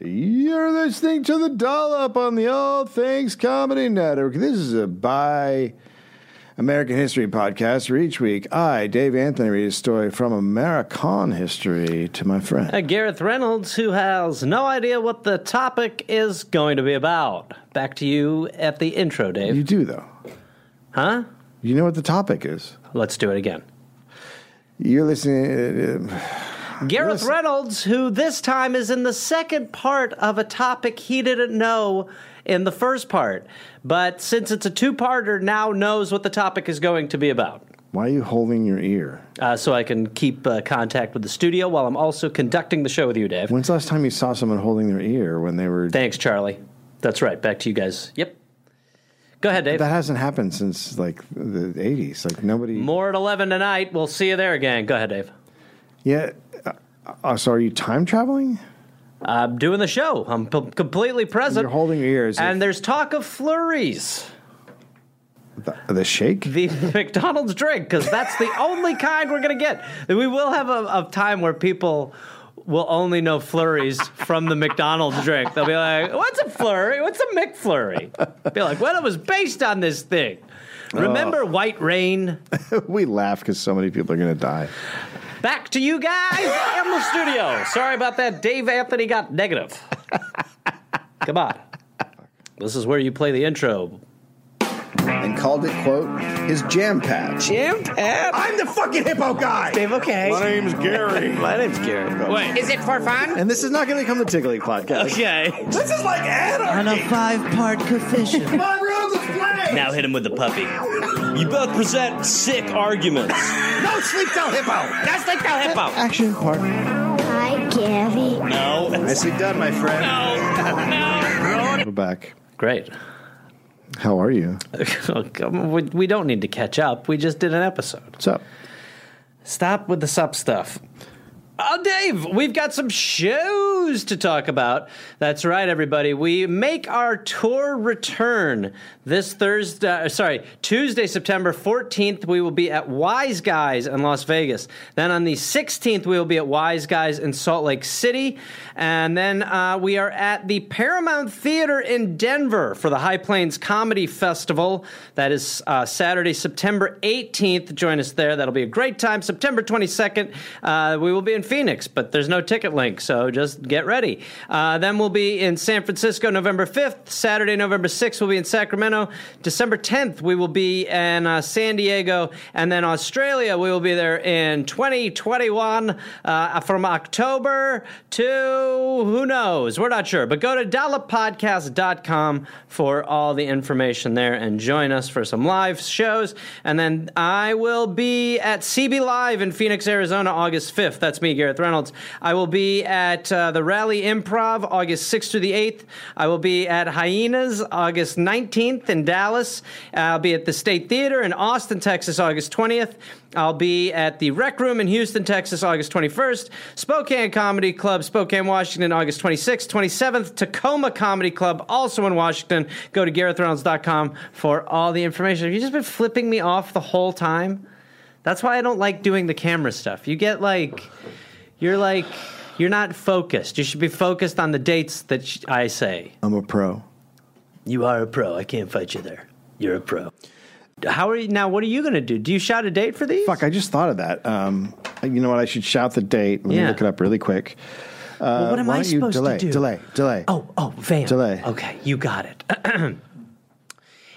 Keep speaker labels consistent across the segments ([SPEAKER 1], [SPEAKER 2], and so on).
[SPEAKER 1] You're listening to the doll up on the All Things Comedy Network. This is a by American History podcast. Where each week, I, Dave Anthony, read a story from American history to my friend.
[SPEAKER 2] Uh, Gareth Reynolds, who has no idea what the topic is going to be about. Back to you at the intro, Dave.
[SPEAKER 1] You do though.
[SPEAKER 2] huh?
[SPEAKER 1] You know what the topic is.
[SPEAKER 2] Let's do it again.
[SPEAKER 1] You're listening. uh,
[SPEAKER 2] Gareth
[SPEAKER 1] Listen-
[SPEAKER 2] Reynolds, who this time is in the second part of a topic he didn't know in the first part, but since it's a two parter, now knows what the topic is going to be about.
[SPEAKER 1] Why are you holding your ear?
[SPEAKER 2] Uh, so I can keep uh, contact with the studio while I'm also conducting the show with you, Dave.
[SPEAKER 1] When's the last time you saw someone holding their ear when they were?
[SPEAKER 2] Thanks, Charlie. That's right. Back to you guys. Yep. Go ahead, Dave.
[SPEAKER 1] That hasn't happened since like the '80s. Like nobody.
[SPEAKER 2] More at 11 tonight. We'll see you there again. Go ahead, Dave.
[SPEAKER 1] Yeah. Uh, uh, so are you time traveling?
[SPEAKER 2] I'm doing the show. I'm p- completely present.
[SPEAKER 1] You're holding your ears.
[SPEAKER 2] and there's talk of flurries.
[SPEAKER 1] the, the shake.
[SPEAKER 2] the McDonald's drink because that's the only kind we're going to get. We will have a, a time where people will only know flurries from the McDonald's drink. They'll be like, "What's a flurry? What's a McFlurry?" Be like, "Well, it was based on this thing." Remember White Rain?
[SPEAKER 1] we laugh because so many people are going to die.
[SPEAKER 2] Back to you guys in the studio. Sorry about that. Dave Anthony got negative. Come on. This is where you play the intro.
[SPEAKER 3] and called it, quote, his jam patch.
[SPEAKER 4] Jim Tap. I'm the fucking hippo guy. Dave, okay. My name's Gary. My name's Gary.
[SPEAKER 2] Wait.
[SPEAKER 5] Is it for fun?
[SPEAKER 3] And this is not going to become the Tickling Podcast.
[SPEAKER 2] Okay.
[SPEAKER 4] This is like anarchy.
[SPEAKER 6] on a five-part coefficient.
[SPEAKER 4] My rules is playing.
[SPEAKER 2] Now hit him with the puppy. You both present sick arguments.
[SPEAKER 3] No sleep till hippo.
[SPEAKER 2] That's like the hippo.
[SPEAKER 6] Action part.
[SPEAKER 7] Hi, Gabby.
[SPEAKER 2] No.
[SPEAKER 3] Nicely done, my friend.
[SPEAKER 1] We're back.
[SPEAKER 2] Great.
[SPEAKER 1] How are you?
[SPEAKER 2] Look, um, we- we don't need to catch up. We just did an episode.
[SPEAKER 1] What's up?
[SPEAKER 2] Stop with the sup stuff. Oh, Dave, we've got some shows to talk about. That's right, everybody. We make our tour return this Thursday, uh, sorry, Tuesday, September 14th. We will be at Wise Guys in Las Vegas. Then on the 16th, we will be at Wise Guys in Salt Lake City. And then uh, we are at the Paramount Theater in Denver for the High Plains Comedy Festival. That is uh, Saturday, September 18th. Join us there. That'll be a great time. September 22nd, uh, we will be in Phoenix, but there's no ticket link, so just get ready. Uh, then we'll be in San Francisco November 5th. Saturday, November 6th, we'll be in Sacramento. December 10th, we will be in uh, San Diego. And then Australia, we will be there in 2021 uh, from October to who knows? We're not sure. But go to dollopodcast.com for all the information there and join us for some live shows. And then I will be at CB Live in Phoenix, Arizona, August 5th. That's me, Gareth Reynolds. I will be at uh, the Rally Improv, August 6th through the 8th. I will be at Hyenas, August 19th in Dallas. I'll be at the State Theater in Austin, Texas, August 20th. I'll be at the Rec Room in Houston, Texas, August 21st. Spokane Comedy Club, Spokane, Washington, August 26th. 27th, Tacoma Comedy Club, also in Washington. Go to GarethReynolds.com for all the information. Have you just been flipping me off the whole time? That's why I don't like doing the camera stuff. You get like, you're like, you're not focused. You should be focused on the dates that sh- I say.
[SPEAKER 1] I'm a pro.
[SPEAKER 2] You are a pro. I can't fight you there. You're a pro. How are you now? What are you going to do? Do you shout a date for these?
[SPEAKER 1] Fuck, I just thought of that. Um, you know what? I should shout the date. Let
[SPEAKER 2] Yeah.
[SPEAKER 1] me look it up really quick. Uh,
[SPEAKER 2] Well, what am
[SPEAKER 1] why
[SPEAKER 2] I
[SPEAKER 1] don't you
[SPEAKER 2] supposed
[SPEAKER 1] delay,
[SPEAKER 2] to do?
[SPEAKER 1] Delay, delay.
[SPEAKER 2] Oh, oh, van.
[SPEAKER 1] Delay.
[SPEAKER 2] Okay, you got it.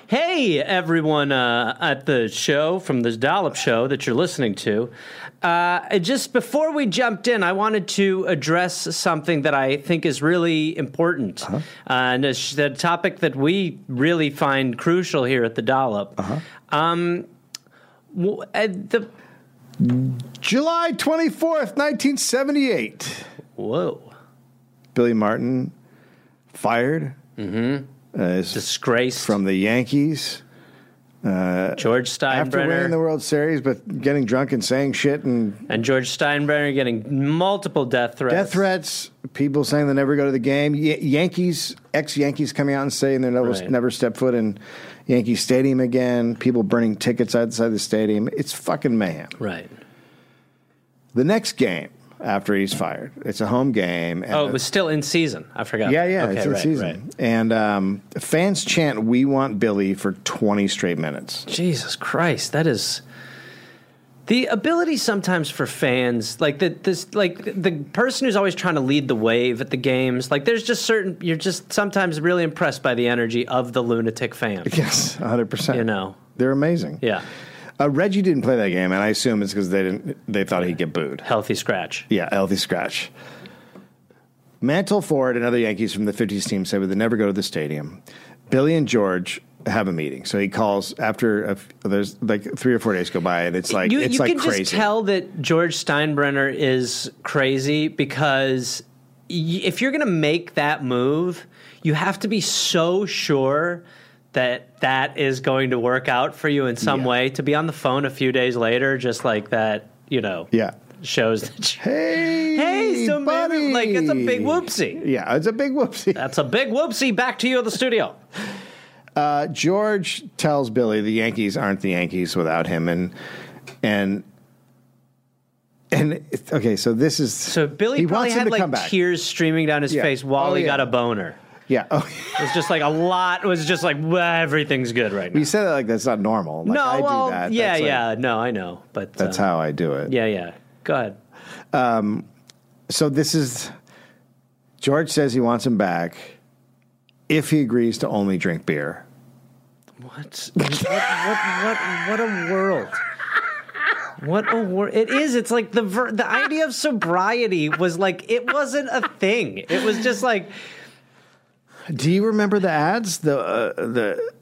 [SPEAKER 2] hey, everyone uh, at the show from the Dollop Show that you're listening to. Uh, just before we jumped in, I wanted to address something that I think is really important,
[SPEAKER 1] Uh-huh.
[SPEAKER 2] uh and it's the topic that we really find crucial here at the Dollop.
[SPEAKER 1] Uh-huh.
[SPEAKER 2] Um, w- uh, the
[SPEAKER 1] July 24th, 1978.
[SPEAKER 2] whoa
[SPEAKER 1] Billy Martin fired. Mm-hmm.
[SPEAKER 2] disgrace
[SPEAKER 1] from the Yankees
[SPEAKER 2] George
[SPEAKER 1] after
[SPEAKER 2] Steinbrenner.
[SPEAKER 1] winning the World Series, but getting drunk and saying shit and
[SPEAKER 2] And George Steinbrenner getting multiple death threats.
[SPEAKER 1] Death threats, people saying they never go to the game. Y- Yankees, ex Yankees coming out and saying they'll never,
[SPEAKER 2] Right.
[SPEAKER 1] never step foot in Yankee Stadium again. People burning tickets outside the stadium. It's fucking mayhem.
[SPEAKER 2] Right.
[SPEAKER 1] The next game, after he's fired. It's a home game. And
[SPEAKER 2] Oh, it was still in season. I forgot.
[SPEAKER 1] yeah, yeah,
[SPEAKER 2] Okay,
[SPEAKER 1] it's in
[SPEAKER 2] right,
[SPEAKER 1] season.
[SPEAKER 2] right.
[SPEAKER 1] And um, fans chant "We want Billy" for twenty straight minutes.
[SPEAKER 2] Jesus Christ, that is the ability sometimes for fans, like the this like the person who's always trying to lead the wave at the games. Like there's just certain you're just sometimes really impressed by the energy of the lunatic fan.
[SPEAKER 1] Yes, hundred percent.
[SPEAKER 2] You know.
[SPEAKER 1] they're amazing.
[SPEAKER 2] Yeah.
[SPEAKER 1] Uh, Reggie didn't play that game, and I assume it's because they didn't. They thought he'd get booed.
[SPEAKER 2] Healthy scratch.
[SPEAKER 1] Yeah, healthy scratch. Mantle Ford and other Yankees from the 50s team said, "We would never go to the stadium." Billy and George have a meeting, so he calls after a, there's like three or four days go by, and it's like
[SPEAKER 2] you
[SPEAKER 1] it's
[SPEAKER 2] you
[SPEAKER 1] like
[SPEAKER 2] can
[SPEAKER 1] crazy.
[SPEAKER 2] just tell that George Steinbrenner is crazy because y- if you're going to make that move, you have to be so sure that that is going to work out for you in some
[SPEAKER 1] Yeah.
[SPEAKER 2] way. To be on the phone a few days later, just like that, you know,
[SPEAKER 1] yeah.
[SPEAKER 2] shows that. You,
[SPEAKER 1] Hey,
[SPEAKER 2] hey, so
[SPEAKER 1] buddy.
[SPEAKER 2] maybe like it's a big whoopsie.
[SPEAKER 1] Yeah, it's a big whoopsie.
[SPEAKER 2] That's a big whoopsie. Back to you at the studio.
[SPEAKER 1] Uh, George tells Billy the Yankees aren't the Yankees without him, and and and it- okay, so this is
[SPEAKER 2] So Billy
[SPEAKER 1] he
[SPEAKER 2] probably
[SPEAKER 1] wants him
[SPEAKER 2] had
[SPEAKER 1] to come
[SPEAKER 2] like
[SPEAKER 1] back.
[SPEAKER 2] tears streaming down his
[SPEAKER 1] Yeah.
[SPEAKER 2] face while
[SPEAKER 1] Oh,
[SPEAKER 2] he
[SPEAKER 1] yeah.
[SPEAKER 2] got a boner.
[SPEAKER 1] Yeah, oh,
[SPEAKER 2] It was just like a lot. It was just like "Well, everything's good right now.
[SPEAKER 1] you said that like that's not normal. Like,
[SPEAKER 2] no,
[SPEAKER 1] I
[SPEAKER 2] well,
[SPEAKER 1] do that.
[SPEAKER 2] yeah,
[SPEAKER 1] That's, like,
[SPEAKER 2] yeah. no, I know, but
[SPEAKER 1] that's
[SPEAKER 2] uh,
[SPEAKER 1] how I do it.
[SPEAKER 2] Yeah, yeah. Go ahead.
[SPEAKER 1] So this is George says he wants him back if he agrees to only drink beer.
[SPEAKER 2] What? What? What? What, what a world. What a world! It is. It's like the ver- the idea of sobriety was like it wasn't a thing. It was just like
[SPEAKER 1] Do you remember the ads? The uh, the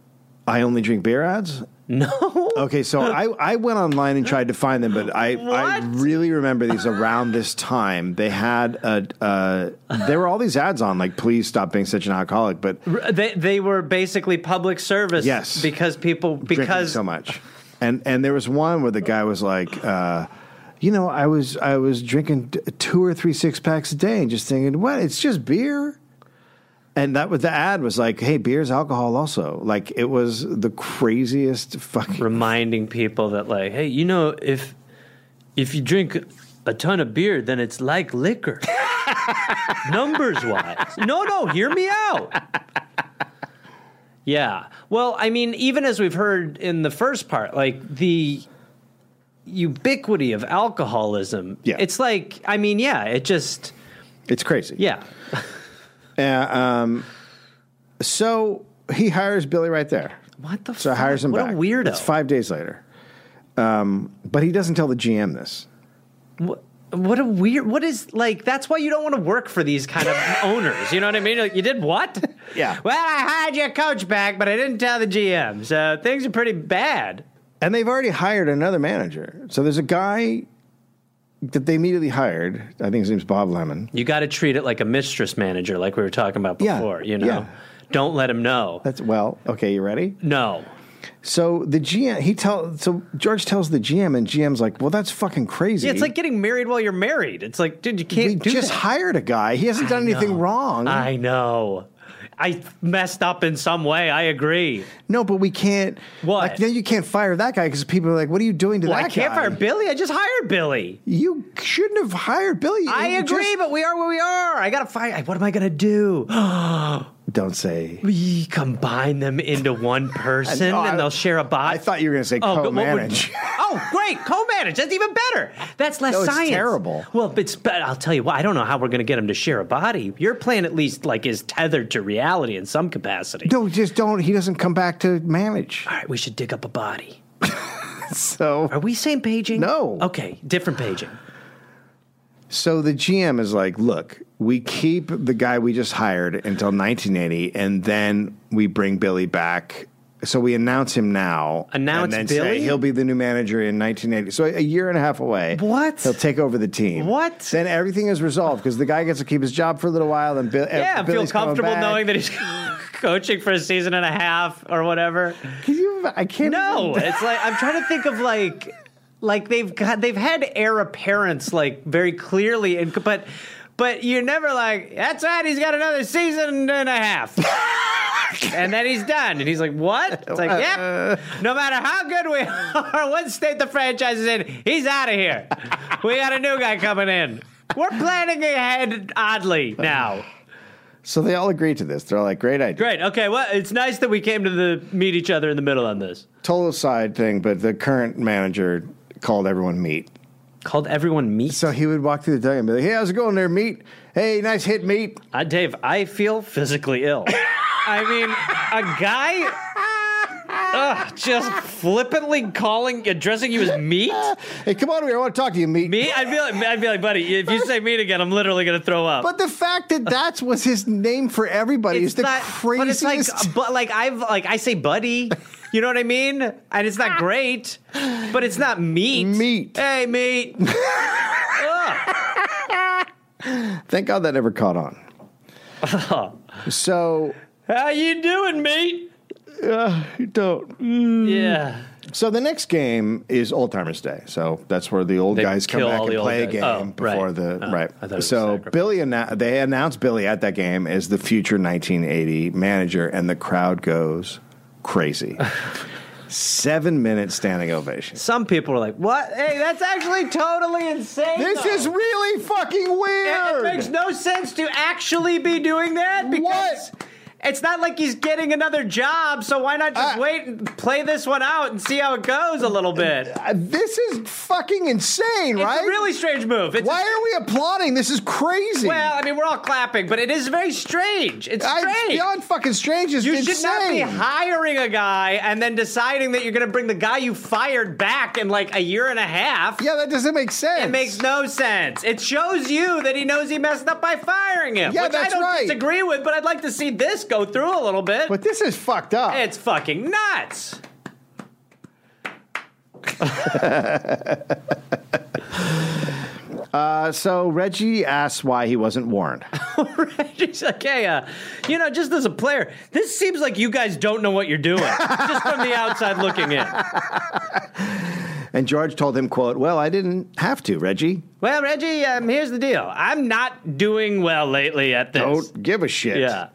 [SPEAKER 1] I only drink beer ads.
[SPEAKER 2] no.
[SPEAKER 1] Okay, so I, I went online and tried to find them, but I, I
[SPEAKER 2] What?
[SPEAKER 1] really remember these around this time. They had a uh, there were all these ads on like please stop being such an alcoholic, but
[SPEAKER 2] They they were basically public service.
[SPEAKER 1] Yes.
[SPEAKER 2] because people
[SPEAKER 1] drinking
[SPEAKER 2] because
[SPEAKER 1] so much. And and there was one where the guy was like, uh, you know, I was I was drinking t- two or three six packs a day and just thinking, what? It's just beer. And that was the ad was like, hey, beer's alcohol also. Like it was the craziest fucking
[SPEAKER 2] reminding people that like hey you know if if you drink a ton of beer then it's like liquor numbers wise no no hear me out yeah well i mean even as we've heard in the first part like the ubiquity of alcoholism
[SPEAKER 1] Yeah.
[SPEAKER 2] it's like i mean yeah it just
[SPEAKER 1] It's crazy.
[SPEAKER 2] yeah
[SPEAKER 1] Uh, um, so he hires Billy right there.
[SPEAKER 2] what the
[SPEAKER 1] So
[SPEAKER 2] fuck?
[SPEAKER 1] hires him
[SPEAKER 2] what
[SPEAKER 1] back.
[SPEAKER 2] a weirdo
[SPEAKER 1] It's five days later. Um, but he doesn't tell the GM this.
[SPEAKER 2] what, what a weird what is like that's why you don't want to work for these kind of owners you know what i mean like you did what
[SPEAKER 1] Yeah.
[SPEAKER 2] well i hired your coach back but i didn't tell the gm so things are pretty bad
[SPEAKER 1] And they've already hired another manager. So there's a guy that they immediately hired. I think his name's Bob Lemon.
[SPEAKER 2] you got to treat it like a mistress manager like we were talking about
[SPEAKER 1] Yeah,
[SPEAKER 2] before you know
[SPEAKER 1] yeah.
[SPEAKER 2] don't let him know
[SPEAKER 1] That's well, okay, you ready?
[SPEAKER 2] no
[SPEAKER 1] So the GM he tell so George tells the GM and GM's like, Well, that's fucking crazy.
[SPEAKER 2] yeah, it's like getting married while you're married it's like dude you can't
[SPEAKER 1] we
[SPEAKER 2] do
[SPEAKER 1] just
[SPEAKER 2] that.
[SPEAKER 1] hired a guy. He hasn't done anything
[SPEAKER 2] No.
[SPEAKER 1] wrong.
[SPEAKER 2] i know i messed up in some way i agree
[SPEAKER 1] no, but we can't
[SPEAKER 2] What?
[SPEAKER 1] like then you can't fire that guy because people are like, What are you doing to
[SPEAKER 2] well,
[SPEAKER 1] that
[SPEAKER 2] i can't
[SPEAKER 1] guy?
[SPEAKER 2] fire billy i just hired billy
[SPEAKER 1] You shouldn't have hired Billy.
[SPEAKER 2] I
[SPEAKER 1] You
[SPEAKER 2] agree,
[SPEAKER 1] just-
[SPEAKER 2] but we are where we are. I gotta fight. What am I gonna do?
[SPEAKER 1] don't say.
[SPEAKER 2] we combine them into one person,
[SPEAKER 1] No, I-
[SPEAKER 2] and they'll share a bot.
[SPEAKER 1] I thought you were going to say
[SPEAKER 2] Oh, good. What would-
[SPEAKER 1] co-manage.
[SPEAKER 2] oh, great, co-manage. That's even better. That's less
[SPEAKER 1] No, it's
[SPEAKER 2] science.
[SPEAKER 1] terrible.
[SPEAKER 2] Well, it's but I'll tell you what. I don't know how we're gonna get them to share a body. Your plan, at least, like, is tethered to reality in some capacity.
[SPEAKER 1] no, just don't. He doesn't come back to manage.
[SPEAKER 2] All right, we should dig up a body.
[SPEAKER 1] So,
[SPEAKER 2] Are we same paging?
[SPEAKER 1] No.
[SPEAKER 2] Okay, different paging.
[SPEAKER 1] so the GM is like, look, we keep the guy we just hired until 1980, and then we bring Billy back. So we announce him now.
[SPEAKER 2] Announce
[SPEAKER 1] and then
[SPEAKER 2] Billy?
[SPEAKER 1] Say he'll be the new manager in 1980. So a year and a half away.
[SPEAKER 2] What?
[SPEAKER 1] He'll take over the team.
[SPEAKER 2] What?
[SPEAKER 1] Then everything is resolved because the guy gets to keep his job for a little while. Then Bill,
[SPEAKER 2] Yeah, I feel
[SPEAKER 1] Billy's coming
[SPEAKER 2] comfortable
[SPEAKER 1] back.
[SPEAKER 2] knowing that he's coaching for a season and a half or whatever.
[SPEAKER 1] Can you, I can't.
[SPEAKER 2] No,
[SPEAKER 1] even-
[SPEAKER 2] it's like I'm trying to think of like like they've got they've had heir apparents like very clearly and but but you're never like that's right he's got another season and a half. And then he's done, and he's like, "What?" It's like, "Yep." No matter how good we are, what state the franchise is in, he's out of here. We got a new guy coming in. We're planning ahead oddly now.
[SPEAKER 1] So they all agreed to this. They're all like, great idea.
[SPEAKER 2] Great. Okay. Well, it's nice that we came to the meet each other in the middle on this.
[SPEAKER 1] Total side thing, but the current manager called everyone meat.
[SPEAKER 2] Called everyone meet.
[SPEAKER 1] So he would walk through the dug and be like, hey, how's it going there, meat? Hey, nice hit, meat.
[SPEAKER 2] Uh, Dave, I feel physically ill. I mean, a guy ugh, just flippantly calling, addressing you as meat.
[SPEAKER 1] Hey, come on over here. I want to talk to you, meat.
[SPEAKER 2] Meat. I'd be like, I'd be like, buddy, if you say meat again, I'm literally gonna throw up.
[SPEAKER 1] But the fact that that was his name for everybody is the
[SPEAKER 2] But
[SPEAKER 1] craziest.
[SPEAKER 2] it's like, um, uh, but like I've like I say buddy. You know what I mean? And it's not great, but it's not meat.
[SPEAKER 1] Meat.
[SPEAKER 2] Hey, meat. Ugh.
[SPEAKER 1] Thank God that never caught on. so
[SPEAKER 2] How you doing, meat?
[SPEAKER 1] you don't.
[SPEAKER 2] Yeah.
[SPEAKER 1] So the next game is Old Timers Day. So that's where the old
[SPEAKER 2] They
[SPEAKER 1] guys come
[SPEAKER 2] kill
[SPEAKER 1] back
[SPEAKER 2] all
[SPEAKER 1] and
[SPEAKER 2] the old
[SPEAKER 1] play a
[SPEAKER 2] guys.
[SPEAKER 1] game
[SPEAKER 2] Oh,
[SPEAKER 1] before
[SPEAKER 2] right.
[SPEAKER 1] the
[SPEAKER 2] Oh, I thought it
[SPEAKER 1] right.
[SPEAKER 2] was
[SPEAKER 1] So
[SPEAKER 2] sacrifice.
[SPEAKER 1] Billy annou- they announced Billy at that game as the future 1980 manager, and the crowd goes crazy. Seven minute standing ovation.
[SPEAKER 2] Some people are like, "What? Hey, that's actually totally insane."
[SPEAKER 1] This
[SPEAKER 2] though.
[SPEAKER 1] is really fucking
[SPEAKER 2] It, it
[SPEAKER 1] weird.
[SPEAKER 2] makes no sense to actually be doing that because it's not like he's getting another job. So why not just
[SPEAKER 1] I-
[SPEAKER 2] wait and play this one out and see how it goes a little bit?
[SPEAKER 1] Uh, this is fucking insane, right?
[SPEAKER 2] It's a really strange move. It's
[SPEAKER 1] Why are we applauding? This is crazy.
[SPEAKER 2] well, I mean, we're all clapping, but it is very strange. It's
[SPEAKER 1] I- it's
[SPEAKER 2] strange.
[SPEAKER 1] beyond fucking strange. It's
[SPEAKER 2] you
[SPEAKER 1] insane.
[SPEAKER 2] should not be hiring a guy and then deciding that you're going to bring the guy you fired back in like a year and a half.
[SPEAKER 1] Yeah, that doesn't make sense.
[SPEAKER 2] It makes no sense. It shows you that he knows he messed up by firing him,
[SPEAKER 1] Yeah,
[SPEAKER 2] which
[SPEAKER 1] that's
[SPEAKER 2] I don't
[SPEAKER 1] right.
[SPEAKER 2] disagree with. But I'd like to see this go through a little bit.
[SPEAKER 1] But this is fucked up.
[SPEAKER 2] It's fucking nuts.
[SPEAKER 1] Uh, so Reggie asks why he wasn't warned.
[SPEAKER 2] She's like, hey, uh, you know, just as a player, this seems like you guys don't know what you're doing, just from the outside looking in.
[SPEAKER 1] and George told him, "quote Well, I didn't have to, Reggie.
[SPEAKER 2] Well, Reggie, um, here's the deal. I'm not doing well lately at this.
[SPEAKER 1] Don't give a shit."
[SPEAKER 2] Yeah.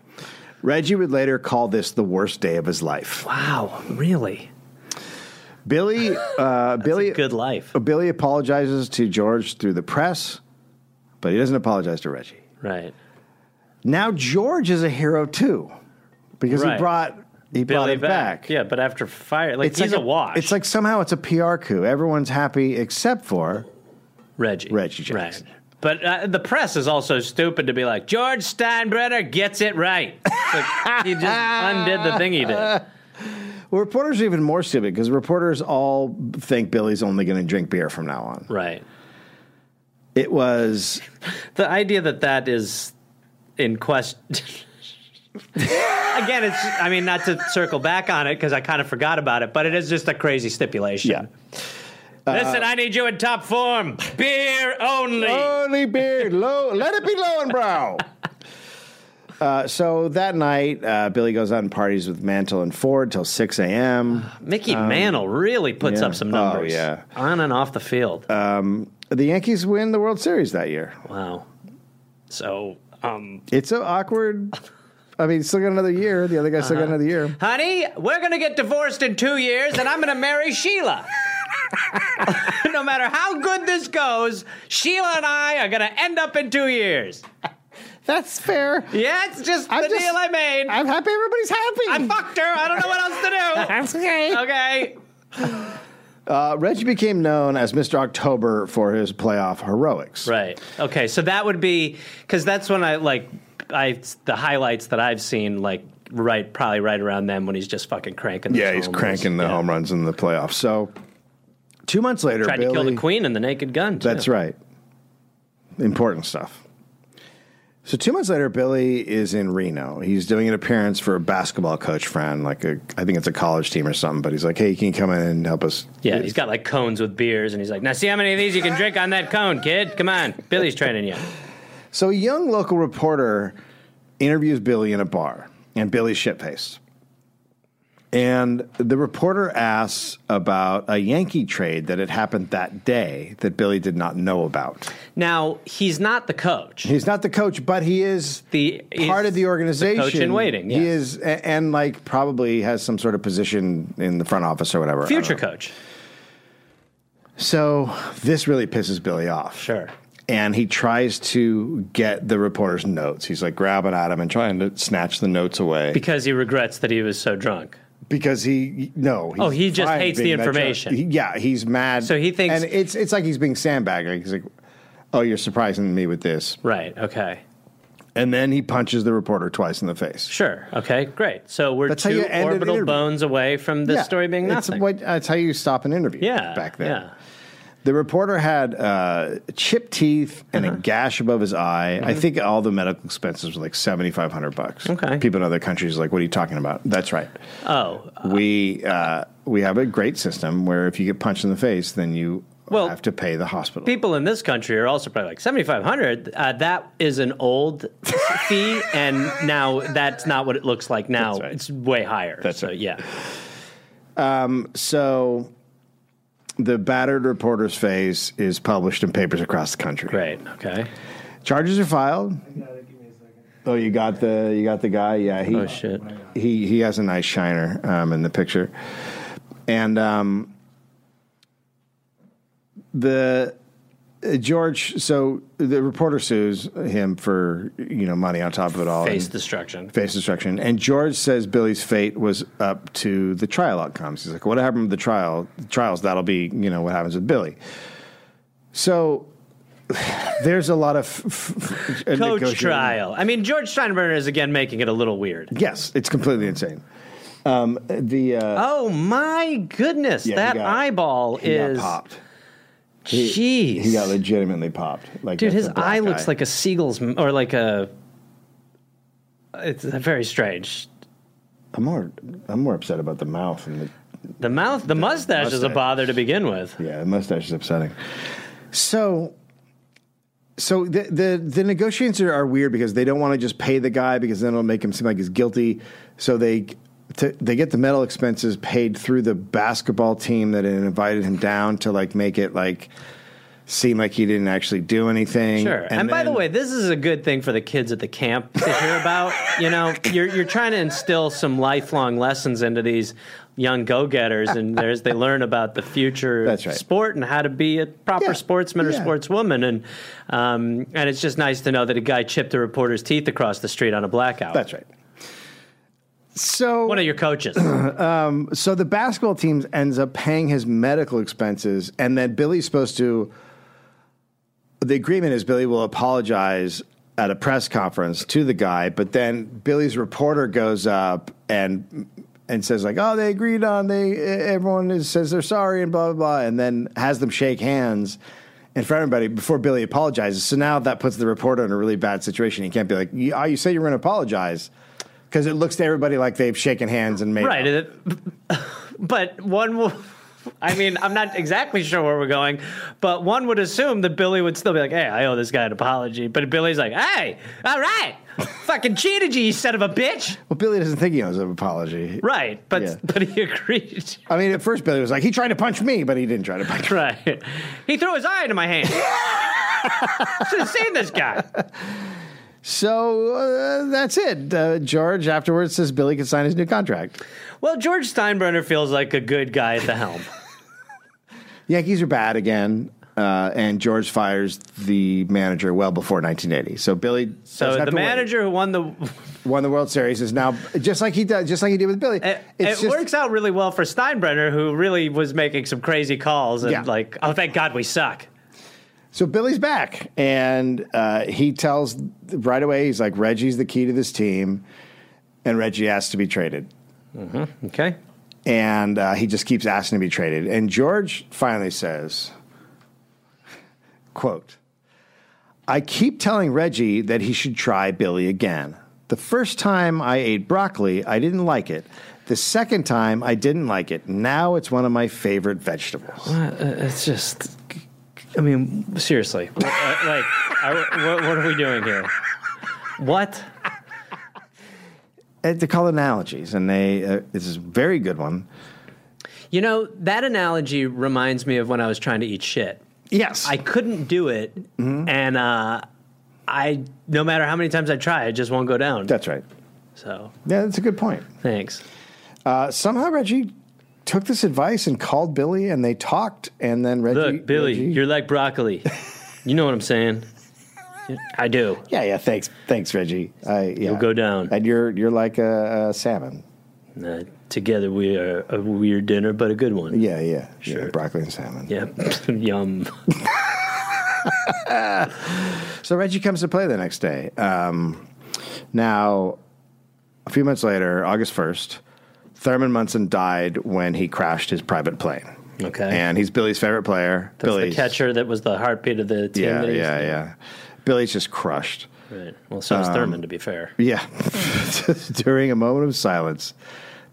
[SPEAKER 1] Reggie would later call this the worst day of his life.
[SPEAKER 2] Wow, really?
[SPEAKER 1] Billy, uh, Billy,
[SPEAKER 2] Good life.
[SPEAKER 1] Billy apologizes to George through the press, but he doesn't apologize to Reggie.
[SPEAKER 2] Right.
[SPEAKER 1] Now George is a hero too, because he
[SPEAKER 2] Right.
[SPEAKER 1] brought he brought it back.
[SPEAKER 2] Yeah, but after fire, like he's
[SPEAKER 1] like
[SPEAKER 2] a, wash.
[SPEAKER 1] It's like somehow it's a PR coup. Everyone's happy except for
[SPEAKER 2] Reggie.
[SPEAKER 1] Reggie Jackson.
[SPEAKER 2] Right. But uh, the press is also stupid to be like, George Steinbrenner gets it right. It's like, he just undid the thing he did.
[SPEAKER 1] well, reporters are even more stupid because reporters all think Billy's only going to drink beer from now on.
[SPEAKER 2] Right.
[SPEAKER 1] It was
[SPEAKER 2] the idea that that is in question again it's i mean not to circle back on it because i kind of forgot about it but it is just a crazy stipulation
[SPEAKER 1] yeah. Uh,
[SPEAKER 2] listen i need you in top form beer only
[SPEAKER 1] Only beer, low. Let it be low and brow. Uh, so that night, uh, Billy goes out and parties with Mantle and Ford till 6 a.m.
[SPEAKER 2] mickey mantle really puts
[SPEAKER 1] Um, yeah.
[SPEAKER 2] up some
[SPEAKER 1] Oh,
[SPEAKER 2] numbers
[SPEAKER 1] yeah. Uh,
[SPEAKER 2] on and off the field
[SPEAKER 1] The Yankees win the World Series that year.
[SPEAKER 2] wow so um
[SPEAKER 1] It's an awkward. I mean, still got another year. The other guy still got another year.
[SPEAKER 2] honey we're gonna get divorced in two years and i'm gonna marry sheila no matter how good this goes sheila and i are gonna end up in two years
[SPEAKER 1] That's fair.
[SPEAKER 2] Yeah, it's just
[SPEAKER 1] I'm
[SPEAKER 2] the
[SPEAKER 1] just-
[SPEAKER 2] deal I made. I,
[SPEAKER 1] I'm happy everybody's happy.
[SPEAKER 2] fucked her. I don't know what else to do. okay.
[SPEAKER 1] Uh, Reggie became known as Mr. October for his playoff heroics.
[SPEAKER 2] Right. Okay. So that would be because that's when I like I the highlights that I've seen like right probably right around then when he's just fucking cranking. those
[SPEAKER 1] Yeah, he's
[SPEAKER 2] homers.
[SPEAKER 1] cranking the
[SPEAKER 2] Yeah.
[SPEAKER 1] home runs in the playoffs. So two months later,
[SPEAKER 2] Tried
[SPEAKER 1] Billy,
[SPEAKER 2] to kill the queen in the Naked Gun. Too.
[SPEAKER 1] That's right. Important stuff. So two months later, Billy is in Reno. He's doing an appearance for a basketball coach friend, like a I think it's a college team or something. But he's like, "Hey, can you come in and help us?"
[SPEAKER 2] Yeah, he's got like cones with beers, and he's like, "Now see how many of these you can drink on that cone, kid. Come on, Billy's training you."
[SPEAKER 1] So a young local reporter interviews Billy in a bar, and Billy's shitpaced. And the reporter asks about a Yankee trade that had happened that day that Billy did not know about.
[SPEAKER 2] Now he's not the coach.
[SPEAKER 1] He's not the coach, but he is
[SPEAKER 2] The
[SPEAKER 1] part
[SPEAKER 2] he's
[SPEAKER 1] of the organization.
[SPEAKER 2] coach in waiting.
[SPEAKER 1] He
[SPEAKER 2] yeah.
[SPEAKER 1] is, a- and like probably has some sort of position in the front office or whatever. I don't
[SPEAKER 2] future
[SPEAKER 1] know.
[SPEAKER 2] coach.
[SPEAKER 1] So this really pisses Billy off.
[SPEAKER 2] Sure.
[SPEAKER 1] and he tries to get the reporter's notes. He's like grabbing at him and trying to snatch the notes away
[SPEAKER 2] because he regrets that he was so drunk.
[SPEAKER 1] because he no.
[SPEAKER 2] Oh, he
[SPEAKER 1] he's
[SPEAKER 2] just
[SPEAKER 1] fine
[SPEAKER 2] hates
[SPEAKER 1] being
[SPEAKER 2] the
[SPEAKER 1] that drunk.
[SPEAKER 2] information.
[SPEAKER 1] He- yeah, he's mad.
[SPEAKER 2] So he thinks-
[SPEAKER 1] and it's it's like he's being sandbagged. Like, He's like, "Oh, you're surprising me with this,"
[SPEAKER 2] Right. Okay.
[SPEAKER 1] and then he punches the reporter twice in the face.
[SPEAKER 2] Sure. Okay. Great. So we're
[SPEAKER 1] That's how you
[SPEAKER 2] two
[SPEAKER 1] end an
[SPEAKER 2] orbital
[SPEAKER 1] interview.
[SPEAKER 2] bones away from this
[SPEAKER 1] Yeah,
[SPEAKER 2] story being
[SPEAKER 1] it's
[SPEAKER 2] nothing.
[SPEAKER 1] what- that's how you stop an interview.
[SPEAKER 2] yeah.
[SPEAKER 1] back then.
[SPEAKER 2] Yeah.
[SPEAKER 1] The reporter had uh, chipped teeth and
[SPEAKER 2] Uh-huh.
[SPEAKER 1] a gash above his eye. I think all the medical expenses were like seventy five hundred bucks.
[SPEAKER 2] Mm-hmm. Okay.
[SPEAKER 1] People in other countries are like, what are you talking about? That's right.
[SPEAKER 2] Oh.
[SPEAKER 1] we uh, we have a great system where if you get punched in the face, then you
[SPEAKER 2] Well,
[SPEAKER 1] have to pay the hospital.
[SPEAKER 2] People in this country are also probably like seventy five hundred. Uh, that is an old fee, and now that's not what it looks like now.
[SPEAKER 1] That's right.
[SPEAKER 2] It's way higher.
[SPEAKER 1] That's
[SPEAKER 2] so
[SPEAKER 1] right.
[SPEAKER 2] yeah.
[SPEAKER 1] so the battered reporter's face is published in papers across the country.
[SPEAKER 2] Great. Okay.
[SPEAKER 1] Charges are filed. Oh, you got the you got the guy. Yeah, he
[SPEAKER 2] Oh shit.
[SPEAKER 1] he he has a nice shiner um, in the picture, and um, the uh, George. So the reporter sues him for you know money on top of it all.
[SPEAKER 2] Face
[SPEAKER 1] and-
[SPEAKER 2] destruction.
[SPEAKER 1] face destruction. And George says Billy's fate was up to the trial outcomes. He's like, what happened with the trial? The trials, that'll be, you know, what happens with Billy. So there's a lot of. F- f- f-
[SPEAKER 2] Coach
[SPEAKER 1] negotiating.
[SPEAKER 2] trial. I mean, George Steinbrenner is again making it a little weird.
[SPEAKER 1] Yes, it's completely insane. Um, the. Uh,
[SPEAKER 2] Oh my goodness,
[SPEAKER 1] yeah, he
[SPEAKER 2] that
[SPEAKER 1] got-
[SPEAKER 2] eyeball
[SPEAKER 1] he got
[SPEAKER 2] is
[SPEAKER 1] popped.
[SPEAKER 2] jeez.
[SPEAKER 1] He got legitimately popped. Like
[SPEAKER 2] Dude,
[SPEAKER 1] that's
[SPEAKER 2] his
[SPEAKER 1] a black
[SPEAKER 2] eye looks like a seagull's m- or like a. It's very strange.
[SPEAKER 1] I'm more. I'm more upset about the mouth and the
[SPEAKER 2] The mouth, the, mustache, is a
[SPEAKER 1] mustache.
[SPEAKER 2] bother to begin with.
[SPEAKER 1] Yeah, the mustache is upsetting. So, so the the, the negotiations are, are weird because they don't want to just pay the guy because then it'll make him seem like he's guilty. So they to, they get the medical expenses paid through the basketball team that had invited him down to like make it like seem like he didn't actually do anything.
[SPEAKER 2] Sure. And, by the
[SPEAKER 1] then-
[SPEAKER 2] way, this is a good thing for the kids at the camp to hear about. you know, you're you're trying to instill some lifelong lessons into these young go-getters and there's they learn about the future of
[SPEAKER 1] That's right.
[SPEAKER 2] sport and how to be a proper
[SPEAKER 1] Yeah.
[SPEAKER 2] sportsman
[SPEAKER 1] Yeah.
[SPEAKER 2] or sportswoman and um, and it's just nice to know that a guy chipped a reporter's teeth across the street on a blackout.
[SPEAKER 1] that's right. So
[SPEAKER 2] One of your coaches.
[SPEAKER 1] so the basketball team ends up paying his medical expenses, and then Billy's supposed to. The agreement is Billy will apologize at a press conference to the guy, but then Billy's reporter goes up and and says like, "Oh, they agreed on they everyone is, says they're sorry and blah blah blah," and then has them shake hands. In front of everybody before Billy apologizes. So now that puts the reporter in a really bad situation. He can't be like, "You, oh, you say you're going to apologize," because it looks to everybody like they've shaken hands and made
[SPEAKER 2] Right. it- But one will. I mean, I'm not exactly sure where we're going, but one would assume that Billy would still be like, hey, I owe this guy an apology. But Billy's like, hey, all right, fucking cheated you, you son of a bitch.
[SPEAKER 1] Well, Billy doesn't think he owes an apology.
[SPEAKER 2] Right. But
[SPEAKER 1] Yeah.
[SPEAKER 2] but he agreed.
[SPEAKER 1] I mean, at first Billy was like, he tried to punch me, but he didn't try to punch me.
[SPEAKER 2] Right. He threw his eye into my hand. Should have seen this guy.
[SPEAKER 1] So uh, that's it. Uh, George afterwards says Billy could sign his new contract.
[SPEAKER 2] Well, George Steinbrenner feels like a good guy at the helm.
[SPEAKER 1] Yankees are bad again, uh, and George fires the manager well before 1980. So Billy, doesn't
[SPEAKER 2] So
[SPEAKER 1] have
[SPEAKER 2] the
[SPEAKER 1] to wait.
[SPEAKER 2] manager who won the
[SPEAKER 1] won the World Series is now just like he does, just like he did with Billy.
[SPEAKER 2] It,
[SPEAKER 1] It's
[SPEAKER 2] it
[SPEAKER 1] just-
[SPEAKER 2] works out really well for Steinbrenner, who really was making some crazy calls and
[SPEAKER 1] Yeah.
[SPEAKER 2] like, oh, thank God we suck.
[SPEAKER 1] So Billy's back, and uh, he tells right away he's like Reggie's the key to this team, and Reggie has to be traded.
[SPEAKER 2] Okay.
[SPEAKER 1] and uh, he just keeps asking to be traded. And George finally says, "Quote: I keep telling Reggie that he should try Billy again. The first time I ate broccoli, I didn't like it. The second time, I didn't like it. Now it's one of my favorite vegetables.
[SPEAKER 2] Uh, it's just, I mean, seriously, uh, like, are, what, what are we doing here? What?
[SPEAKER 1] And Uh, they call analogies, and they uh, this is a very good one.
[SPEAKER 2] You know, that analogy reminds me of when I was trying to eat shit.
[SPEAKER 1] Yes,
[SPEAKER 2] I couldn't do it, and uh, I, no matter how many times I try, it just won't go down.
[SPEAKER 1] that's right.
[SPEAKER 2] so,
[SPEAKER 1] Yeah, that's a good point.
[SPEAKER 2] thanks.
[SPEAKER 1] Uh, somehow Reggie took this advice and called Billy, and they talked, and then Reggie
[SPEAKER 2] Look, Billy,
[SPEAKER 1] Reggie-
[SPEAKER 2] you're like broccoli. You know what I'm saying? I do.
[SPEAKER 1] Yeah, yeah. Thanks, thanks, Reggie. I, yeah.
[SPEAKER 2] You'll go down.
[SPEAKER 1] and you're you're like a, a salmon.
[SPEAKER 2] Uh, together we are a weird dinner, but a good one.
[SPEAKER 1] Yeah, yeah,
[SPEAKER 2] Sure.
[SPEAKER 1] Yeah, broccoli and salmon.
[SPEAKER 2] Yeah. Yum.
[SPEAKER 1] So Reggie comes to play the next day. Um, now, a few months later, August first, Thurman Munson died when he crashed his private plane,
[SPEAKER 2] Okay.
[SPEAKER 1] and he's Billy's favorite player.
[SPEAKER 2] That's
[SPEAKER 1] Billy's
[SPEAKER 2] the catcher that was the heartbeat of the team.
[SPEAKER 1] Yeah,
[SPEAKER 2] that he was-
[SPEAKER 1] yeah, yeah. Billy's just crushed.
[SPEAKER 2] Right. Well, so
[SPEAKER 1] Um,
[SPEAKER 2] was Thurman, to be fair.
[SPEAKER 1] Yeah. During a moment of silence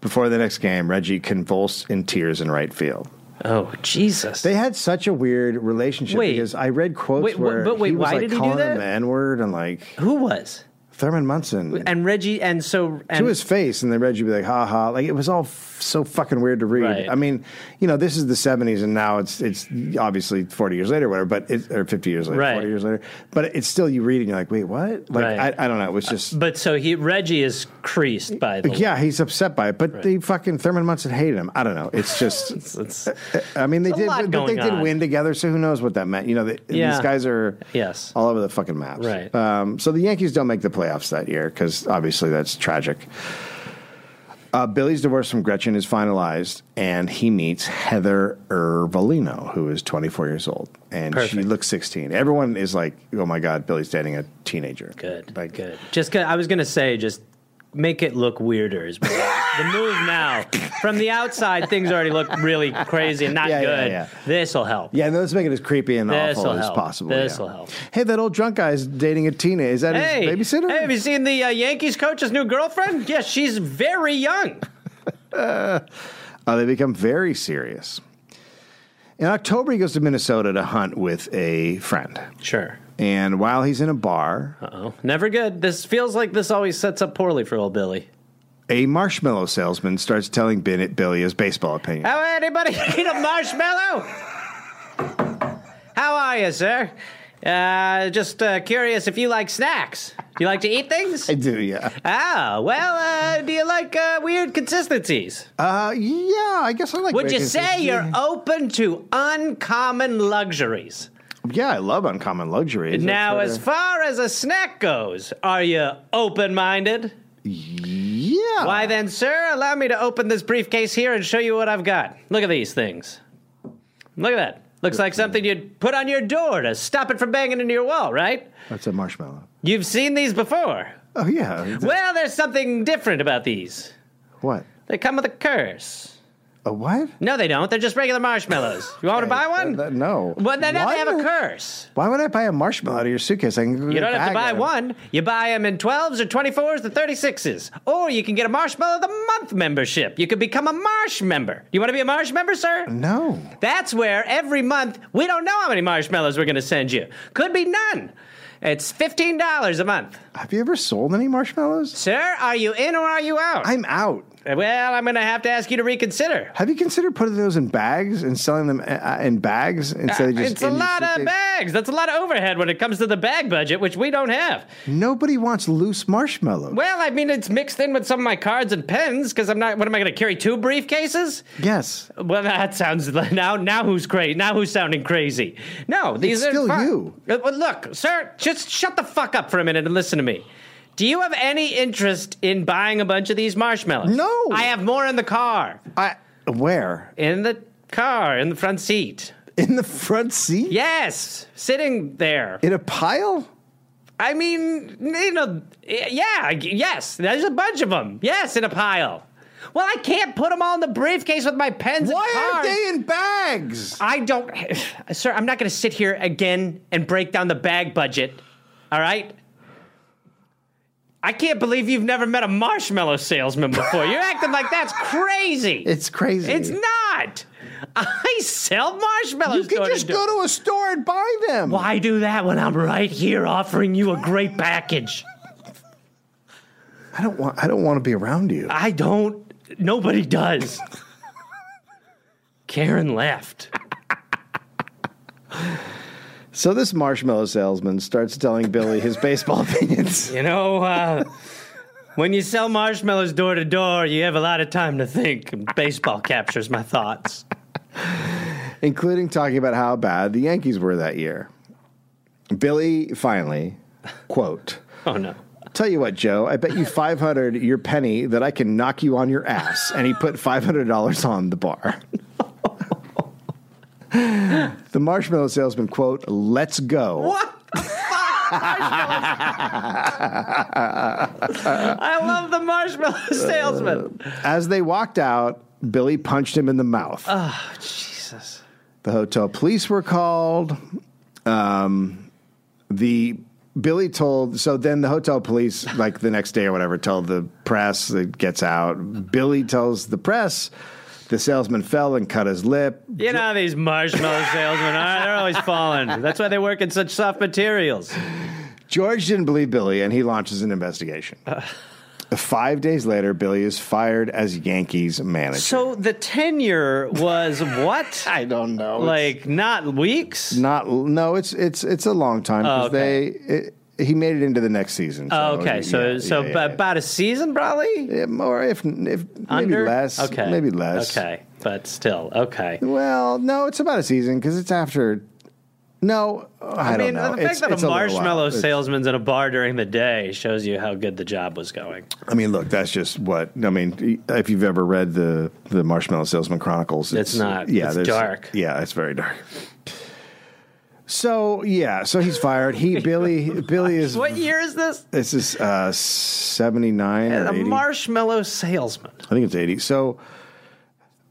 [SPEAKER 1] before the next game, Reggie convulsed in tears in right field.
[SPEAKER 2] Oh, Jesus.
[SPEAKER 1] They had such a weird relationship
[SPEAKER 2] Wait.
[SPEAKER 1] because I read quotes
[SPEAKER 2] Wait, wh-
[SPEAKER 1] where
[SPEAKER 2] but wait,
[SPEAKER 1] he was
[SPEAKER 2] why
[SPEAKER 1] like
[SPEAKER 2] did he do
[SPEAKER 1] calling
[SPEAKER 2] that?
[SPEAKER 1] him the N word and like
[SPEAKER 2] Who was?
[SPEAKER 1] Thurman Munson
[SPEAKER 2] And Reggie, and so. And,
[SPEAKER 1] to his face, and then Reggie would be like, "Ha ha!" Like it was all f- so fucking weird to read.
[SPEAKER 2] Right.
[SPEAKER 1] I mean, you know, this is the '70s, and now it's it's obviously 40 years later, or whatever, but it, or 50 years later,
[SPEAKER 2] Right.
[SPEAKER 1] 40 years later, but it's still you read and you're like, "Wait, what?" Like
[SPEAKER 2] Right.
[SPEAKER 1] I, I don't know. It was just
[SPEAKER 2] But so he Reggie is creased by the.
[SPEAKER 1] Yeah, he's upset by it, but the fucking Thurman Munson hated him. I don't know. It's just,
[SPEAKER 2] It's-
[SPEAKER 1] I mean, they
[SPEAKER 2] It's a
[SPEAKER 1] did,
[SPEAKER 2] lot
[SPEAKER 1] but they
[SPEAKER 2] going
[SPEAKER 1] did
[SPEAKER 2] on.
[SPEAKER 1] win together, so who knows what that meant? You know, the,
[SPEAKER 2] Yeah.
[SPEAKER 1] these guys are
[SPEAKER 2] Yes.
[SPEAKER 1] all over the fucking map,
[SPEAKER 2] Right.
[SPEAKER 1] Um, so the Yankees don't make the playoffs that year because obviously that's tragic. Uh, Billy's divorce from Gretchen is finalized, and he meets Heather Ervolino, who is 24 years old, and she
[SPEAKER 2] Perfect.
[SPEAKER 1] looks 16. Everyone is like, "Oh my god, Billy's dating a teenager."
[SPEAKER 2] Good.
[SPEAKER 1] like,
[SPEAKER 2] good. Just 'cause- I was gonna say, just make it look weirder is what- the move now. From the outside, things already look really crazy and not
[SPEAKER 1] Yeah, yeah,
[SPEAKER 2] good.
[SPEAKER 1] yeah.
[SPEAKER 2] This will help.
[SPEAKER 1] Yeah, no, let's make it as creepy and
[SPEAKER 2] This'll
[SPEAKER 1] awful as
[SPEAKER 2] help.
[SPEAKER 1] possible.
[SPEAKER 2] This'll
[SPEAKER 1] yeah.
[SPEAKER 2] help.
[SPEAKER 1] Hey, that old drunk guy's dating a Tina. Is that
[SPEAKER 2] Hey,
[SPEAKER 1] his babysitter?
[SPEAKER 2] Hey, have you seen the uh, Yankees coach's new girlfriend? Yes, she's very young.
[SPEAKER 1] Uh, they become very serious. In October, he goes to Minnesota to hunt with a friend.
[SPEAKER 2] Sure.
[SPEAKER 1] And while he's in a bar,
[SPEAKER 2] Uh oh. Never good. This feels like this always sets up poorly for old Billy.
[SPEAKER 1] a marshmallow salesman starts telling Bennett Billy his baseball opinion.
[SPEAKER 2] Oh, anybody need a marshmallow? How are you, sir? Uh, just uh, curious if you like snacks. Do you like to eat things?
[SPEAKER 1] I do, yeah.
[SPEAKER 2] Ah, well, uh, do you like uh, weird consistencies?
[SPEAKER 1] Uh, yeah, I guess I like.
[SPEAKER 2] Would you
[SPEAKER 1] bacon.
[SPEAKER 2] say you're open to uncommon luxuries?
[SPEAKER 1] Yeah, I love uncommon luxuries. That's
[SPEAKER 2] now,
[SPEAKER 1] what
[SPEAKER 2] as
[SPEAKER 1] I-
[SPEAKER 2] far as a snack goes, are you open minded?
[SPEAKER 1] yeah.
[SPEAKER 2] Why then, sir, allow me to open this briefcase here and show you what I've got. Look at these things. Look at that. Looks like something you'd put on your door to stop it from banging into your wall, right?
[SPEAKER 1] That's a marshmallow.
[SPEAKER 2] You've seen these before.
[SPEAKER 1] Oh yeah.
[SPEAKER 2] Well, there's something different about these.
[SPEAKER 1] What?
[SPEAKER 2] They come with a curse.
[SPEAKER 1] A what?
[SPEAKER 2] No, they don't. They're just regular marshmallows. You want to buy one?
[SPEAKER 1] Uh, no.
[SPEAKER 2] well, then now they have a
[SPEAKER 1] What?
[SPEAKER 2] curse.
[SPEAKER 1] Why would I buy a marshmallow out of your suitcase? I can go
[SPEAKER 2] You
[SPEAKER 1] get a
[SPEAKER 2] don't have
[SPEAKER 1] bag
[SPEAKER 2] to buy
[SPEAKER 1] out of-
[SPEAKER 2] one. You buy them in 12s or 24s or 36s. Or you can get a Marshmallow of the Month membership. You could become a Marsh member. You want to be a Marsh member, sir?
[SPEAKER 1] No.
[SPEAKER 2] That's where every month we don't know how many marshmallows we're going to send you. Could be none. It's $15 a month.
[SPEAKER 1] Have you ever sold any marshmallows?
[SPEAKER 2] Sir, are you in or are you out?
[SPEAKER 1] I'm out.
[SPEAKER 2] well, I'm going to have to ask you to reconsider.
[SPEAKER 1] Have you considered putting those in bags and selling them uh, in bags instead of just?
[SPEAKER 2] Uh, it's a
[SPEAKER 1] in your
[SPEAKER 2] lot of
[SPEAKER 1] suitcase?
[SPEAKER 2] bags. That's a lot of overhead when it comes to the bag budget, which we don't have.
[SPEAKER 1] Nobody wants loose marshmallows.
[SPEAKER 2] Well, I mean, it's mixed in with some of my cards and pens because I'm not. What am I going to carry? Two briefcases?
[SPEAKER 1] Yes,
[SPEAKER 2] Well, that sounds now. Now who's crazy? Now who's sounding crazy? No, these
[SPEAKER 1] It's
[SPEAKER 2] are
[SPEAKER 1] still
[SPEAKER 2] fi-
[SPEAKER 1] you.
[SPEAKER 2] Uh, well, Look, sir, just shut the fuck up for a minute and listen to me. Do you have any interest in buying a bunch of these marshmallows?
[SPEAKER 1] No.
[SPEAKER 2] I have more in the car.
[SPEAKER 1] I. Where
[SPEAKER 2] In the car, in the front seat.
[SPEAKER 1] in the front seat?
[SPEAKER 2] Yes, sitting there.
[SPEAKER 1] in a pile.
[SPEAKER 2] I mean, you know, yeah, yes, there's a bunch of them. Yes, in a pile. Well, I can't put them all in the briefcase with my pens
[SPEAKER 1] Why
[SPEAKER 2] and
[SPEAKER 1] aren't
[SPEAKER 2] cards.
[SPEAKER 1] they in bags?
[SPEAKER 2] I don't, sir. I'm not going to sit here again and break down the bag budget. All right. I can't believe you've never met a marshmallow salesman before. You're acting like that's crazy.
[SPEAKER 1] It's crazy.
[SPEAKER 2] It's not. I sell
[SPEAKER 1] You
[SPEAKER 2] marshmallows.
[SPEAKER 1] can
[SPEAKER 2] door
[SPEAKER 1] just
[SPEAKER 2] door.
[SPEAKER 1] go to a store and buy them.
[SPEAKER 2] Why do that when I'm right here offering you a great package?
[SPEAKER 1] I don't want. I don't want to be around you.
[SPEAKER 2] I don't. Nobody does. Karen left.
[SPEAKER 1] So this marshmallow salesman starts telling Billy his baseball opinions.
[SPEAKER 2] You know, uh, when you sell marshmallows door to door, you have a lot of time to think. and Baseball captures my thoughts.
[SPEAKER 1] including talking about how bad the Yankees were that year. Billy finally, quote,
[SPEAKER 2] Oh no.
[SPEAKER 1] Tell you what, Joe, I bet you 500 your penny that I can knock you on your ass. And he put $500 on the bar. the marshmallow salesman, quote, let's go.
[SPEAKER 2] What? the fuck? I love the marshmallow salesman.
[SPEAKER 1] As they walked out, Billy punched him in the mouth.
[SPEAKER 2] Oh, Jesus.
[SPEAKER 1] the hotel police were called. Um, the Billy told so then the hotel police like the next day or whatever told the press it gets out. Billy tells the press the salesman fell and cut his lip.
[SPEAKER 2] You know how these marshmallow salesmen are. They're always falling. That's why they work in such soft materials.
[SPEAKER 1] George didn't believe Billy and he launches an investigation.
[SPEAKER 2] Uh.
[SPEAKER 1] Five days later, Billy is fired as Yankees manager.
[SPEAKER 2] So the tenure was what?
[SPEAKER 1] I don't know. It's
[SPEAKER 2] like not weeks?
[SPEAKER 1] not no, it's it's it's a long time because
[SPEAKER 2] Oh, okay.
[SPEAKER 1] they it, he made it into the next season. so,
[SPEAKER 2] Oh, okay, so
[SPEAKER 1] yeah,
[SPEAKER 2] so
[SPEAKER 1] yeah,
[SPEAKER 2] b-
[SPEAKER 1] yeah.
[SPEAKER 2] about a season probably.
[SPEAKER 1] Yeah, or if if maybe
[SPEAKER 2] Under?
[SPEAKER 1] less.
[SPEAKER 2] Okay.
[SPEAKER 1] Maybe less.
[SPEAKER 2] Okay, but still okay.
[SPEAKER 1] Well, no, it's about a season because it's after. No, I,
[SPEAKER 2] I
[SPEAKER 1] don't
[SPEAKER 2] mean,
[SPEAKER 1] know.
[SPEAKER 2] the fact
[SPEAKER 1] It's-
[SPEAKER 2] that
[SPEAKER 1] it's
[SPEAKER 2] a
[SPEAKER 1] little
[SPEAKER 2] marshmallow
[SPEAKER 1] while. It's-
[SPEAKER 2] salesman's in a bar during the day shows you how good the job was going.
[SPEAKER 1] I mean, look, that's just what I mean. If you've ever read the the Marshmallow Salesman Chronicles,
[SPEAKER 2] It's not. It's
[SPEAKER 1] there's-
[SPEAKER 2] dark.
[SPEAKER 1] Yeah, it's very dark. So yeah, so he's fired. He Billy Billy is
[SPEAKER 2] What year is this?
[SPEAKER 1] this is uh, seventy nine or
[SPEAKER 2] A
[SPEAKER 1] 80.
[SPEAKER 2] marshmallow salesman.
[SPEAKER 1] I think it's 80. So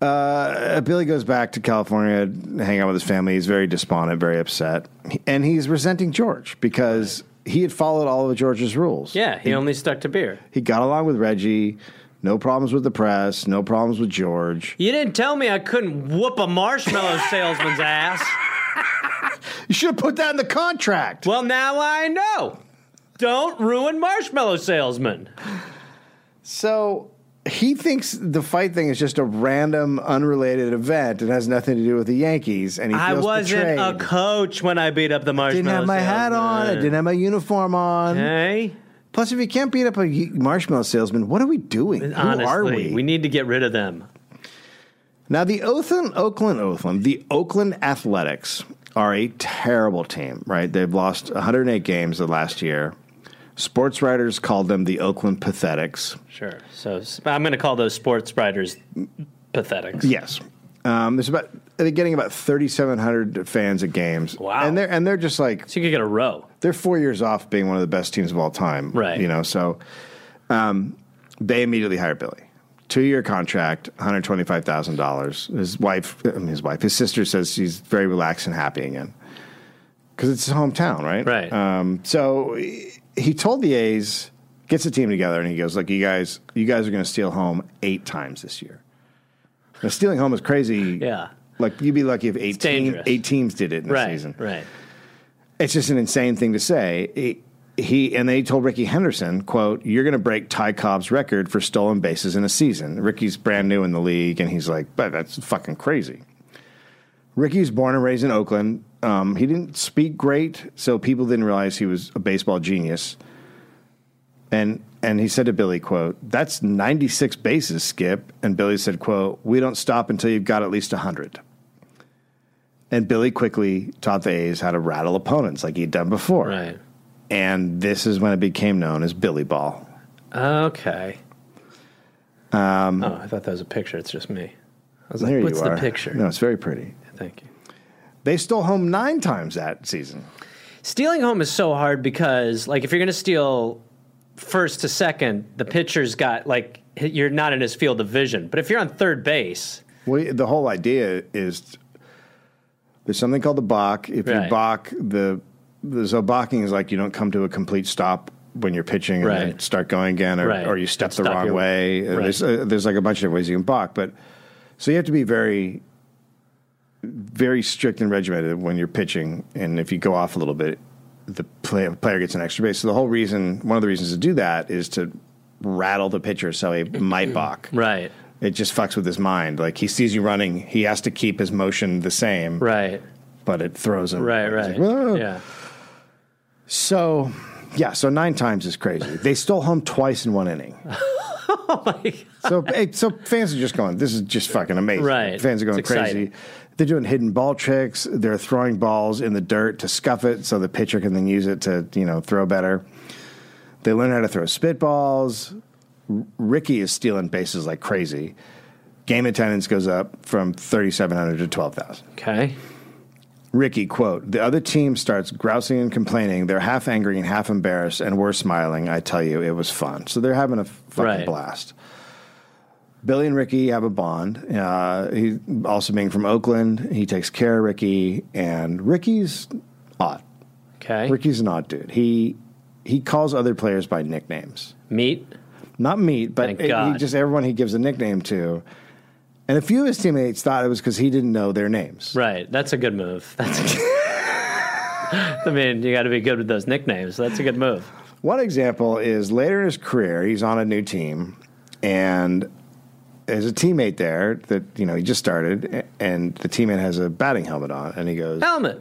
[SPEAKER 1] uh, Billy goes back to California to hang out with his family. He's very despondent, very upset. And he's resenting George because he had followed all of George's rules.
[SPEAKER 2] Yeah, he only stuck to beer.
[SPEAKER 1] He got along with Reggie, no problems with the press, no problems with George.
[SPEAKER 2] You didn't tell me I couldn't whoop a marshmallow salesman's ass.
[SPEAKER 1] You should have put that in the contract.
[SPEAKER 2] Well, now I know. Don't ruin marshmallow salesman.
[SPEAKER 1] So he thinks the fight thing is just a random, unrelated event and has nothing to do with the Yankees. And he
[SPEAKER 2] I
[SPEAKER 1] feels
[SPEAKER 2] wasn't
[SPEAKER 1] betrayed.
[SPEAKER 2] a coach when I beat up the marshmallow.
[SPEAKER 1] didn't have my hat on. I didn't have my uniform on.
[SPEAKER 2] Hey,
[SPEAKER 1] Plus, if you can't beat up a y- marshmallow salesman, what are we doing?
[SPEAKER 2] honestly,
[SPEAKER 1] Who are we?
[SPEAKER 2] we need to get rid of them.
[SPEAKER 1] now, the Oakland, Oakland, Oakland, the Oakland Athletics are a terrible team, right? They've lost 108 games the last year. Sports writers called them the Oakland Pathetics.
[SPEAKER 2] Sure. So s- I'm going to call those sports writers pathetic.
[SPEAKER 1] Yes, um, there's about they're getting about 3,700 fans at games.
[SPEAKER 2] Wow.
[SPEAKER 1] and they're and they're just like
[SPEAKER 2] So you could get a row.
[SPEAKER 1] they're four years off being one of the best teams of all time.
[SPEAKER 2] Right.
[SPEAKER 1] You know, so um, they immediately hire Billy. Two year contract, one hundred twenty five thousand dollars. His wife, I mean, his wife, his sister says she's very relaxed and happy again because it's his hometown, right?
[SPEAKER 2] Right.
[SPEAKER 1] Um, so he- he told the A's gets the team together and he goes, "Look, you guys, you guys are going to steal home eight times this year." Now, stealing home is crazy.
[SPEAKER 2] Yeah.
[SPEAKER 1] Like you'd be lucky if eight, team,
[SPEAKER 2] dangerous.
[SPEAKER 1] eight teams did it in
[SPEAKER 2] Right.
[SPEAKER 1] a season
[SPEAKER 2] Right.
[SPEAKER 1] it's just an insane thing to say. He- he and they told Ricky Henderson, "quote You're going to break Ty Cobb's record for stolen bases in a season." Ricky's brand new in the league, and he's like, "But that's fucking crazy." Ricky's born and raised in Oakland. Um, he didn't speak great, so people didn't realize he was a baseball genius. And and he said to Billy, "quote That's 96 bases, Skip." And Billy said, "quote We don't stop until you've got at least 100." And Billy quickly taught the A's how to rattle opponents like he'd done before.
[SPEAKER 2] Right.
[SPEAKER 1] And this is when it became known as Billy Ball.
[SPEAKER 2] Okay. Um, oh, I thought that was a picture. It's just me. I was like,
[SPEAKER 1] There
[SPEAKER 2] what's
[SPEAKER 1] you
[SPEAKER 2] the
[SPEAKER 1] are.
[SPEAKER 2] picture?
[SPEAKER 1] No, it's very pretty.
[SPEAKER 2] Thank you.
[SPEAKER 1] They stole home nine times that season.
[SPEAKER 2] Stealing home is so hard because, like, if you're going to steal first to second, the pitcher's got, like, h- you're not in his field of vision. But if you're on third base,
[SPEAKER 1] Well, the whole idea is there's something called the balk. If
[SPEAKER 2] Right.
[SPEAKER 1] you balk, the, the so balking is like you don't come to a complete stop when you're pitching and then
[SPEAKER 2] Right.
[SPEAKER 1] start going again, or,
[SPEAKER 2] Right.
[SPEAKER 1] or you step the
[SPEAKER 2] Stop
[SPEAKER 1] wrong
[SPEAKER 2] your-
[SPEAKER 1] way. Uh,
[SPEAKER 2] Right.
[SPEAKER 1] There's, uh, there's like a bunch of different ways you can balk, but so you have to be very, very strict and regimented when you're pitching, and if you go off a little bit, the play, player gets an extra base. So the whole reason, one of the reasons to do that is to rattle the pitcher so he might balk
[SPEAKER 2] right,
[SPEAKER 1] it just fucks with his mind. Like he sees you running, he has to keep his motion the same,
[SPEAKER 2] right,
[SPEAKER 1] but it throws him.
[SPEAKER 2] right,
[SPEAKER 1] He's
[SPEAKER 2] right.
[SPEAKER 1] like, "Whoa."
[SPEAKER 2] Yeah.
[SPEAKER 1] So, yeah, so nine times is crazy. They stole home twice in one inning.
[SPEAKER 2] oh my
[SPEAKER 1] So hey, so fans are just going. This is just fucking amazing.
[SPEAKER 2] Right.
[SPEAKER 1] Fans are going
[SPEAKER 2] It's
[SPEAKER 1] crazy.
[SPEAKER 2] exciting.
[SPEAKER 1] They're doing hidden ball tricks. They're throwing balls in the dirt to scuff it, so the pitcher can then use it to you know throw better. They learn how to throw spitballs. R- Ricky is stealing bases like crazy. Game attendance goes up from thirty seven hundred to twelve thousand.
[SPEAKER 2] Okay.
[SPEAKER 1] Ricky, quote, the other team starts grousing and complaining. They're half angry and half embarrassed, and we're smiling. I tell you, it was fun. So they're having a fucking
[SPEAKER 2] Right.
[SPEAKER 1] blast. Billy and Ricky have a bond. Uh, he also being from Oakland, he takes care of Ricky, and Ricky's odd.
[SPEAKER 2] Okay.
[SPEAKER 1] Ricky's an odd dude. He he calls other players by nicknames,
[SPEAKER 2] Meat.
[SPEAKER 1] not meat, but
[SPEAKER 2] Thank
[SPEAKER 1] it- he
[SPEAKER 2] God.
[SPEAKER 1] just everyone he gives a nickname to. And a few of his teammates thought it was because he didn't know their names.
[SPEAKER 2] Right. That's a good move. That's. A good- I mean, you got to be good with those nicknames. That's a good move.
[SPEAKER 1] One example is later in his career, he's on a new team, and there's a teammate there that you know he just started, a- and the teammate has a batting helmet on, and he goes,
[SPEAKER 2] Helmet.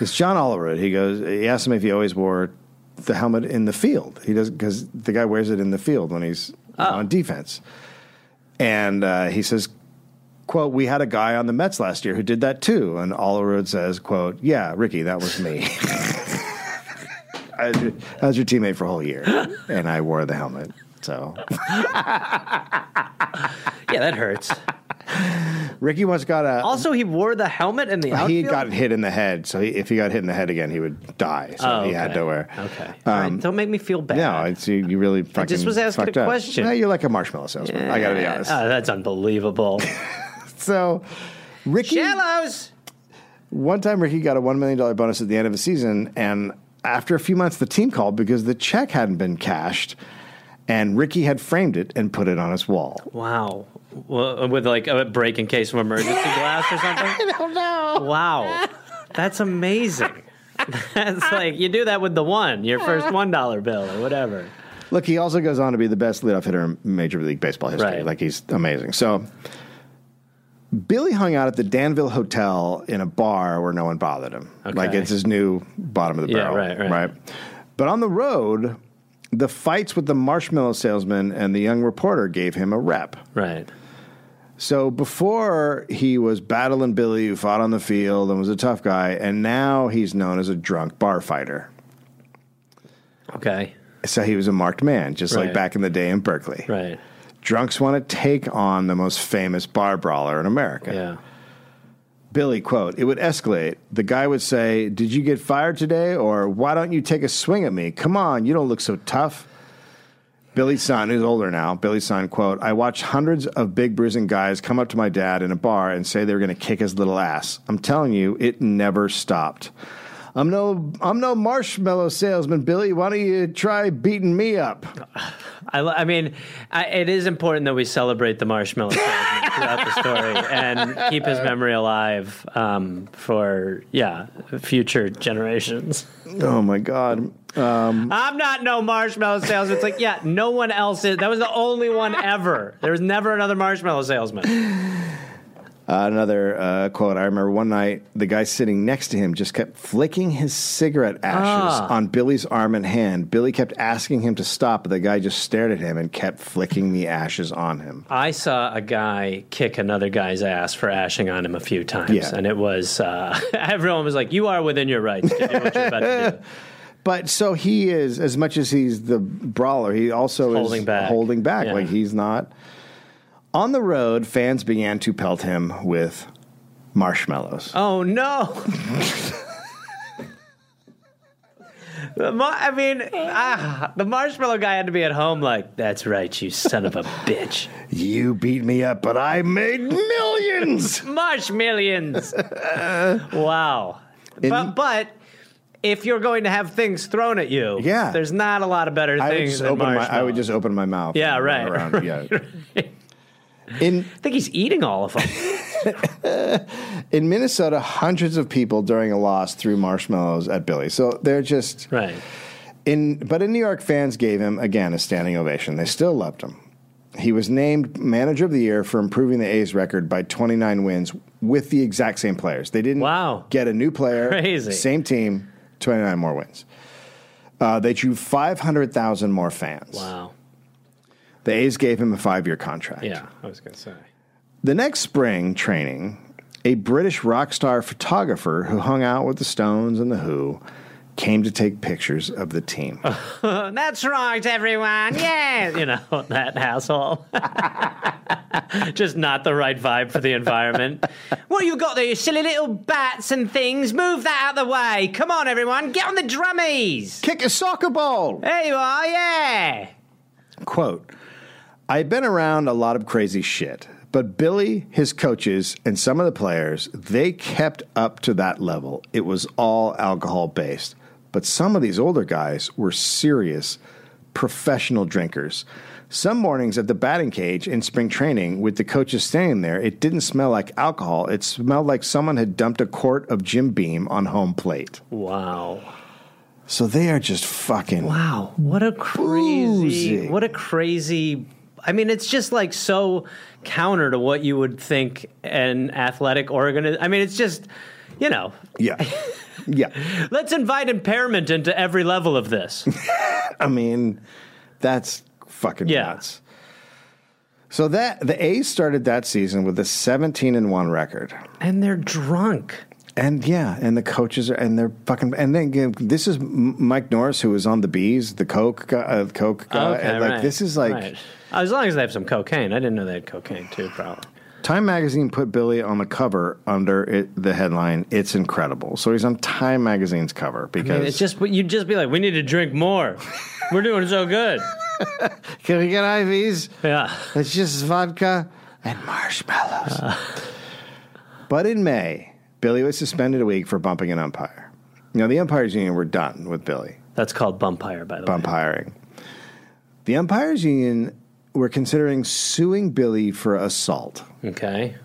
[SPEAKER 1] "It's John Oliver." He goes, he asks him if he always wore the helmet in the field. He does because the guy wears it in the field when he's
[SPEAKER 2] Oh.
[SPEAKER 1] on defense, and uh, he says. "Quote: We had a guy on the Mets last year who did that too." And Oliver says, "Quote: Yeah, Ricky, that was me." I, I was your teammate for a whole year, and I wore the helmet. So
[SPEAKER 2] Yeah, that hurts.
[SPEAKER 1] Ricky once got a.
[SPEAKER 2] Also, he wore the helmet in the outfield.
[SPEAKER 1] he got hit in the head, so he, if he got hit in the head again, he would die. So
[SPEAKER 2] Oh,
[SPEAKER 1] he had
[SPEAKER 2] okay.
[SPEAKER 1] to wear. Um, uh,
[SPEAKER 2] Okay. All right, Don't make me feel bad.
[SPEAKER 1] No, it's you, you really fucking.
[SPEAKER 2] just was asking
[SPEAKER 1] fucked
[SPEAKER 2] a
[SPEAKER 1] up.
[SPEAKER 2] question.
[SPEAKER 1] No, you're like a marshmallow salesman. I gotta be honest.
[SPEAKER 2] Oh, that's unbelievable.
[SPEAKER 1] so, Ricky.
[SPEAKER 2] Shallows.
[SPEAKER 1] One time, Ricky got a one million dollar bonus at the end of a season, and after a few months, the team called because the check hadn't been cashed, and Ricky had framed it and put it on his wall.
[SPEAKER 2] Wow. Well, uh, With like a break in case of emergency glass or something?
[SPEAKER 1] I don't know.
[SPEAKER 2] Wow. That's amazing. That's like you do that with the one, your first $1 bill or whatever.
[SPEAKER 1] Look, he also goes on to be the best leadoff hitter in Major League Baseball history.
[SPEAKER 2] Right.
[SPEAKER 1] Like he's amazing. So Billy hung out at the Danville Hotel in a bar where no one bothered him.
[SPEAKER 2] Okay.
[SPEAKER 1] Like it's his new bottom of the
[SPEAKER 2] Yeah,
[SPEAKER 1] barrel,
[SPEAKER 2] right, right.
[SPEAKER 1] But on the road, the fights with the marshmallow salesman and the young reporter gave him a rep.
[SPEAKER 2] Right.
[SPEAKER 1] So before he was battling Billy, who fought on the field and was a tough guy, and now he's known as a drunk bar fighter.
[SPEAKER 2] Okay.
[SPEAKER 1] So he was a marked man, just like
[SPEAKER 2] Right.
[SPEAKER 1] back in the day in Berkeley.
[SPEAKER 2] Right.
[SPEAKER 1] drunks want to take on the most famous bar brawler in America.
[SPEAKER 2] Yeah.
[SPEAKER 1] Billy, quote, it would escalate. The guy would say, Did you get fired today? Or why don't you take a swing at me? Come on, you don't look so tough. Billy's son, who's older now, Billy's son, quote, I watched hundreds of big bruising guys come up to my dad in a bar and say they were going to kick his little ass. I'm telling you, it never stopped. I'm no, I'm no marshmallow salesman, Billy. Why don't you try beating me up?
[SPEAKER 2] I, lo- I mean, I, it is important that we celebrate the marshmallow salesman throughout the story and keep his memory alive um, for, yeah, future generations.
[SPEAKER 1] Oh my God.
[SPEAKER 2] I'm not no marshmallow salesman. It's like, yeah, no one else is. That was the only one ever. There was never another marshmallow salesman.
[SPEAKER 1] Uh, another uh, quote I remember one night, the guy sitting next to him just kept flicking his cigarette ashes
[SPEAKER 2] Ah.
[SPEAKER 1] on Billy's arm and hand. Billy kept asking him to stop, but the guy just stared at him and kept flicking the ashes on him.
[SPEAKER 2] I saw a guy kick another guy's ass for ashing on him a few times,
[SPEAKER 1] Yeah.
[SPEAKER 2] and it was uh, everyone was like, "You are within your rights to do what you're about to do."
[SPEAKER 1] But so he is, as much as he's the brawler, he also
[SPEAKER 2] Holding
[SPEAKER 1] is
[SPEAKER 2] back.
[SPEAKER 1] holding back.
[SPEAKER 2] Yeah.
[SPEAKER 1] Like he's not. On the road, fans began to pelt him with marshmallows.
[SPEAKER 2] Oh no! The mar- I mean, ah, the marshmallow guy had to be at home. Like, that's right, you son of a bitch,
[SPEAKER 1] You beat me up, but I made millions.
[SPEAKER 2] marsh millions. wow, but but. If you're going to have things thrown at you,
[SPEAKER 1] Yeah.
[SPEAKER 2] there's not a lot of better
[SPEAKER 1] I would,
[SPEAKER 2] things
[SPEAKER 1] just
[SPEAKER 2] than
[SPEAKER 1] open my, I would
[SPEAKER 2] marshmallow.
[SPEAKER 1] just open my mouth.
[SPEAKER 2] Yeah,
[SPEAKER 1] and run
[SPEAKER 2] right.
[SPEAKER 1] around. Yeah. In
[SPEAKER 2] I think he's eating all of them.
[SPEAKER 1] in Minnesota, hundreds of people during a loss threw marshmallows at Billy. So they're just
[SPEAKER 2] right.
[SPEAKER 1] in. But in New York, fans gave him again a standing ovation. They still loved him. He was named manager of the year for improving the A's record by 29 wins with the exact same players. They didn't
[SPEAKER 2] Wow.
[SPEAKER 1] get a new player,
[SPEAKER 2] Crazy.
[SPEAKER 1] same team, 29 more wins. Uh, they drew 500,000 more fans.
[SPEAKER 2] Wow.
[SPEAKER 1] The A's gave him a five year contract.
[SPEAKER 2] Yeah, I was going to say.
[SPEAKER 1] The next spring training, a British rock star photographer who hung out with the Stones and the Who came to take pictures of the team.
[SPEAKER 2] That's right, everyone. Yeah. you know, that asshole. Just not the right vibe for the environment. what you got there, you silly little bats and things? Move that out of the way. Come on, everyone. Get on the drummies.
[SPEAKER 1] Kick a soccer ball!
[SPEAKER 2] There you are. Yeah.
[SPEAKER 1] Quote I've been around a lot of crazy shit, but Billy, his coaches, and some of the players, they kept up to that level. It was all alcohol based. But some of these older guys were serious, professional drinkers. Some mornings at the batting cage in spring training, with the coaches standing there, it didn't smell like alcohol. It smelled like someone had dumped a quart of Jim Beam on home plate.
[SPEAKER 2] Wow.
[SPEAKER 1] So they are just fucking.
[SPEAKER 2] Wow, what a crazy,
[SPEAKER 1] Boozy.
[SPEAKER 2] what a crazy. I mean, it's just like so counter to what you would think an athletic organi I mean, it's just, you know,
[SPEAKER 1] Yeah. yeah.
[SPEAKER 2] let's invite impairment into every level of this.
[SPEAKER 1] I mean, that's fucking
[SPEAKER 2] Yeah.
[SPEAKER 1] nuts. So that the A's started that season with a 17 and 1 record.
[SPEAKER 2] and they're drunk.
[SPEAKER 1] And yeah, and the coaches are and they're fucking and then again, this is M- Mike Norris who was on the Bees, the Coke guy, uh, Coke guy. and like
[SPEAKER 2] Oh, right,
[SPEAKER 1] this is like
[SPEAKER 2] right. As long as they have some cocaine. I didn't know they had cocaine too, probably.
[SPEAKER 1] Time magazine put Billy on the cover under it, the headline "It's incredible." So he's on Time magazine's cover because
[SPEAKER 2] I mean, it's just, you'd just be like, we need to drink more. We're doing so good.
[SPEAKER 1] can we get IVs?
[SPEAKER 2] Yeah.
[SPEAKER 1] It's just vodka and marshmallows. but in May, Billy was suspended a week for bumping an umpire. Now, the umpires union were done with Billy
[SPEAKER 2] That's called bumpire, by the way.
[SPEAKER 1] umpiring. The umpires union were considering suing Billy for assault.
[SPEAKER 2] Okay.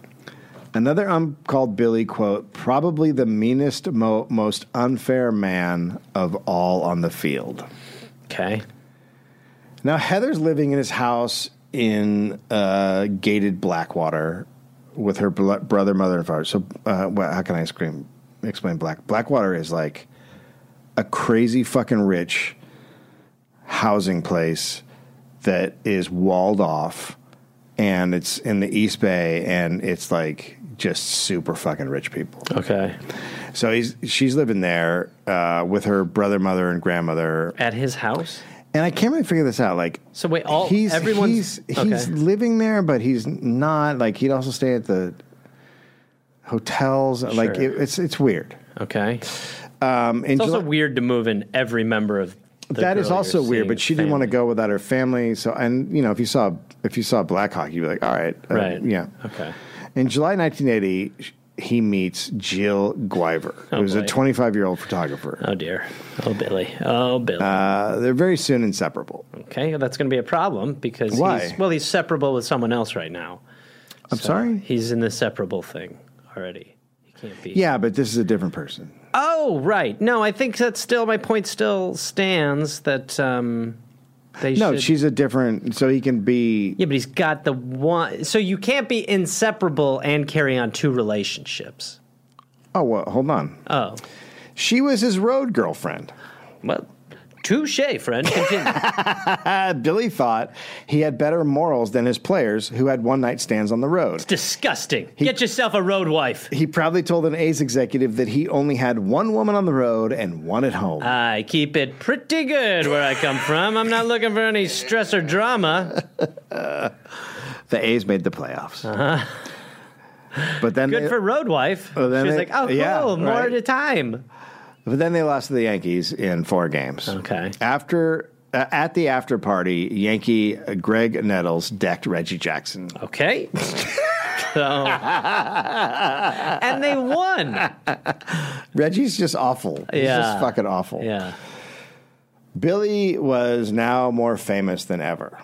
[SPEAKER 1] Another ump called Billy, quote, probably the meanest, mo- most unfair man of all on the field.
[SPEAKER 2] Okay.
[SPEAKER 1] Now Heather's living in his house in uh, gated Blackwater with her bl- brother, mother, and father. So uh, well, how can I scream, explain Black Blackwater is like a crazy fucking rich housing place that is walled off, and it's in the East Bay, and it's like just super fucking rich people.
[SPEAKER 2] Okay.
[SPEAKER 1] So he's she's living there uh, with her brother, mother, and grandmother,
[SPEAKER 2] At his house?
[SPEAKER 1] and I can't really figure this out. Like,
[SPEAKER 2] So wait, all-
[SPEAKER 1] he's
[SPEAKER 2] everyone's-
[SPEAKER 1] he's,
[SPEAKER 2] okay.
[SPEAKER 1] he's living there, but he's not. Like, he'd also stay at the hotels. Like,
[SPEAKER 2] Sure.
[SPEAKER 1] it, it's it's weird.
[SPEAKER 2] Okay.
[SPEAKER 1] Um, and
[SPEAKER 2] It's also
[SPEAKER 1] Jul-
[SPEAKER 2] weird to move in every member of the
[SPEAKER 1] that
[SPEAKER 2] girl
[SPEAKER 1] is
[SPEAKER 2] you're
[SPEAKER 1] also weird.
[SPEAKER 2] seeing
[SPEAKER 1] But she didn't want to
[SPEAKER 2] family.
[SPEAKER 1] go without her family. So, and you know, if you saw if you saw Blackhawk, you'd be like, all right, uh,
[SPEAKER 2] Right.
[SPEAKER 1] yeah.
[SPEAKER 2] Okay.
[SPEAKER 1] In July 1980, sh- he meets Jill Guyver,
[SPEAKER 2] Oh,
[SPEAKER 1] who's a
[SPEAKER 2] boy.
[SPEAKER 1] 25 year old photographer.
[SPEAKER 2] Oh dear. Oh Billy. Oh Billy.
[SPEAKER 1] Uh, they're very soon inseparable.
[SPEAKER 2] okay, well, that's going to be a problem because
[SPEAKER 1] Why?
[SPEAKER 2] he's well, he's separable with someone else right now.
[SPEAKER 1] I'm sorry.
[SPEAKER 2] He's in the separable thing already. He can't be.
[SPEAKER 1] Yeah, but this is a different person.
[SPEAKER 2] Oh right. No, I think that's still my point. Still stands that um, they
[SPEAKER 1] No,
[SPEAKER 2] should.
[SPEAKER 1] she's a different. So he can be
[SPEAKER 2] yeah, but he's got the one. So you can't be inseparable and carry on two relationships.
[SPEAKER 1] Oh, well, hold on.
[SPEAKER 2] Oh.
[SPEAKER 1] She was his road girlfriend.
[SPEAKER 2] Well, touche, friend. Continue.
[SPEAKER 1] Uh, Billy thought he had better morals than his players who had one night stands on the road.
[SPEAKER 2] Disgusting. Get yourself a road wife.
[SPEAKER 1] He proudly told an A's executive that he only had one woman on the road and one at home.
[SPEAKER 2] I keep it pretty good where I come from. I'm not looking for any stress or drama.
[SPEAKER 1] the A's made the playoffs. But then,
[SPEAKER 2] uh-huh. Good
[SPEAKER 1] they,
[SPEAKER 2] for road wife.
[SPEAKER 1] Well, then
[SPEAKER 2] She's
[SPEAKER 1] they-
[SPEAKER 2] like, oh, cool,
[SPEAKER 1] yeah,
[SPEAKER 2] more
[SPEAKER 1] right.
[SPEAKER 2] at a time.
[SPEAKER 1] but then they lost to the Yankees in four games.
[SPEAKER 2] Okay.
[SPEAKER 1] After uh, at the after party, Yankee uh, Greg Nettles decked Reggie Jackson.
[SPEAKER 2] Okay. so, and they won.
[SPEAKER 1] Reggie's just awful. He's
[SPEAKER 2] Yeah.
[SPEAKER 1] just fucking awful.
[SPEAKER 2] Yeah,
[SPEAKER 1] Billy was now more famous than ever.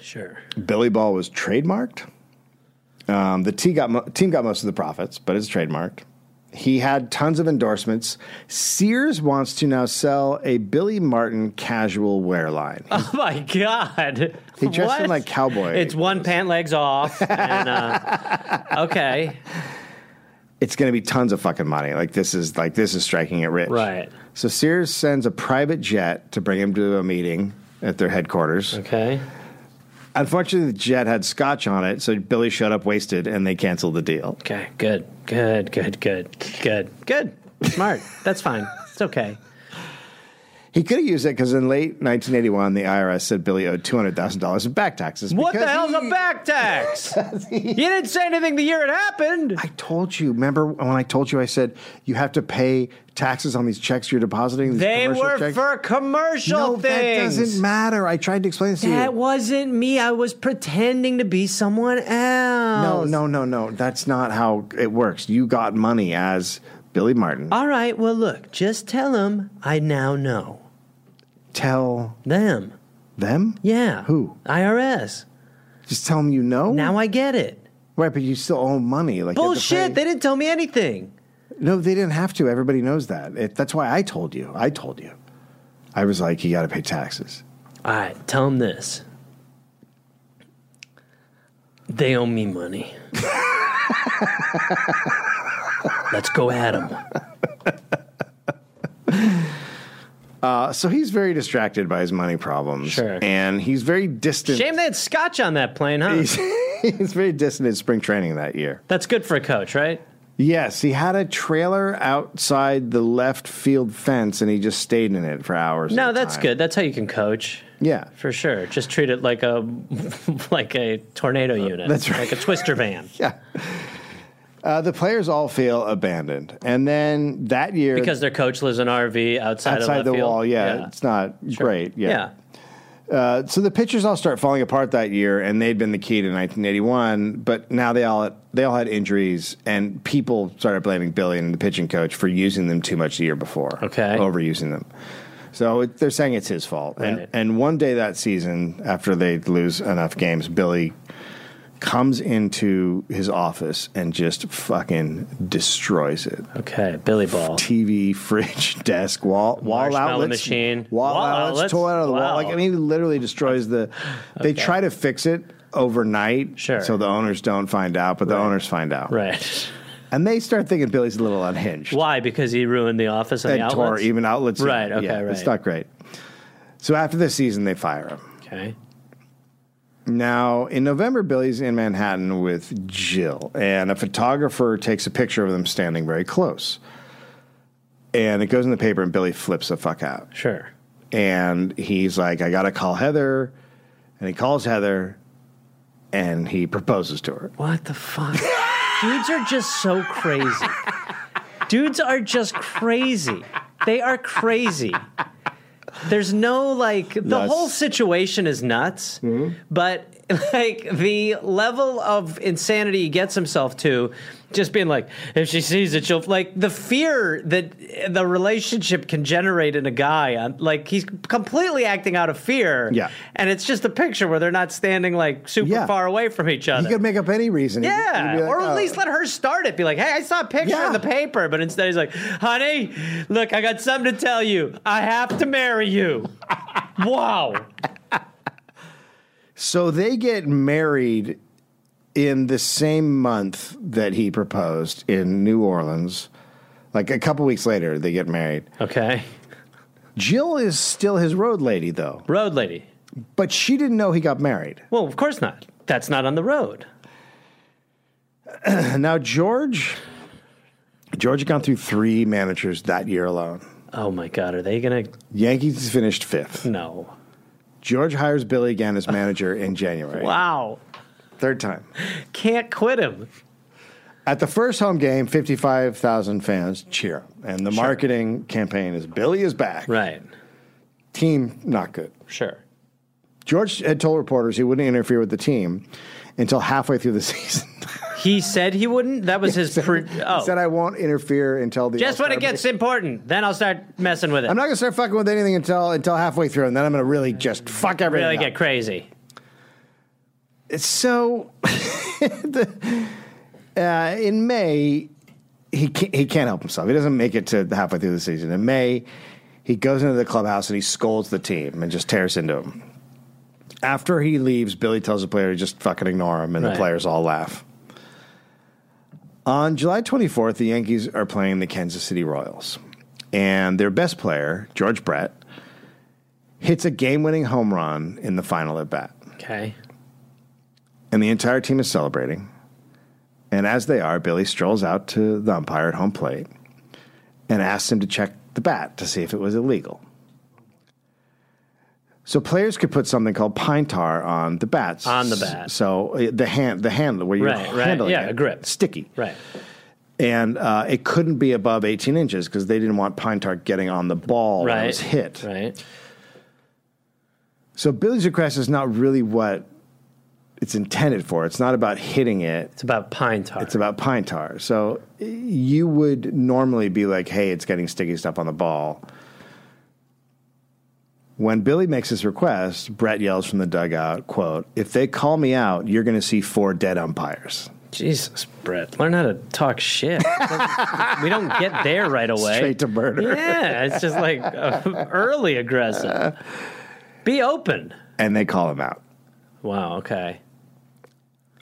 [SPEAKER 2] sure.
[SPEAKER 1] Billy Ball was trademarked. Um, the team got, mo- team got most of the profits, but it's trademarked. He had tons of endorsements. Sears wants to now sell a Billy Martin casual wear line.
[SPEAKER 2] Oh my God.
[SPEAKER 1] He dressed
[SPEAKER 2] What?
[SPEAKER 1] him like cowboy.
[SPEAKER 2] It's one pant legs off. And, uh, okay.
[SPEAKER 1] It's going to be tons of fucking money. Like this is like this is striking it rich.
[SPEAKER 2] Right.
[SPEAKER 1] So Sears sends a private jet to bring him to a meeting at their headquarters.
[SPEAKER 2] Okay.
[SPEAKER 1] Unfortunately, the jet had scotch on it, so Billy showed up wasted, and they canceled the deal.
[SPEAKER 2] Okay, good, good, good, good, good, good. Smart. That's fine. It's okay.
[SPEAKER 1] He could have used it because in late 1981, the IRS said Billy owed two hundred thousand dollars in back taxes.
[SPEAKER 2] What the
[SPEAKER 1] because
[SPEAKER 2] hell's
[SPEAKER 1] he-
[SPEAKER 2] a back tax? you
[SPEAKER 1] he-
[SPEAKER 2] didn't say anything the year it happened.
[SPEAKER 1] I told you. Remember when I told you? I said you have to pay taxes on these checks you're depositing. These
[SPEAKER 2] They
[SPEAKER 1] commercial
[SPEAKER 2] were
[SPEAKER 1] checks.
[SPEAKER 2] for commercial
[SPEAKER 1] no, that
[SPEAKER 2] things.
[SPEAKER 1] doesn't matter. I tried to explain this to you.
[SPEAKER 2] That wasn't me. I was pretending to be someone
[SPEAKER 1] No,
[SPEAKER 2] else.
[SPEAKER 1] no, no, no. That's not how it works. You got money as Billy Martin.
[SPEAKER 2] All right. Well, look. Just tell them I now know
[SPEAKER 1] tell
[SPEAKER 2] them.
[SPEAKER 1] them.
[SPEAKER 2] Yeah.
[SPEAKER 1] Who?
[SPEAKER 2] IRS.
[SPEAKER 1] Just tell them you know.
[SPEAKER 2] Now I get it.
[SPEAKER 1] right, but you still owe money. Like you have to
[SPEAKER 2] Bullshit.
[SPEAKER 1] pay-
[SPEAKER 2] They didn't tell me anything.
[SPEAKER 1] no, they didn't have to. Everybody knows that. It, that's why I told you. I told you. I was like, you got to pay taxes.
[SPEAKER 2] All right. Tell them this. They owe me money. Let's go at them.
[SPEAKER 1] Uh, so he's very distracted by his money problems.
[SPEAKER 2] Sure.
[SPEAKER 1] And he's very distant.
[SPEAKER 2] Shame they had scotch on that plane, huh?
[SPEAKER 1] He's, he's very distant in spring training that year.
[SPEAKER 2] That's good for a coach, right?
[SPEAKER 1] Yes, he had a trailer outside the left field fence, and he just stayed in it for hours. at
[SPEAKER 2] No,
[SPEAKER 1] a
[SPEAKER 2] that's
[SPEAKER 1] time.
[SPEAKER 2] good. That's how you can coach.
[SPEAKER 1] Yeah.
[SPEAKER 2] For sure. Just treat it like a like a tornado unit.
[SPEAKER 1] Uh, that's right.
[SPEAKER 2] Like a twister van.
[SPEAKER 1] Yeah. Uh, the players all feel abandoned. And then that year,
[SPEAKER 2] Because their coach lives in RV outside, of
[SPEAKER 1] outside
[SPEAKER 2] left
[SPEAKER 1] the
[SPEAKER 2] field.
[SPEAKER 1] wall, yeah, it's not great. Yeah.
[SPEAKER 2] yeah.
[SPEAKER 1] Uh, so the pitchers all start falling apart that year, and they'd been the key to 1981. But now they all they all had injuries, and people started blaming Billy and the pitching coach for using them too much the year before.
[SPEAKER 2] Okay.
[SPEAKER 1] overusing them. So it, they're saying it's his fault.
[SPEAKER 2] Right.
[SPEAKER 1] And and one day that season, after they lose enough games, Billy comes into his office and just fucking destroys it.
[SPEAKER 2] Okay. Billy Ball.
[SPEAKER 1] TV, fridge, desk, wall, wall
[SPEAKER 2] Marshmallow
[SPEAKER 1] outlets,
[SPEAKER 2] machine.
[SPEAKER 1] wall,
[SPEAKER 2] Wall
[SPEAKER 1] outlets,
[SPEAKER 2] outlets?
[SPEAKER 1] toy out of the
[SPEAKER 2] Wow.
[SPEAKER 1] wall. Like I mean, it literally destroys the. They try to fix it overnight,
[SPEAKER 2] Sure.
[SPEAKER 1] so the owners don't find out, but the owners find out,
[SPEAKER 2] Right.
[SPEAKER 1] and they start thinking Billy's a little unhinged
[SPEAKER 2] Why? Because he ruined the office and,
[SPEAKER 1] and
[SPEAKER 2] the outlets.
[SPEAKER 1] tore even outlets.
[SPEAKER 2] Right, okay,
[SPEAKER 1] yeah,
[SPEAKER 2] right.
[SPEAKER 1] It's not great. So after this season, they fire him.
[SPEAKER 2] Okay.
[SPEAKER 1] Now, in November, Billy's in Manhattan with Jill, and a photographer takes a picture of them standing very close. And it goes in the paper, and Billy flips the fuck out.
[SPEAKER 2] Sure.
[SPEAKER 1] And he's like, I got to call Heather. And he calls Heather, and he proposes to her.
[SPEAKER 2] What the fuck? Dudes are just so crazy. Dudes are just crazy. They are crazy. There's no like the
[SPEAKER 1] Nuts. Mm-hmm.
[SPEAKER 2] whole situation is nuts, but like the level of insanity he gets himself to, just being like, if she sees it, she'll like the fear that the relationship can generate in a guy. uh, Like he's completely acting out of fear.
[SPEAKER 1] Yeah.
[SPEAKER 2] and it's just a picture where they're not standing like super
[SPEAKER 1] Yeah.
[SPEAKER 2] far away from each other.
[SPEAKER 1] He could make up any reason. He could- he
[SPEAKER 2] Yeah,
[SPEAKER 1] could be like,
[SPEAKER 2] or at
[SPEAKER 1] "Oh."
[SPEAKER 2] least let her start it. Be like, hey, I saw a picture
[SPEAKER 1] Yeah.
[SPEAKER 2] in the paper, but instead he's like, honey, look, I got something to tell you. I have to marry you. wow.
[SPEAKER 1] So they get married in the same month that he proposed in New Orleans. Like a couple weeks later, they get married.
[SPEAKER 2] Okay.
[SPEAKER 1] Jill is still his road lady, though,
[SPEAKER 2] Road lady.
[SPEAKER 1] but she didn't know he got married.
[SPEAKER 2] Well, of course not. That's not on the road.
[SPEAKER 1] And now George, George had gone through three managers that year alone.
[SPEAKER 2] Oh my God, are they going to?
[SPEAKER 1] Yankees finished fifth.
[SPEAKER 2] No.
[SPEAKER 1] George hires Billy again as manager in January.
[SPEAKER 2] Wow.
[SPEAKER 1] Third time.
[SPEAKER 2] Can't quit him.
[SPEAKER 1] At the first home game, 55,000 fans cheer him. And the marketing campaign is Billy is back.
[SPEAKER 2] Right.
[SPEAKER 1] Team, not good.
[SPEAKER 2] Sure.
[SPEAKER 1] George had told reporters he wouldn't interfere with the team until halfway through the season.
[SPEAKER 2] He said he wouldn't. That was his. Pre- oh.
[SPEAKER 1] Said I won't interfere until the
[SPEAKER 2] just when
[SPEAKER 1] All-Star
[SPEAKER 2] it gets
[SPEAKER 1] break."
[SPEAKER 2] important, then I'll start messing with it.
[SPEAKER 1] I'm not gonna start fucking with anything until until halfway through, and then I'm gonna really just fuck everything.
[SPEAKER 2] really
[SPEAKER 1] up.
[SPEAKER 2] get crazy.
[SPEAKER 1] So, the- uh, in May, he can't, he can't help himself. He doesn't make it to halfway through the season. In May, he goes into the clubhouse and he scolds the team and just tears into them. After he leaves, Billy tells the player to just fucking ignore him, and
[SPEAKER 2] Right.
[SPEAKER 1] the players all laugh. On July 24th, the Yankees are playing the Kansas City Royals, and their best player, George Brett, hits a game winning home run in the final at bat.
[SPEAKER 2] Okay.
[SPEAKER 1] and the entire team is celebrating. And as they are, Billy strolls out to the umpire at home plate and asks him to check the bat to see if it was illegal. So players could put something called pine tar on the bats.
[SPEAKER 2] On the bat.
[SPEAKER 1] So uh, the hand, the handle where you're
[SPEAKER 2] Right, right.
[SPEAKER 1] handling
[SPEAKER 2] Yeah,
[SPEAKER 1] it,
[SPEAKER 2] a grip.
[SPEAKER 1] sticky,
[SPEAKER 2] Right.
[SPEAKER 1] and uh, it couldn't be above 18 inches because they didn't want pine tar getting on the ball when
[SPEAKER 2] Right.
[SPEAKER 1] it was hit.
[SPEAKER 2] Right.
[SPEAKER 1] So Billy's request is not really what it's intended for. It's not about hitting it.
[SPEAKER 2] It's about pine tar.
[SPEAKER 1] It's about pine tar. So you would normally be like, hey, it's getting sticky stuff on the ball. When Billy makes his request, Brett yells from the dugout, quote, if they call me out, you're going to see four dead umpires.
[SPEAKER 2] Jesus, Brett. Learn how to talk shit. we don't get there right away.
[SPEAKER 1] Straight to murder.
[SPEAKER 2] Yeah, it's just like uh, early aggressive. Be open.
[SPEAKER 1] And they call him out.
[SPEAKER 2] Wow, okay.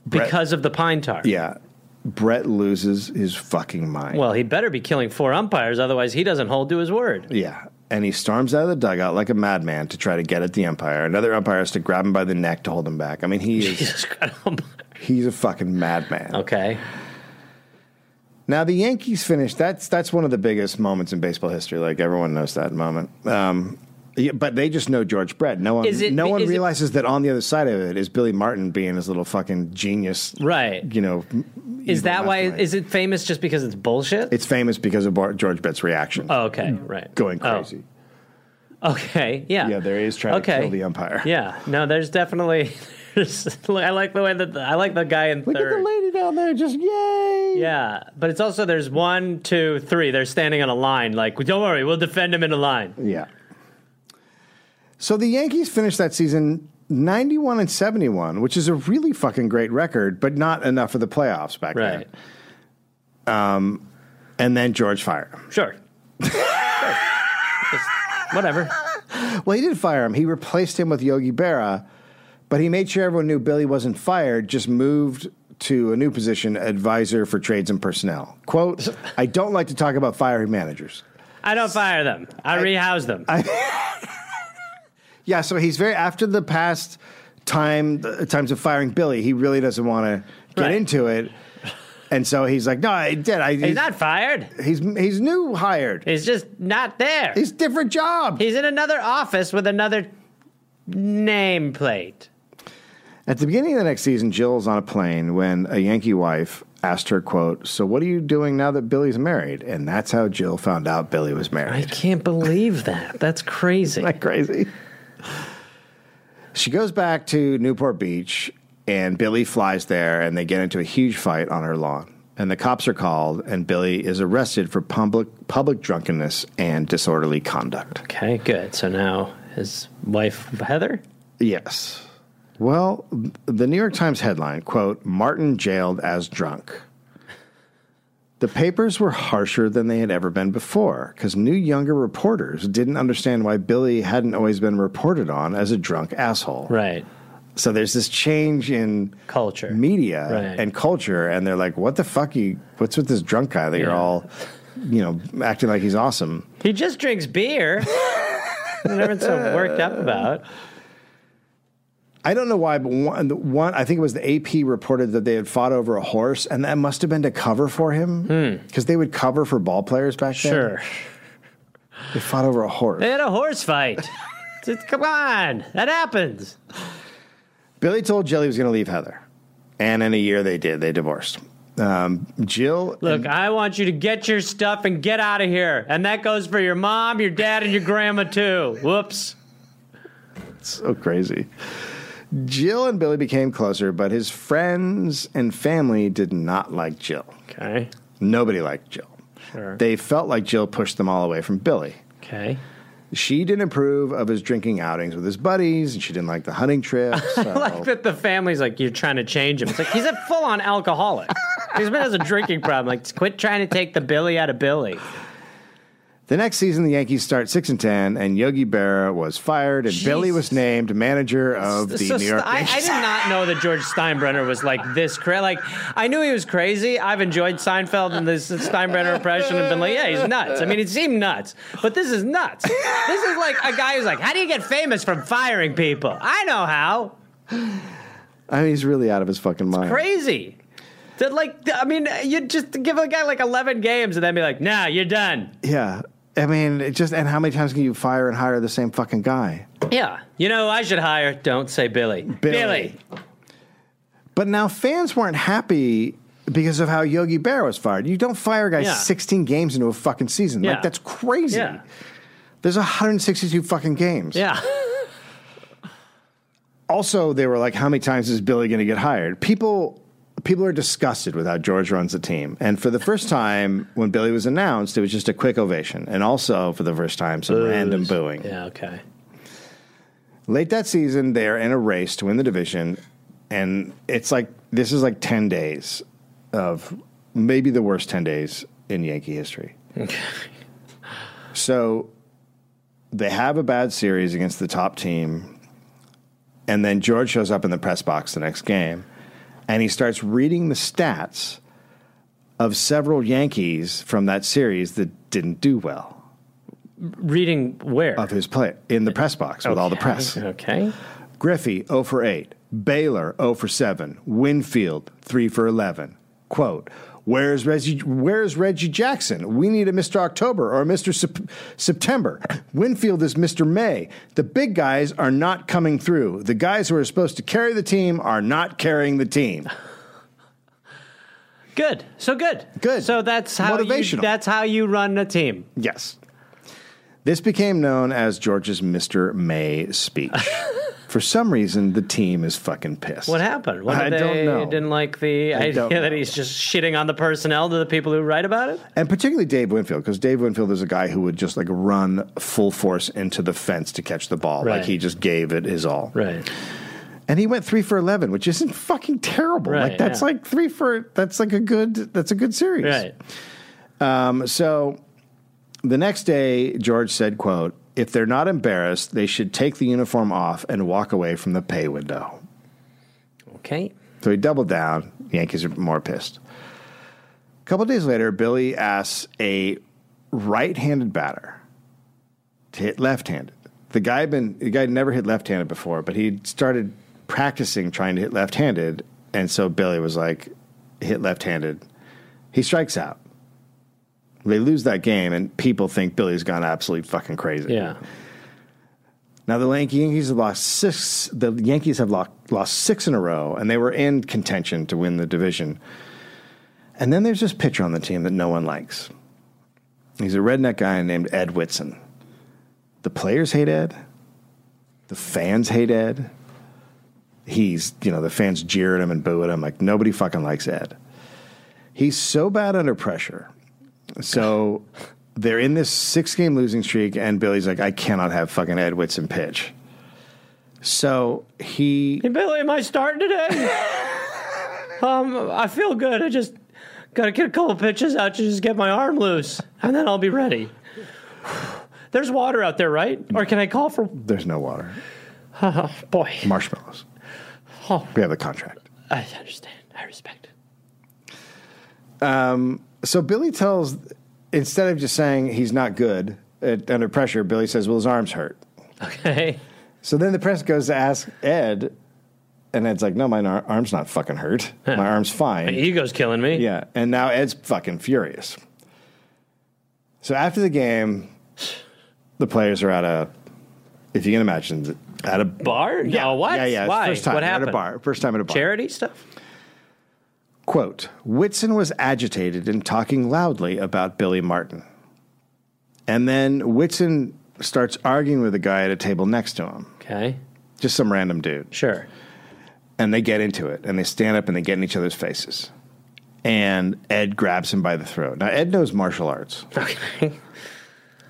[SPEAKER 2] Because of the pine tar.
[SPEAKER 1] Yeah. Brett loses his fucking mind.
[SPEAKER 2] Well, he better be killing four umpires, otherwise he doesn't hold to his word.
[SPEAKER 1] Yeah. And he storms out of the dugout like a madman to try to get at the umpire. Another umpire has to grab him by the neck to hold him back. I mean, he is
[SPEAKER 2] Jesus Christ. umpire.
[SPEAKER 1] he's a fucking madman.
[SPEAKER 2] Okay.
[SPEAKER 1] Now the Yankees finished. That's that's one of the biggest moments in baseball history. Like everyone knows that moment. Um, yeah, but they just know George Brett. No one,
[SPEAKER 2] Is it-
[SPEAKER 1] no one
[SPEAKER 2] is it-
[SPEAKER 1] realizes that on the other side of it is Billy Martin being his little fucking genius.
[SPEAKER 2] Right.
[SPEAKER 1] You know.
[SPEAKER 2] Is
[SPEAKER 1] evil
[SPEAKER 2] that why
[SPEAKER 1] mastermind.
[SPEAKER 2] is it famous just because it's bullshit?
[SPEAKER 1] It's famous because of Bar- George Brett's reaction,
[SPEAKER 2] oh, okay, right.
[SPEAKER 1] going
[SPEAKER 2] Oh,
[SPEAKER 1] crazy.
[SPEAKER 2] okay. Yeah.
[SPEAKER 1] Yeah, there is trying
[SPEAKER 2] Okay.
[SPEAKER 1] to kill the umpire.
[SPEAKER 2] Yeah. No, there's definitely there's, I like the way that the, I like the guy in
[SPEAKER 1] Look
[SPEAKER 2] third.
[SPEAKER 1] at the lady down there, just yay!
[SPEAKER 2] Yeah, but it's also there's one, two, three. They're standing on a line. Like, don't worry, we'll defend him in a line.
[SPEAKER 1] Yeah. So the Yankees finished that season 91 and 71, which is a really fucking great record, but not enough for the playoffs back
[SPEAKER 2] Right.
[SPEAKER 1] then. Um, And then George fired him.
[SPEAKER 2] Sure. Sure. Just- whatever.
[SPEAKER 1] Well, he did fire him. He replaced him with Yogi Berra, but he made sure everyone knew Billy wasn't fired, just moved to a new position, advisor for trades and personnel. Quote, I don't like to talk about firing managers.
[SPEAKER 2] I don't fire them. I, rehouse them.
[SPEAKER 1] Yeah, so he's very after the past time the times of firing Billy, he really doesn't want to get
[SPEAKER 2] Right.
[SPEAKER 1] into it, and so he's like, "No, I did. I
[SPEAKER 2] he's not fired.
[SPEAKER 1] He's he's new hired.
[SPEAKER 2] He's just not there.
[SPEAKER 1] He's different job."
[SPEAKER 2] He's in another office with another nameplate.
[SPEAKER 1] At the beginning of the next season, Jill's on a plane when a Yankee wife asked her, "Quote: So what are you doing now that Billy's married?" And that's how Jill found out Billy was
[SPEAKER 2] I
[SPEAKER 1] married.
[SPEAKER 2] can't believe that. That's crazy.
[SPEAKER 1] Isn't that crazy? She goes back to Newport Beach, and Billy flies there, and they get into a huge fight on her lawn. And the cops are called, and Billy is arrested for public public drunkenness and disorderly conduct.
[SPEAKER 2] Okay, good. So now his wife Heather.
[SPEAKER 1] Yes. Well, the New York Times headline quote Martin jailed as drunk. The papers were harsher than they had ever been before because new younger reporters didn't understand why Billy hadn't always been reported on as a drunk asshole.
[SPEAKER 2] Right.
[SPEAKER 1] So there's this change in
[SPEAKER 2] Culture.
[SPEAKER 1] media
[SPEAKER 2] Right.
[SPEAKER 1] and culture, and they're like, "What the fuck? You, what's with this drunk guy that you're
[SPEAKER 2] Yeah.
[SPEAKER 1] all, you know, acting like he's awesome?"
[SPEAKER 2] He just drinks beer. Everyone's so worked up about.
[SPEAKER 1] I don't know why, but one, the one I think it was the AP reported that they had fought over a horse, and that must have been to cover for him because they would cover for ball players back then.
[SPEAKER 2] Hmm. Sure. Eh.
[SPEAKER 1] They fought over a horse.
[SPEAKER 2] They had a horse fight. Just, come on, that happens.
[SPEAKER 1] Billy told Jill he was going to leave Heather, and in a year they did. They divorced. Um, Jill
[SPEAKER 2] Look, I want you to get your stuff and get out of here, and that goes for your mom, your dad, and your grandma too. Whoops.
[SPEAKER 1] so crazy. Jill and Billy became closer, but his friends and family did not like Jill.
[SPEAKER 2] Okay.
[SPEAKER 1] Nobody liked Jill.
[SPEAKER 2] Sure.
[SPEAKER 1] They felt like Jill pushed them all away from Billy.
[SPEAKER 2] Okay.
[SPEAKER 1] She didn't approve of his drinking outings with his buddies, and she didn't like the hunting trips. So.
[SPEAKER 2] Like that, the family's like you're trying to change him. It's like he's a full-on alcoholic. He's been has a drinking problem. Like, quit trying to take the Billy out of Billy.
[SPEAKER 1] the next season, the Yankees start six and ten, and Yogi Berra was fired, and Billy was
[SPEAKER 2] Jesus.
[SPEAKER 1] named manager of the
[SPEAKER 2] So
[SPEAKER 1] New York.
[SPEAKER 2] Ste- I, I
[SPEAKER 1] Yankees.
[SPEAKER 2] did not know that George Steinbrenner was like this crazy. Like I knew he was crazy. I've enjoyed Seinfeld and this Steinbrenner impression and been like, yeah, he's nuts. I mean, it seemed nuts, but this is nuts. This is like a guy who's like, how do you get famous from firing people? I know how.
[SPEAKER 1] I mean, he's really out of his fucking mind.
[SPEAKER 2] Crazy. That like I mean, you just give a guy like eleven games and then be like, nah, you're done.
[SPEAKER 1] Yeah. I mean, it just and how many times can you fire and hire the same fucking guy?
[SPEAKER 2] Yeah. You know, who I should hire. Don't say Billy. Billy.
[SPEAKER 1] But now fans weren't happy because of how Yogi Berra was fired. You don't fire guys
[SPEAKER 2] Yeah.
[SPEAKER 1] 16 games into a fucking season.
[SPEAKER 2] Yeah.
[SPEAKER 1] Like that's crazy.
[SPEAKER 2] Yeah.
[SPEAKER 1] There's 162 fucking games.
[SPEAKER 2] Yeah.
[SPEAKER 1] Also, they were like, how many times is Billy going to get hired? People people are disgusted with how George runs the team. And for the first time when Billy was announced, it was just a quick ovation. And also for the first time some random booing.
[SPEAKER 2] Yeah, okay.
[SPEAKER 1] Late that season, they're in a race to win the division, and it's like this is like ten days of maybe the worst ten days in Yankee history. so they have a bad series against the top team, and then George shows up in the press box the next game, and he starts reading the stats of several Yankees from that series that didn't do well
[SPEAKER 2] Reading where?
[SPEAKER 1] of his play in the press box with all the press.
[SPEAKER 2] Okay.
[SPEAKER 1] Griffey 0 for 8, Baylor 0 for 7, Winfield 3 for 11. Quote, Where's Reggie, where's Reggie Jackson? We need a Mr. October or a Mr. Sep- September. Winfield is Mr. May. The big guys are not coming through. The guys who are supposed to carry the team are not carrying the team.
[SPEAKER 2] Good. So good.
[SPEAKER 1] Good.
[SPEAKER 2] So that's how you,
[SPEAKER 1] Motivational.
[SPEAKER 2] that's how you run a team.
[SPEAKER 1] Yes. This became known as George's Mr. May speech. For some reason, the team is fucking pissed.
[SPEAKER 2] What happened? What
[SPEAKER 1] I
[SPEAKER 2] did
[SPEAKER 1] don't
[SPEAKER 2] they
[SPEAKER 1] know.
[SPEAKER 2] didn't like the idea
[SPEAKER 1] don't
[SPEAKER 2] that
[SPEAKER 1] know.
[SPEAKER 2] he's just shitting on the personnel to the people who write about it?
[SPEAKER 1] and particularly Dave Winfield, because Dave Winfield is a guy who would just like run full force into the fence to catch the ball.
[SPEAKER 2] Right.
[SPEAKER 1] Like he just gave it his all.
[SPEAKER 2] Right.
[SPEAKER 1] And he went three for eleven, which isn't fucking terrible.
[SPEAKER 2] Right,
[SPEAKER 1] like that's
[SPEAKER 2] yeah.
[SPEAKER 1] like three for that's like a good that's a good series.
[SPEAKER 2] Right.
[SPEAKER 1] Um, so the next day, George said, "quote If they're not embarrassed, they should take the uniform off and walk away from the pay window."
[SPEAKER 2] Okay.
[SPEAKER 1] So he doubled down. Yankees are more pissed. A couple days later, Billy asks a right-handed batter to hit left-handed. The guy had been the guy had never hit left-handed before, but he started practicing trying to hit left-handed, and so Billy was like, "Hit left-handed." He strikes out. They lose that game, and people think Billy's gone absolutely fucking crazy.
[SPEAKER 2] Yeah.
[SPEAKER 1] Now the Yankee- Yankees have lost six. The Yankees have lost, lost six in a row, and they were in contention to win the division. And then there's this pitcher on the team that no one likes. He's a redneck guy named Ed Whitson. The players hate Ed. The fans hate Ed. He's you know the fans jeer at him and boo at him like nobody fucking likes Ed. He's so bad under pressure. So they're in this six game losing streak, and Billy's like, I cannot have fucking Ed Whitson pitch. So he
[SPEAKER 2] Hey Billy, am I starting today? um, I feel good. I just gotta get a couple pitches out to just get my arm loose, and then I'll be ready. There's water out there, right? Or can I call for?
[SPEAKER 1] there's no water.
[SPEAKER 2] Oh, boy,
[SPEAKER 1] Marshmallows.
[SPEAKER 2] Oh.
[SPEAKER 1] We have the contract.
[SPEAKER 2] I understand. I respect.
[SPEAKER 1] So Billy tells instead of just saying he's not good at, under pressure, Billy says, Well, his arm's hurt.
[SPEAKER 2] Okay.
[SPEAKER 1] So then the press goes to ask Ed, and Ed's like, No, my ar- arm's not fucking hurt. My arm's fine.
[SPEAKER 2] My ego's killing me.
[SPEAKER 1] Yeah, and now Ed's fucking furious. So after the game, the players are at a, if you can imagine, th- at a
[SPEAKER 2] Bar?
[SPEAKER 1] Yeah,
[SPEAKER 2] no, what?
[SPEAKER 1] Yeah, yeah. it's
[SPEAKER 2] Why?
[SPEAKER 1] First time
[SPEAKER 2] what
[SPEAKER 1] they're At
[SPEAKER 2] happened?
[SPEAKER 1] a bar. First time at a bar.
[SPEAKER 2] Charity stuff.
[SPEAKER 1] Quote: Whitson was agitated and talking loudly about Billy Martin, and then Whitson starts arguing with a guy at a table next to him,
[SPEAKER 2] Okay.
[SPEAKER 1] just some random dude.
[SPEAKER 2] Sure.
[SPEAKER 1] and they get into it and they stand up and they get in each other's faces. And Ed grabs him by the throat. Now Ed knows martial arts.
[SPEAKER 2] Okay.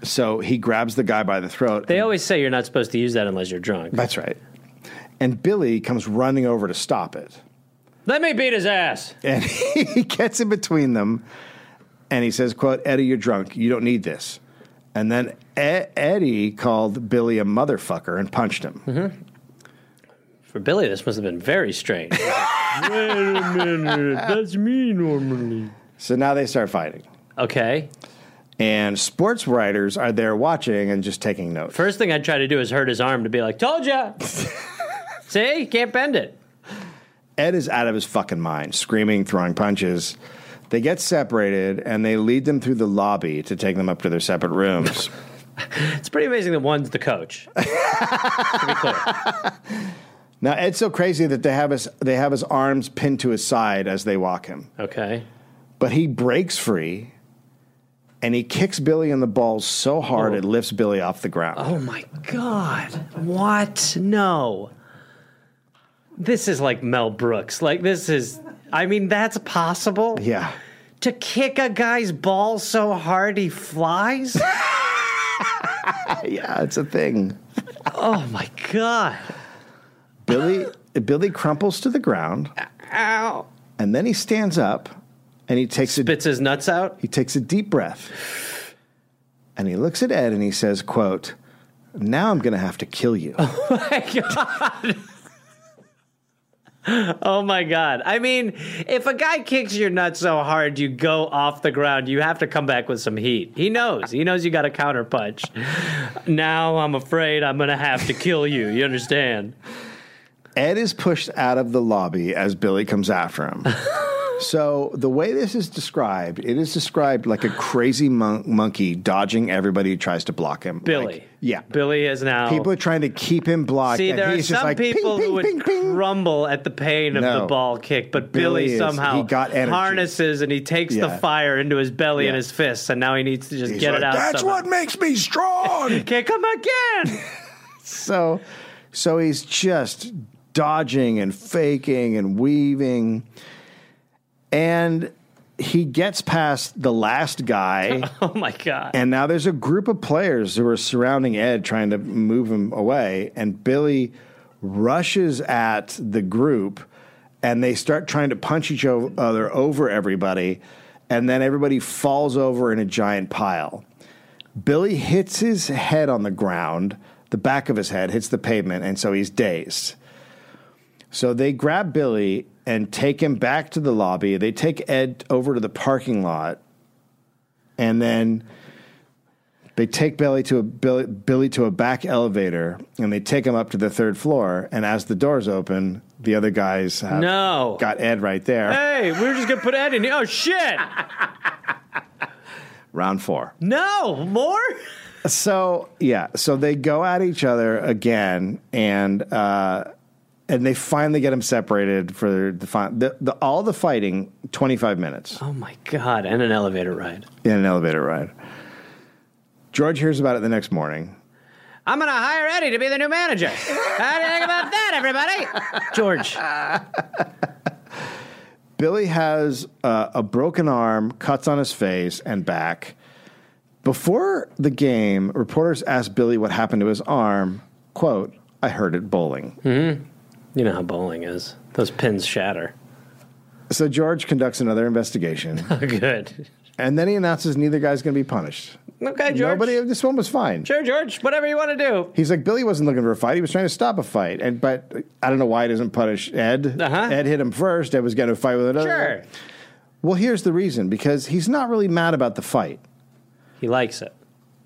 [SPEAKER 1] So he grabs the guy by the throat.
[SPEAKER 2] They always say you're not supposed to use that unless you're drunk.
[SPEAKER 1] That's right. And Billy comes running over to stop it.
[SPEAKER 2] Let me beat his ass.
[SPEAKER 1] And he gets in between them and he says, quote, Eddie, you're drunk. You don't need this. And then E- Eddie called Billy a motherfucker and punched him.
[SPEAKER 2] For Billy, this must have been very strange. Wait a minute. That's me normally.
[SPEAKER 1] So now they start fighting.
[SPEAKER 2] Okay.
[SPEAKER 1] And sports writers are there watching and just taking notes.
[SPEAKER 2] First thing I'd try to do is hurt his arm to be like, told ya. See? Can't bend it.
[SPEAKER 1] Ed is out of his fucking mind, screaming, throwing punches. They get separated and they lead them through the lobby to take them up to their separate rooms.
[SPEAKER 2] It's pretty amazing that one's the coach. to be clear.
[SPEAKER 1] now Ed's so crazy that they have his they have his arms pinned to his side as they walk him.
[SPEAKER 2] Okay.
[SPEAKER 1] But he breaks free and he kicks Billy in the balls so hard it lifts Billy off the ground.
[SPEAKER 2] Oh my God. What? No. This is like Mel Brooks. Like, this is, I mean, that's possible.
[SPEAKER 1] Yeah.
[SPEAKER 2] To kick a guy's ball so hard he flies?
[SPEAKER 1] Yeah, it's a thing.
[SPEAKER 2] oh my God.
[SPEAKER 1] Billy Billy crumples to the ground
[SPEAKER 2] Ow.
[SPEAKER 1] and then he stands up and he takes a
[SPEAKER 2] Bits his nuts out?
[SPEAKER 1] He takes a deep breath and he looks at Ed and he says, quote, now I'm going to have to kill you.
[SPEAKER 2] my god. Oh my god. I mean, if a guy kicks your nuts so hard you go off the ground, you have to come back with some heat. He knows. He knows you got a counter punch. now I'm afraid I'm going to have to kill you. You understand?
[SPEAKER 1] Ed is pushed out of the lobby as Billy comes after him. so the way this is described, it is described like a crazy mon- monkey dodging everybody who tries to block him.
[SPEAKER 2] Billy.
[SPEAKER 1] Like, yeah.
[SPEAKER 2] Billy is now
[SPEAKER 1] People are trying to keep him blocked.
[SPEAKER 2] See,
[SPEAKER 1] and
[SPEAKER 2] there are
[SPEAKER 1] he's just
[SPEAKER 2] some
[SPEAKER 1] like, ping,
[SPEAKER 2] people
[SPEAKER 1] ping,
[SPEAKER 2] who would
[SPEAKER 1] ping, ping.
[SPEAKER 2] rumble at the pain of the
[SPEAKER 1] No.
[SPEAKER 2] ball kick, but Billy,
[SPEAKER 1] Billy is-
[SPEAKER 2] somehow
[SPEAKER 1] he got energy.
[SPEAKER 2] harnesses and he takes the
[SPEAKER 1] Yeah.
[SPEAKER 2] fire into his belly and
[SPEAKER 1] Yeah.
[SPEAKER 2] his fists, and now he needs to just
[SPEAKER 1] He's
[SPEAKER 2] get
[SPEAKER 1] like,
[SPEAKER 2] it out.
[SPEAKER 4] That's
[SPEAKER 2] somehow.
[SPEAKER 4] what makes me strong.
[SPEAKER 2] Kick him again.
[SPEAKER 1] So, so he's just dodging and faking and weaving, and he gets past the last guy.
[SPEAKER 2] oh my god.
[SPEAKER 1] And now there's a group of players who are surrounding Ed, trying to move him away. And Billy rushes at the group, and they start trying to punch each o- other over everybody. And then everybody falls over in a giant pile. Billy hits his head on the ground, the back of his head hits the pavement, and so he's dazed. So they grab Billy and take him back to the lobby. They take Ed over to the parking lot, and then they take Billy to a Billy, Billy to a back elevator, and they take him up to the third floor. And as the doors open, the other guys have
[SPEAKER 2] No.
[SPEAKER 1] got Ed right there.
[SPEAKER 2] uh, Hey, we were just gonna put Ed in here. Oh shit!
[SPEAKER 1] Round four.
[SPEAKER 2] No more.
[SPEAKER 1] So yeah, so they go at each other again, and uh, and they finally get them separated for the, fin- the, the all the fighting twenty five minutes
[SPEAKER 2] Oh my god! And an elevator ride.
[SPEAKER 1] in an elevator ride. George hears about it the next morning.
[SPEAKER 2] I'm gonna hire Eddie to be the new manager. How do you think about that, everybody? George.
[SPEAKER 1] Billy has uh, a broken arm, cuts on his face and back. Before the game, reporters asked Billy what happened to his arm. "Quote: I heard it bowling."
[SPEAKER 2] You know how bowling is. Those pins shatter.
[SPEAKER 1] So George conducts another investigation,
[SPEAKER 2] Oh, Good.
[SPEAKER 1] and then he announces neither guy's going to be punished.
[SPEAKER 2] Okay, George.
[SPEAKER 1] Nobody. This one was fine.
[SPEAKER 2] Sure, George. Whatever you want to do.
[SPEAKER 1] He's like Billy wasn't looking for a fight. He was trying to stop a fight, and but I don't know why he doesn't punish Ed.
[SPEAKER 2] Uh-huh.
[SPEAKER 1] Ed hit him first. Ed was going to fight with another.
[SPEAKER 2] Sure.
[SPEAKER 1] Well, here's the reason because he's not really mad about the fight.
[SPEAKER 2] He likes it.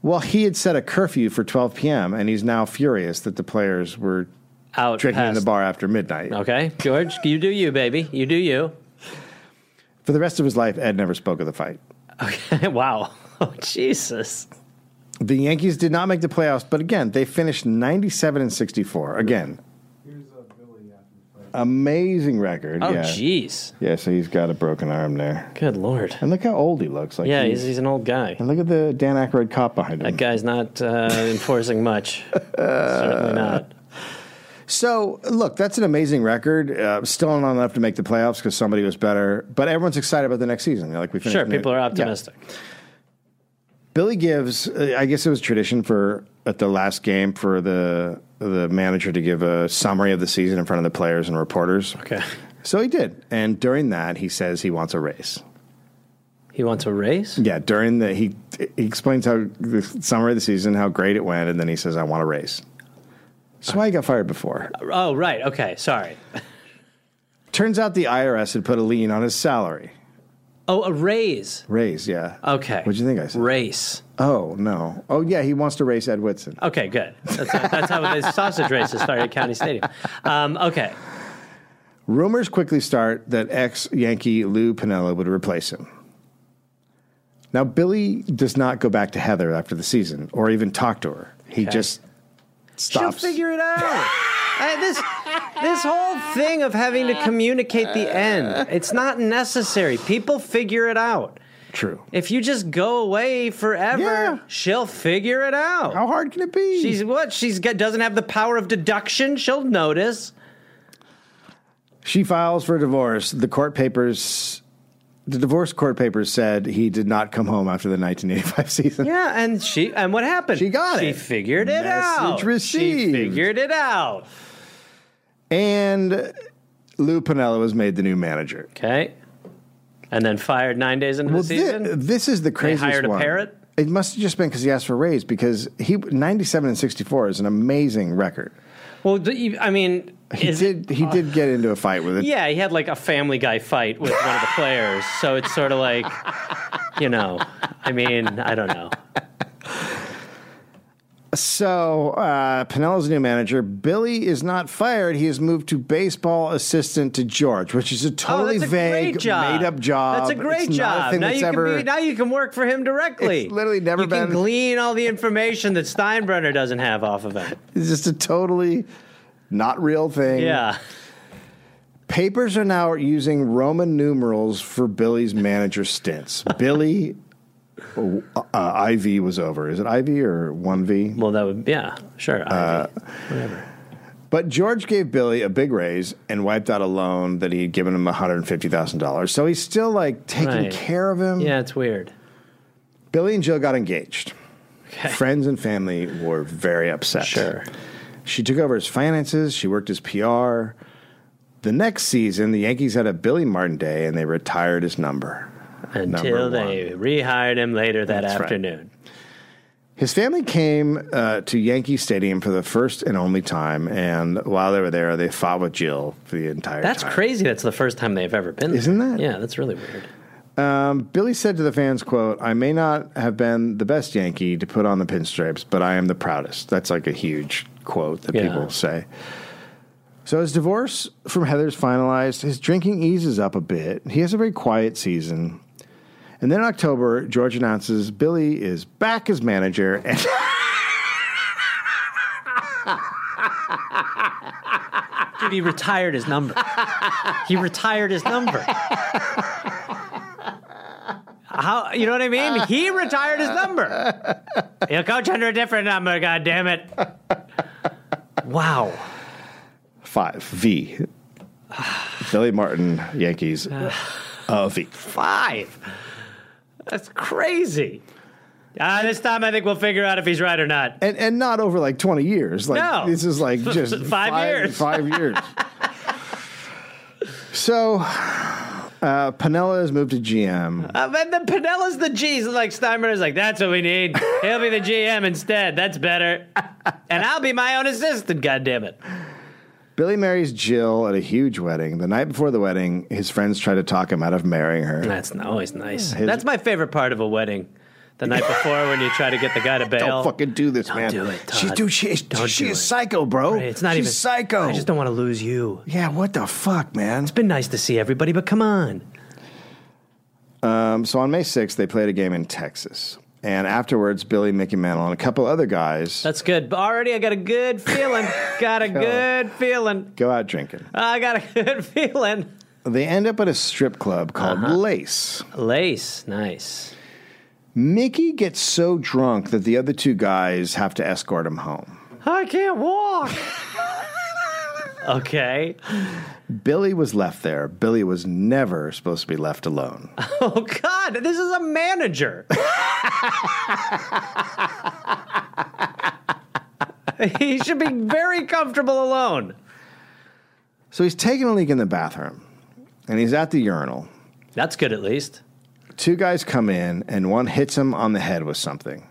[SPEAKER 1] Well, he had set a curfew for 12 p.m. and he's now furious that the players were
[SPEAKER 2] Out.
[SPEAKER 1] drinking in
[SPEAKER 2] past-
[SPEAKER 1] the bar after midnight.
[SPEAKER 2] Okay, George. You do you, baby. You do you.
[SPEAKER 1] For the rest of his life, Ed never spoke of the fight.
[SPEAKER 2] Okay. wow. Oh Jesus.
[SPEAKER 1] The Yankees did not make the playoffs, but again, they finished 97 and 64. Again, amazing record.
[SPEAKER 2] Oh
[SPEAKER 1] yeah.
[SPEAKER 2] jeez.
[SPEAKER 1] Yeah, so he's got a broken arm there.
[SPEAKER 2] Good lord.
[SPEAKER 1] And look how old he looks. Like
[SPEAKER 2] Yeah,
[SPEAKER 1] he-
[SPEAKER 2] he's, he's an old guy.
[SPEAKER 1] and look at the Dan Aykroyd cop behind him.
[SPEAKER 2] That guy's not uh, enforcing much. Certainly not.
[SPEAKER 1] So, look, that's an amazing record. Uh, still not enough to make the playoffs because somebody was better, but everyone's excited about the next season. Like we
[SPEAKER 2] Sure,
[SPEAKER 1] finished-
[SPEAKER 2] people are
[SPEAKER 1] Yeah.
[SPEAKER 2] optimistic.
[SPEAKER 1] Billy gives. uh, I guess it was tradition for at the last game for the the manager to give a summary of the season in front of the players and reporters.
[SPEAKER 2] Okay.
[SPEAKER 1] So he did, and during that, he says he wants a race.
[SPEAKER 2] He wants a race?
[SPEAKER 1] Yeah, during the he he explains how the summary of the season, how great it went, and then he says, "I want a race." That's why he got fired before.
[SPEAKER 2] Oh, right. Okay. Sorry.
[SPEAKER 1] Turns out the IRS had put a lien on his salary.
[SPEAKER 2] Oh, a raise.
[SPEAKER 1] Raise, yeah.
[SPEAKER 2] Okay.
[SPEAKER 1] What'd you think I said?
[SPEAKER 2] Race.
[SPEAKER 1] Oh no. Oh yeah, he wants to race Ed Whitson.
[SPEAKER 2] Okay, good. That's, that's how the sausage races started at County Stadium. Um, okay.
[SPEAKER 1] Rumors quickly start that ex Yankee Lou Pinella would replace him. Now, Billy does not go back to Heather after the season or even talk to her. He just stops.
[SPEAKER 2] She'll figure it out. I- this this whole thing of having to communicate the end, it's not necessary. People figure it out.
[SPEAKER 1] True.
[SPEAKER 2] If you just go away forever,
[SPEAKER 1] Yeah.
[SPEAKER 2] she'll figure it out.
[SPEAKER 1] How hard can it be?
[SPEAKER 2] She's what? She's got, doesn't have the power of deduction. She'll notice.
[SPEAKER 1] She files for divorce. The court papers, the divorce court papers said he did not come home after the 1985 season.
[SPEAKER 2] Yeah, and she and what happened?
[SPEAKER 1] She got
[SPEAKER 2] She
[SPEAKER 1] it.
[SPEAKER 2] figured it
[SPEAKER 1] Message
[SPEAKER 2] out. She
[SPEAKER 1] received.
[SPEAKER 2] figured it out.
[SPEAKER 1] And Lou Pinella was made the new manager.
[SPEAKER 2] Okay. And then fired nine days into
[SPEAKER 1] Well,
[SPEAKER 2] the
[SPEAKER 1] thi-
[SPEAKER 2] season.
[SPEAKER 1] this is the craziest
[SPEAKER 2] hired a
[SPEAKER 1] one.
[SPEAKER 2] parrot?
[SPEAKER 1] It must have just been because he asked for a raise because he 97 and 64 is an amazing record.
[SPEAKER 2] well, do you- I mean,
[SPEAKER 1] He
[SPEAKER 2] is
[SPEAKER 1] did he did get into a fight with it.
[SPEAKER 2] Yeah, he had like a Family Guy fight with one of the players. So it's sort of like, you know, I mean, I don't know.
[SPEAKER 1] So uh, Pinella's new manager. Billy is not fired. He is moved to baseball assistant to George, which is a totally
[SPEAKER 2] oh, that's a
[SPEAKER 1] vague,
[SPEAKER 2] great job.
[SPEAKER 1] made up job.
[SPEAKER 2] That's a great
[SPEAKER 1] It's
[SPEAKER 2] job.
[SPEAKER 1] Not a thing
[SPEAKER 2] now
[SPEAKER 1] that's
[SPEAKER 2] you
[SPEAKER 1] ever.
[SPEAKER 2] can be, now you can work for him directly.
[SPEAKER 1] It's literally never
[SPEAKER 2] you
[SPEAKER 1] been-
[SPEAKER 2] can glean all the information that Steinbrenner doesn't have off of it.
[SPEAKER 1] It's just a totally not real thing.
[SPEAKER 2] Yeah.
[SPEAKER 1] Papers are now using Roman numerals for Billy's manager stints. Billy uh, uh, IV was over. Is it IV or 1V?
[SPEAKER 2] Well, that would yeah, sure.
[SPEAKER 1] Uh,
[SPEAKER 2] Ivy.
[SPEAKER 1] But George gave Billy a big raise and wiped out a loan that he had given him $150,000. So he's still like taking
[SPEAKER 2] Right.
[SPEAKER 1] care of him.
[SPEAKER 2] yeah, it's weird.
[SPEAKER 1] Billy and Jill got engaged.
[SPEAKER 2] Okay.
[SPEAKER 1] Friends and family were very upset.
[SPEAKER 2] Sure.
[SPEAKER 1] She took over his finances, she worked his PR. The next season, the Yankees had a Billy Martin day and they retired his number. Number
[SPEAKER 2] Until they rehired him later that
[SPEAKER 1] That's right.
[SPEAKER 2] afternoon.
[SPEAKER 1] His family came uh, to Yankee Stadium for the first and only time, and while they were there, they fought with Jill for the entire
[SPEAKER 2] That's
[SPEAKER 1] time.
[SPEAKER 2] crazy. That's the first time they've ever been.
[SPEAKER 1] Isn't
[SPEAKER 2] there.
[SPEAKER 1] that-
[SPEAKER 2] Yeah, that's really weird.
[SPEAKER 1] Billy said to the fans, quote, I may not have been the best Yankee to put on the pinstripes, but I am the proudest. That's like a huge quote that
[SPEAKER 2] Yeah.
[SPEAKER 1] people say. So his divorce from Heather's finalized. His drinking eases up a bit. He has a very quiet season. And then in October, George announces Billy is back as manager. And
[SPEAKER 2] Dude, he retired his number. he retired his number. How you know what I mean? He retired his number. He'll coach under a different number, god damn it. Wow.
[SPEAKER 1] five, V. Billy Martin, Yankees, uh, V.
[SPEAKER 2] Five. That's crazy. Uh, this time I think we'll figure out if he's right or not.
[SPEAKER 1] and and not over like 20 years like
[SPEAKER 2] No.
[SPEAKER 1] this is like just
[SPEAKER 2] Five years.
[SPEAKER 1] five years so uh Pinella has moved to gm
[SPEAKER 2] Uh, but the Pinella's the G's. Like Steinbrenner's like, that's what we need. He'll be the GM instead. That's better. And I'll be my own assistant, god damn it.
[SPEAKER 1] billy marries jill at a huge wedding the night before the wedding his friends try to talk him out of marrying her
[SPEAKER 2] That's n- always nice.
[SPEAKER 1] His-
[SPEAKER 2] That's my favorite part of a wedding. The night before when you try to get the guy to bail.
[SPEAKER 1] don't fucking do this
[SPEAKER 2] Don't
[SPEAKER 1] man
[SPEAKER 2] do it,
[SPEAKER 1] she
[SPEAKER 2] Todd.
[SPEAKER 1] dude she is
[SPEAKER 2] Don't
[SPEAKER 1] she
[SPEAKER 2] do
[SPEAKER 1] is
[SPEAKER 2] it.
[SPEAKER 1] psycho bro
[SPEAKER 2] Right, It's not
[SPEAKER 1] She's
[SPEAKER 2] even
[SPEAKER 1] psycho
[SPEAKER 2] I just don't want to lose you.
[SPEAKER 1] yeah what the fuck man
[SPEAKER 2] It's been nice to see everybody, but come on.
[SPEAKER 1] Um, so on may 6th they played a game in texas and afterwards billy mickey mantle and a couple other guys
[SPEAKER 2] That's good. But already I got a good feeling. Got a good feeling.
[SPEAKER 1] go out drinking
[SPEAKER 2] I got a good feeling.
[SPEAKER 1] They end up at a strip club called Lace.
[SPEAKER 2] Lace, nice.
[SPEAKER 1] Mickey gets so drunk that the other two guys have to escort him home.
[SPEAKER 2] I can't walk. okay.
[SPEAKER 1] Billy was left there. Billy was never supposed to be left alone.
[SPEAKER 2] Oh God, this is a manager. he should be very comfortable alone.
[SPEAKER 1] So he's taking a leak in the bathroom and he's at the urinal.
[SPEAKER 2] That's good at least.
[SPEAKER 1] Two guys come in and one hits him on the head with something.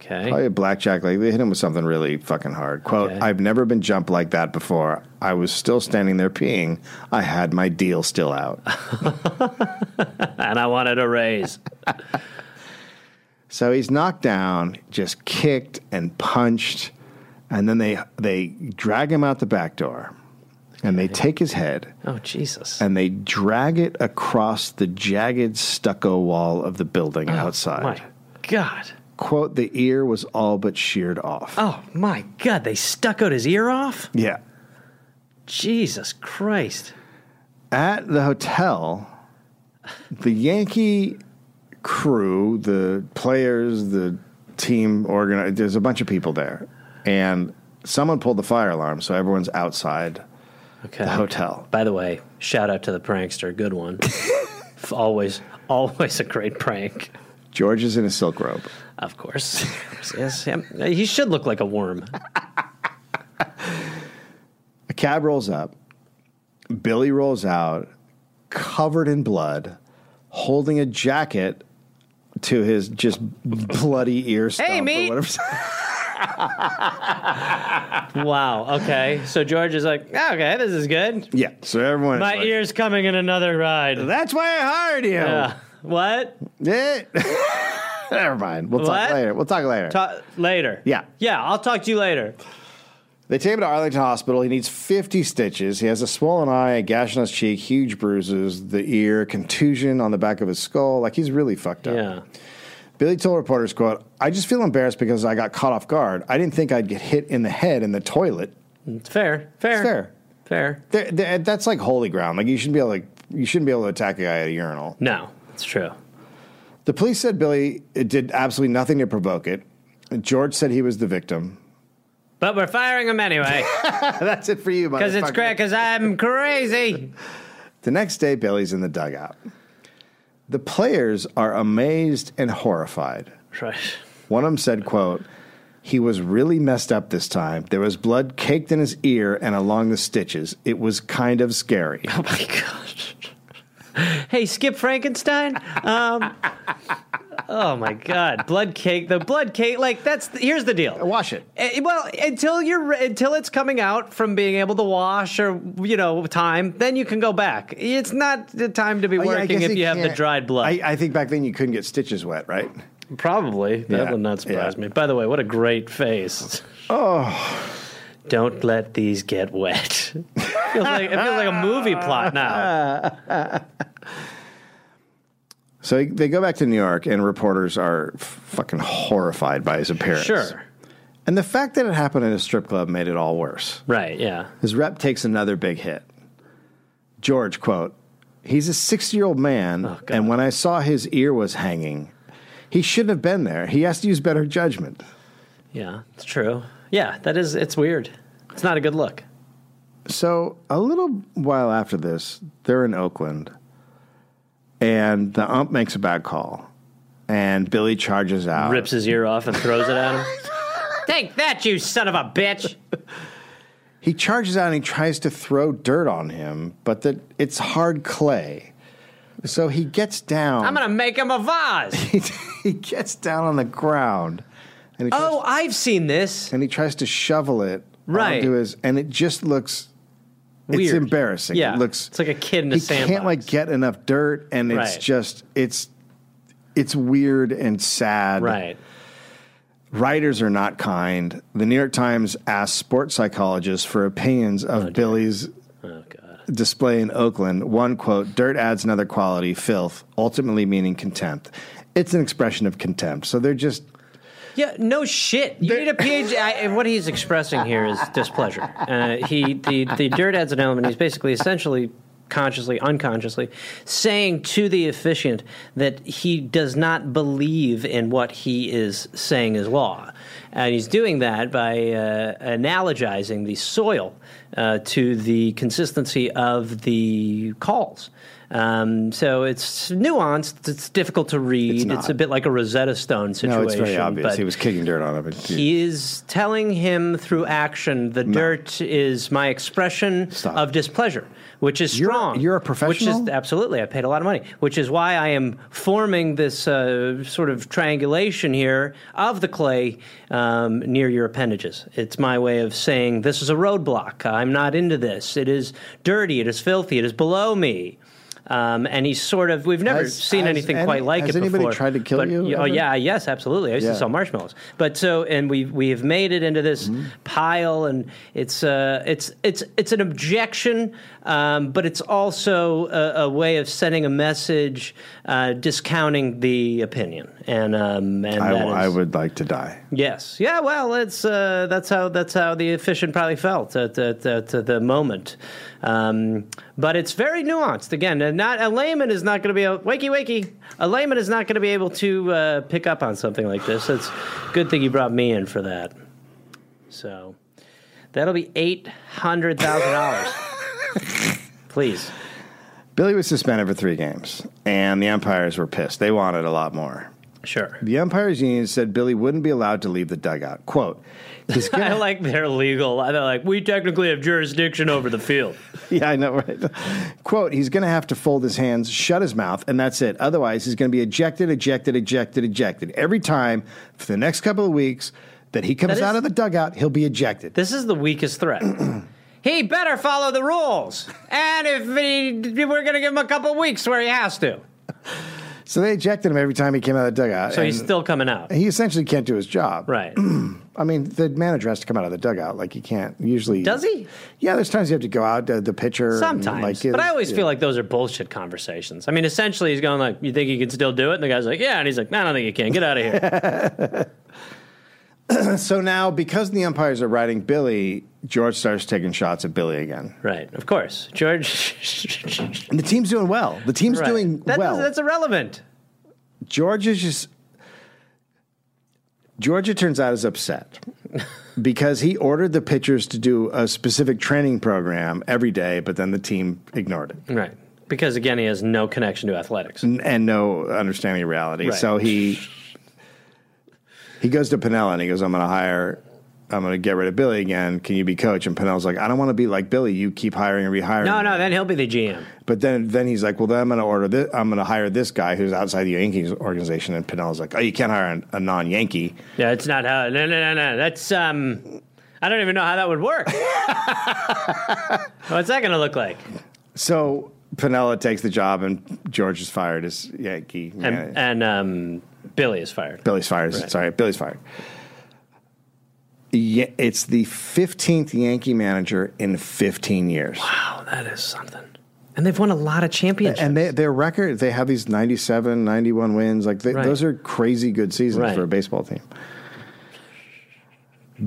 [SPEAKER 2] Okay.
[SPEAKER 1] Probably a blackjack leg. They hit him with something really fucking hard. Quote,
[SPEAKER 2] Okay.
[SPEAKER 1] I've never been jumped like that before. I was still standing there peeing. I had my deal still out.
[SPEAKER 2] And I wanted a raise.
[SPEAKER 1] So he's knocked down, just kicked and punched, and then they they drag him out the back door. and they take his head
[SPEAKER 2] Oh, Jesus.
[SPEAKER 1] and they drag it across the jagged stucco wall of the building outside.
[SPEAKER 2] Oh, My God.
[SPEAKER 1] Quote, the ear was all but sheared off.
[SPEAKER 2] Oh, my God. They stuccoed his ear off?
[SPEAKER 1] Yeah.
[SPEAKER 2] Jesus Christ.
[SPEAKER 1] At the hotel, the Yankee crew, the players, the team organized, there's a bunch of people there. And someone pulled the fire alarm, so everyone's outside
[SPEAKER 2] Okay.
[SPEAKER 1] the hotel.
[SPEAKER 2] By the way, shout out to the prankster. Good one. F- always, always a great prank.
[SPEAKER 1] George is in a silk robe.
[SPEAKER 2] Of course. yes, him. He should look like a worm.
[SPEAKER 1] A cab rolls up. Billy rolls out, covered in blood, holding a jacket to his just bloody ear stump or
[SPEAKER 2] mate.
[SPEAKER 1] whatever.
[SPEAKER 2] Wow. Okay. So George is like, "Oh, okay, this is good.
[SPEAKER 1] yeah. So everyone, is
[SPEAKER 2] My
[SPEAKER 1] like,
[SPEAKER 2] ear's coming in another ride.
[SPEAKER 1] That's why I hired you.
[SPEAKER 2] Yeah. What?
[SPEAKER 1] Eh. Never mind. We'll talk
[SPEAKER 2] What?
[SPEAKER 1] later. We'll talk later.
[SPEAKER 2] Ta- later.
[SPEAKER 1] Yeah.
[SPEAKER 2] Yeah. I'll talk to you later.
[SPEAKER 1] They take him to Arlington Hospital. He needs 50 stitches. He has a swollen eye, a gash on his cheek, huge bruises, the ear, contusion on the back of his skull. Like he's really fucked up.
[SPEAKER 2] Yeah.
[SPEAKER 1] Billy told reporters, quote, I just feel embarrassed because I got caught off guard. I didn't think I'd get hit in the head in the toilet.
[SPEAKER 2] It's fair. Fair.
[SPEAKER 1] It's fair.
[SPEAKER 2] Fair.
[SPEAKER 1] There- there- that's like holy ground. Like you shouldn't be able to you shouldn't be able to attack a guy at a urinal.
[SPEAKER 2] No, it's true.
[SPEAKER 1] The police said Billy it did absolutely nothing to provoke it. George said he was the victim.
[SPEAKER 2] But we're firing him anyway
[SPEAKER 1] that's it for you,
[SPEAKER 2] because it's
[SPEAKER 1] motherfucker.
[SPEAKER 2] great. Because I'm crazy.
[SPEAKER 1] The next day, Billy's in the dugout. The players are amazed and horrified.
[SPEAKER 2] Right.
[SPEAKER 1] One of them said, quote, he was really messed up this time. There was blood caked in his ear and along the stitches. It was kind of scary.
[SPEAKER 2] Oh my god. Hey, Skip Frankenstein. Um, oh my god, blood cake. The blood cake. Like that's here's the deal.
[SPEAKER 1] Wash it.
[SPEAKER 2] Eh, Well, until you're re- until it's coming out from being able to wash or you know time, then you can go back. It's not the time to be
[SPEAKER 1] Oh, yeah, I
[SPEAKER 2] working
[SPEAKER 1] guess
[SPEAKER 2] if
[SPEAKER 1] he
[SPEAKER 2] you have the
[SPEAKER 1] can't-
[SPEAKER 2] dried blood.
[SPEAKER 1] I, I think back then you couldn't get stitches wet, right?
[SPEAKER 2] Probably that
[SPEAKER 1] Yeah,
[SPEAKER 2] would not surprise
[SPEAKER 1] yeah.
[SPEAKER 2] me. By the way, what a great face.
[SPEAKER 1] Oh,
[SPEAKER 2] Don't let these get wet. feels like, it feels like a movie plot now.
[SPEAKER 1] so he- they go back to New York, and reporters are f- fucking horrified by his appearance.
[SPEAKER 2] Sure.
[SPEAKER 1] And the fact that it happened at a strip club made it all worse.
[SPEAKER 2] Right. Yeah.
[SPEAKER 1] His rep takes another big hit. George, quote, he's a 60 year old man,
[SPEAKER 2] Oh, God.
[SPEAKER 1] and when I saw his ear was hanging, he shouldn't have been there. He has to use better judgment.
[SPEAKER 2] Yeah, it's true. Yeah, that is. It's weird. It's not a good look.
[SPEAKER 1] So, a little while after this, they're in Oakland, and the ump makes a bad call, and Billy charges out.
[SPEAKER 2] Rips his ear off and throws it at him. Take that, you son of a bitch!
[SPEAKER 1] He charges out and he tries to throw dirt on him, but that it's hard clay. So he gets down.
[SPEAKER 2] I'm gonna make him a vase.
[SPEAKER 1] he gets down on the ground and he,
[SPEAKER 2] Oh,
[SPEAKER 1] tries,
[SPEAKER 2] I've seen this.
[SPEAKER 1] and he tries to shovel it
[SPEAKER 2] Right.
[SPEAKER 1] onto his and it just looks it's
[SPEAKER 2] Weird.
[SPEAKER 1] embarrassing.
[SPEAKER 2] Yeah,
[SPEAKER 1] It looks
[SPEAKER 2] it's like a kid in a
[SPEAKER 1] he
[SPEAKER 2] sandbox.
[SPEAKER 1] can't like get enough dirt and it's
[SPEAKER 2] Right.
[SPEAKER 1] just it's it's weird and sad.
[SPEAKER 2] Right.
[SPEAKER 1] Writers are not kind. The New York Times asked sports psychologists for opinions of Billy's
[SPEAKER 2] Oh god.
[SPEAKER 1] display in Oakland. One quote, dirt adds another quality, filth, ultimately meaning contempt. It's an expression of contempt. So they're just
[SPEAKER 2] Yeah, no shit. You need a PhD. I, what he's expressing here is displeasure. Uh, he the the dirt adds an element. He's basically essentially consciously, unconsciously saying to the officiant that he does not believe in what he is saying is law, and he's doing that by uh, analogizing the soil uh, to the consistency of the calls. Um, so it's nuanced. It's difficult to read. It's,
[SPEAKER 1] not.
[SPEAKER 2] a bit like a Rosetta Stone situation
[SPEAKER 1] No, it's very
[SPEAKER 2] situation,
[SPEAKER 1] obvious.
[SPEAKER 2] but
[SPEAKER 1] He was kicking dirt on him.
[SPEAKER 2] He is telling him through action the dirt is my expression
[SPEAKER 1] Stop.
[SPEAKER 2] of displeasure, which is
[SPEAKER 1] You're-
[SPEAKER 2] strong.
[SPEAKER 1] you're a
[SPEAKER 2] Which is
[SPEAKER 1] professional?
[SPEAKER 2] absolutely. I paid a lot of money, which is why I am forming this uh, sort of triangulation here of the clay um, near your appendages. It's my way of saying this is a roadblock. I'm not into this. It is dirty. It is filthy. It is below me. Um, and he's sort of, we've never
[SPEAKER 1] Has-
[SPEAKER 2] seen
[SPEAKER 1] has
[SPEAKER 2] anything
[SPEAKER 1] any-
[SPEAKER 2] quite like
[SPEAKER 1] has
[SPEAKER 2] it
[SPEAKER 1] anybody
[SPEAKER 2] before.
[SPEAKER 1] tried to kill
[SPEAKER 2] But-
[SPEAKER 1] you
[SPEAKER 2] Oh,
[SPEAKER 1] ever?
[SPEAKER 2] yeah, yes, absolutely. I used
[SPEAKER 1] Yeah.
[SPEAKER 2] to sell marshmallows. But so, and we we have made it into this
[SPEAKER 1] Mm-hmm.
[SPEAKER 2] pile, and it's, uh, it's, it's, it's an objection, um, but it's also a, a way of sending a message uh, discounting the opinion. And, um, and
[SPEAKER 1] I,
[SPEAKER 2] that
[SPEAKER 1] I
[SPEAKER 2] is-
[SPEAKER 1] would like to die.
[SPEAKER 2] Yes. Yeah. Well, it's uh, that's how that's how the efficient probably felt at, at, at, at the moment, um, but it's very nuanced. Again, and not a layman is not going to be a wakey wakey. A layman is not going to be able to uh, pick up on something like this. It's a good thing you brought me in for that. So that'll be eight hundred thousand dollars. Please.
[SPEAKER 1] Billy was suspended for three games, and the umpires were pissed. They wanted a lot more.
[SPEAKER 2] Sure.
[SPEAKER 1] The umpires union said Billy wouldn't be allowed to leave the dugout. Quote, "He's gonna-
[SPEAKER 2] I like their legal. They're like, we technically have jurisdiction over the field.
[SPEAKER 1] yeah, I know, right? Quote, he's going to have to fold his hands, shut his mouth, and that's it. Otherwise, he's going to be ejected, ejected, ejected, ejected. Every time for the next couple of weeks that he comes
[SPEAKER 2] That is-
[SPEAKER 1] out of the dugout, he'll be ejected.
[SPEAKER 2] This is the weakest threat. he better follow the rules. And if he, we're going to give him a couple weeks where he has to.
[SPEAKER 1] So they ejected him every time he came out of the dugout.
[SPEAKER 2] So he's
[SPEAKER 1] and
[SPEAKER 2] still coming out.
[SPEAKER 1] he essentially can't do his job.
[SPEAKER 2] Right.
[SPEAKER 1] I mean, the manager has to come out of the dugout. Like he can't usually.
[SPEAKER 2] Does he?
[SPEAKER 1] Yeah, there's times you have to go out to the pitcher. and,
[SPEAKER 2] Sometimes.
[SPEAKER 1] it-
[SPEAKER 2] but I always
[SPEAKER 1] yeah.
[SPEAKER 2] feel like those are bullshit conversations. I mean, essentially, he's going like, you think you can still do it? And the guy's like, yeah. And he's like, "No, I don't think you can. Get out of here.
[SPEAKER 1] So now, because the umpires are riding Billy, George starts taking shots at Billy again.
[SPEAKER 2] right. Of course. George.
[SPEAKER 1] And the team's doing well. The team's
[SPEAKER 2] Right.
[SPEAKER 1] doing
[SPEAKER 2] That-
[SPEAKER 1] well.
[SPEAKER 2] That's irrelevant.
[SPEAKER 1] Georgia just Georgia turns out is upset because he ordered the pitchers to do a specific training program every day, but then the team ignored it
[SPEAKER 2] Right. Because, again, he has no connection to athletics.
[SPEAKER 1] and, and no understanding of reality.
[SPEAKER 2] Right.
[SPEAKER 1] So he he goes to Pinnell and he goes, "I'm going to hire." I'm going to get rid of Billy again. Can you be coach? And Pinnell's like, I don't want to be like Billy. You keep hiring and rehiring.
[SPEAKER 2] No, no, then he'll be the GM.
[SPEAKER 1] But then then he's like, well, then I'm going to order this. I'm going to hire this guy who's outside the Yankees organization. And Pinnell's like, oh, you can't hire an, a non-Yankee.
[SPEAKER 2] Yeah, it's not how. No, no, no, no. That's um. I don't even know how that would work. What's that going to look like?
[SPEAKER 1] So Pinella takes the job, and George is fired as Yankee.
[SPEAKER 2] And,
[SPEAKER 1] man-
[SPEAKER 2] and um, Billy is fired.
[SPEAKER 1] Billy's fired.
[SPEAKER 2] Right.
[SPEAKER 1] Sorry, Billy's fired. Yeah, it's the 15th Yankee manager in 15 years.
[SPEAKER 2] Wow, Oh, that is something. And they've won a lot of championships.
[SPEAKER 1] And they, their record, they have these 97, 91 wins. Like they,
[SPEAKER 2] Right.
[SPEAKER 1] those are crazy good seasons
[SPEAKER 2] Right.
[SPEAKER 1] for a baseball team.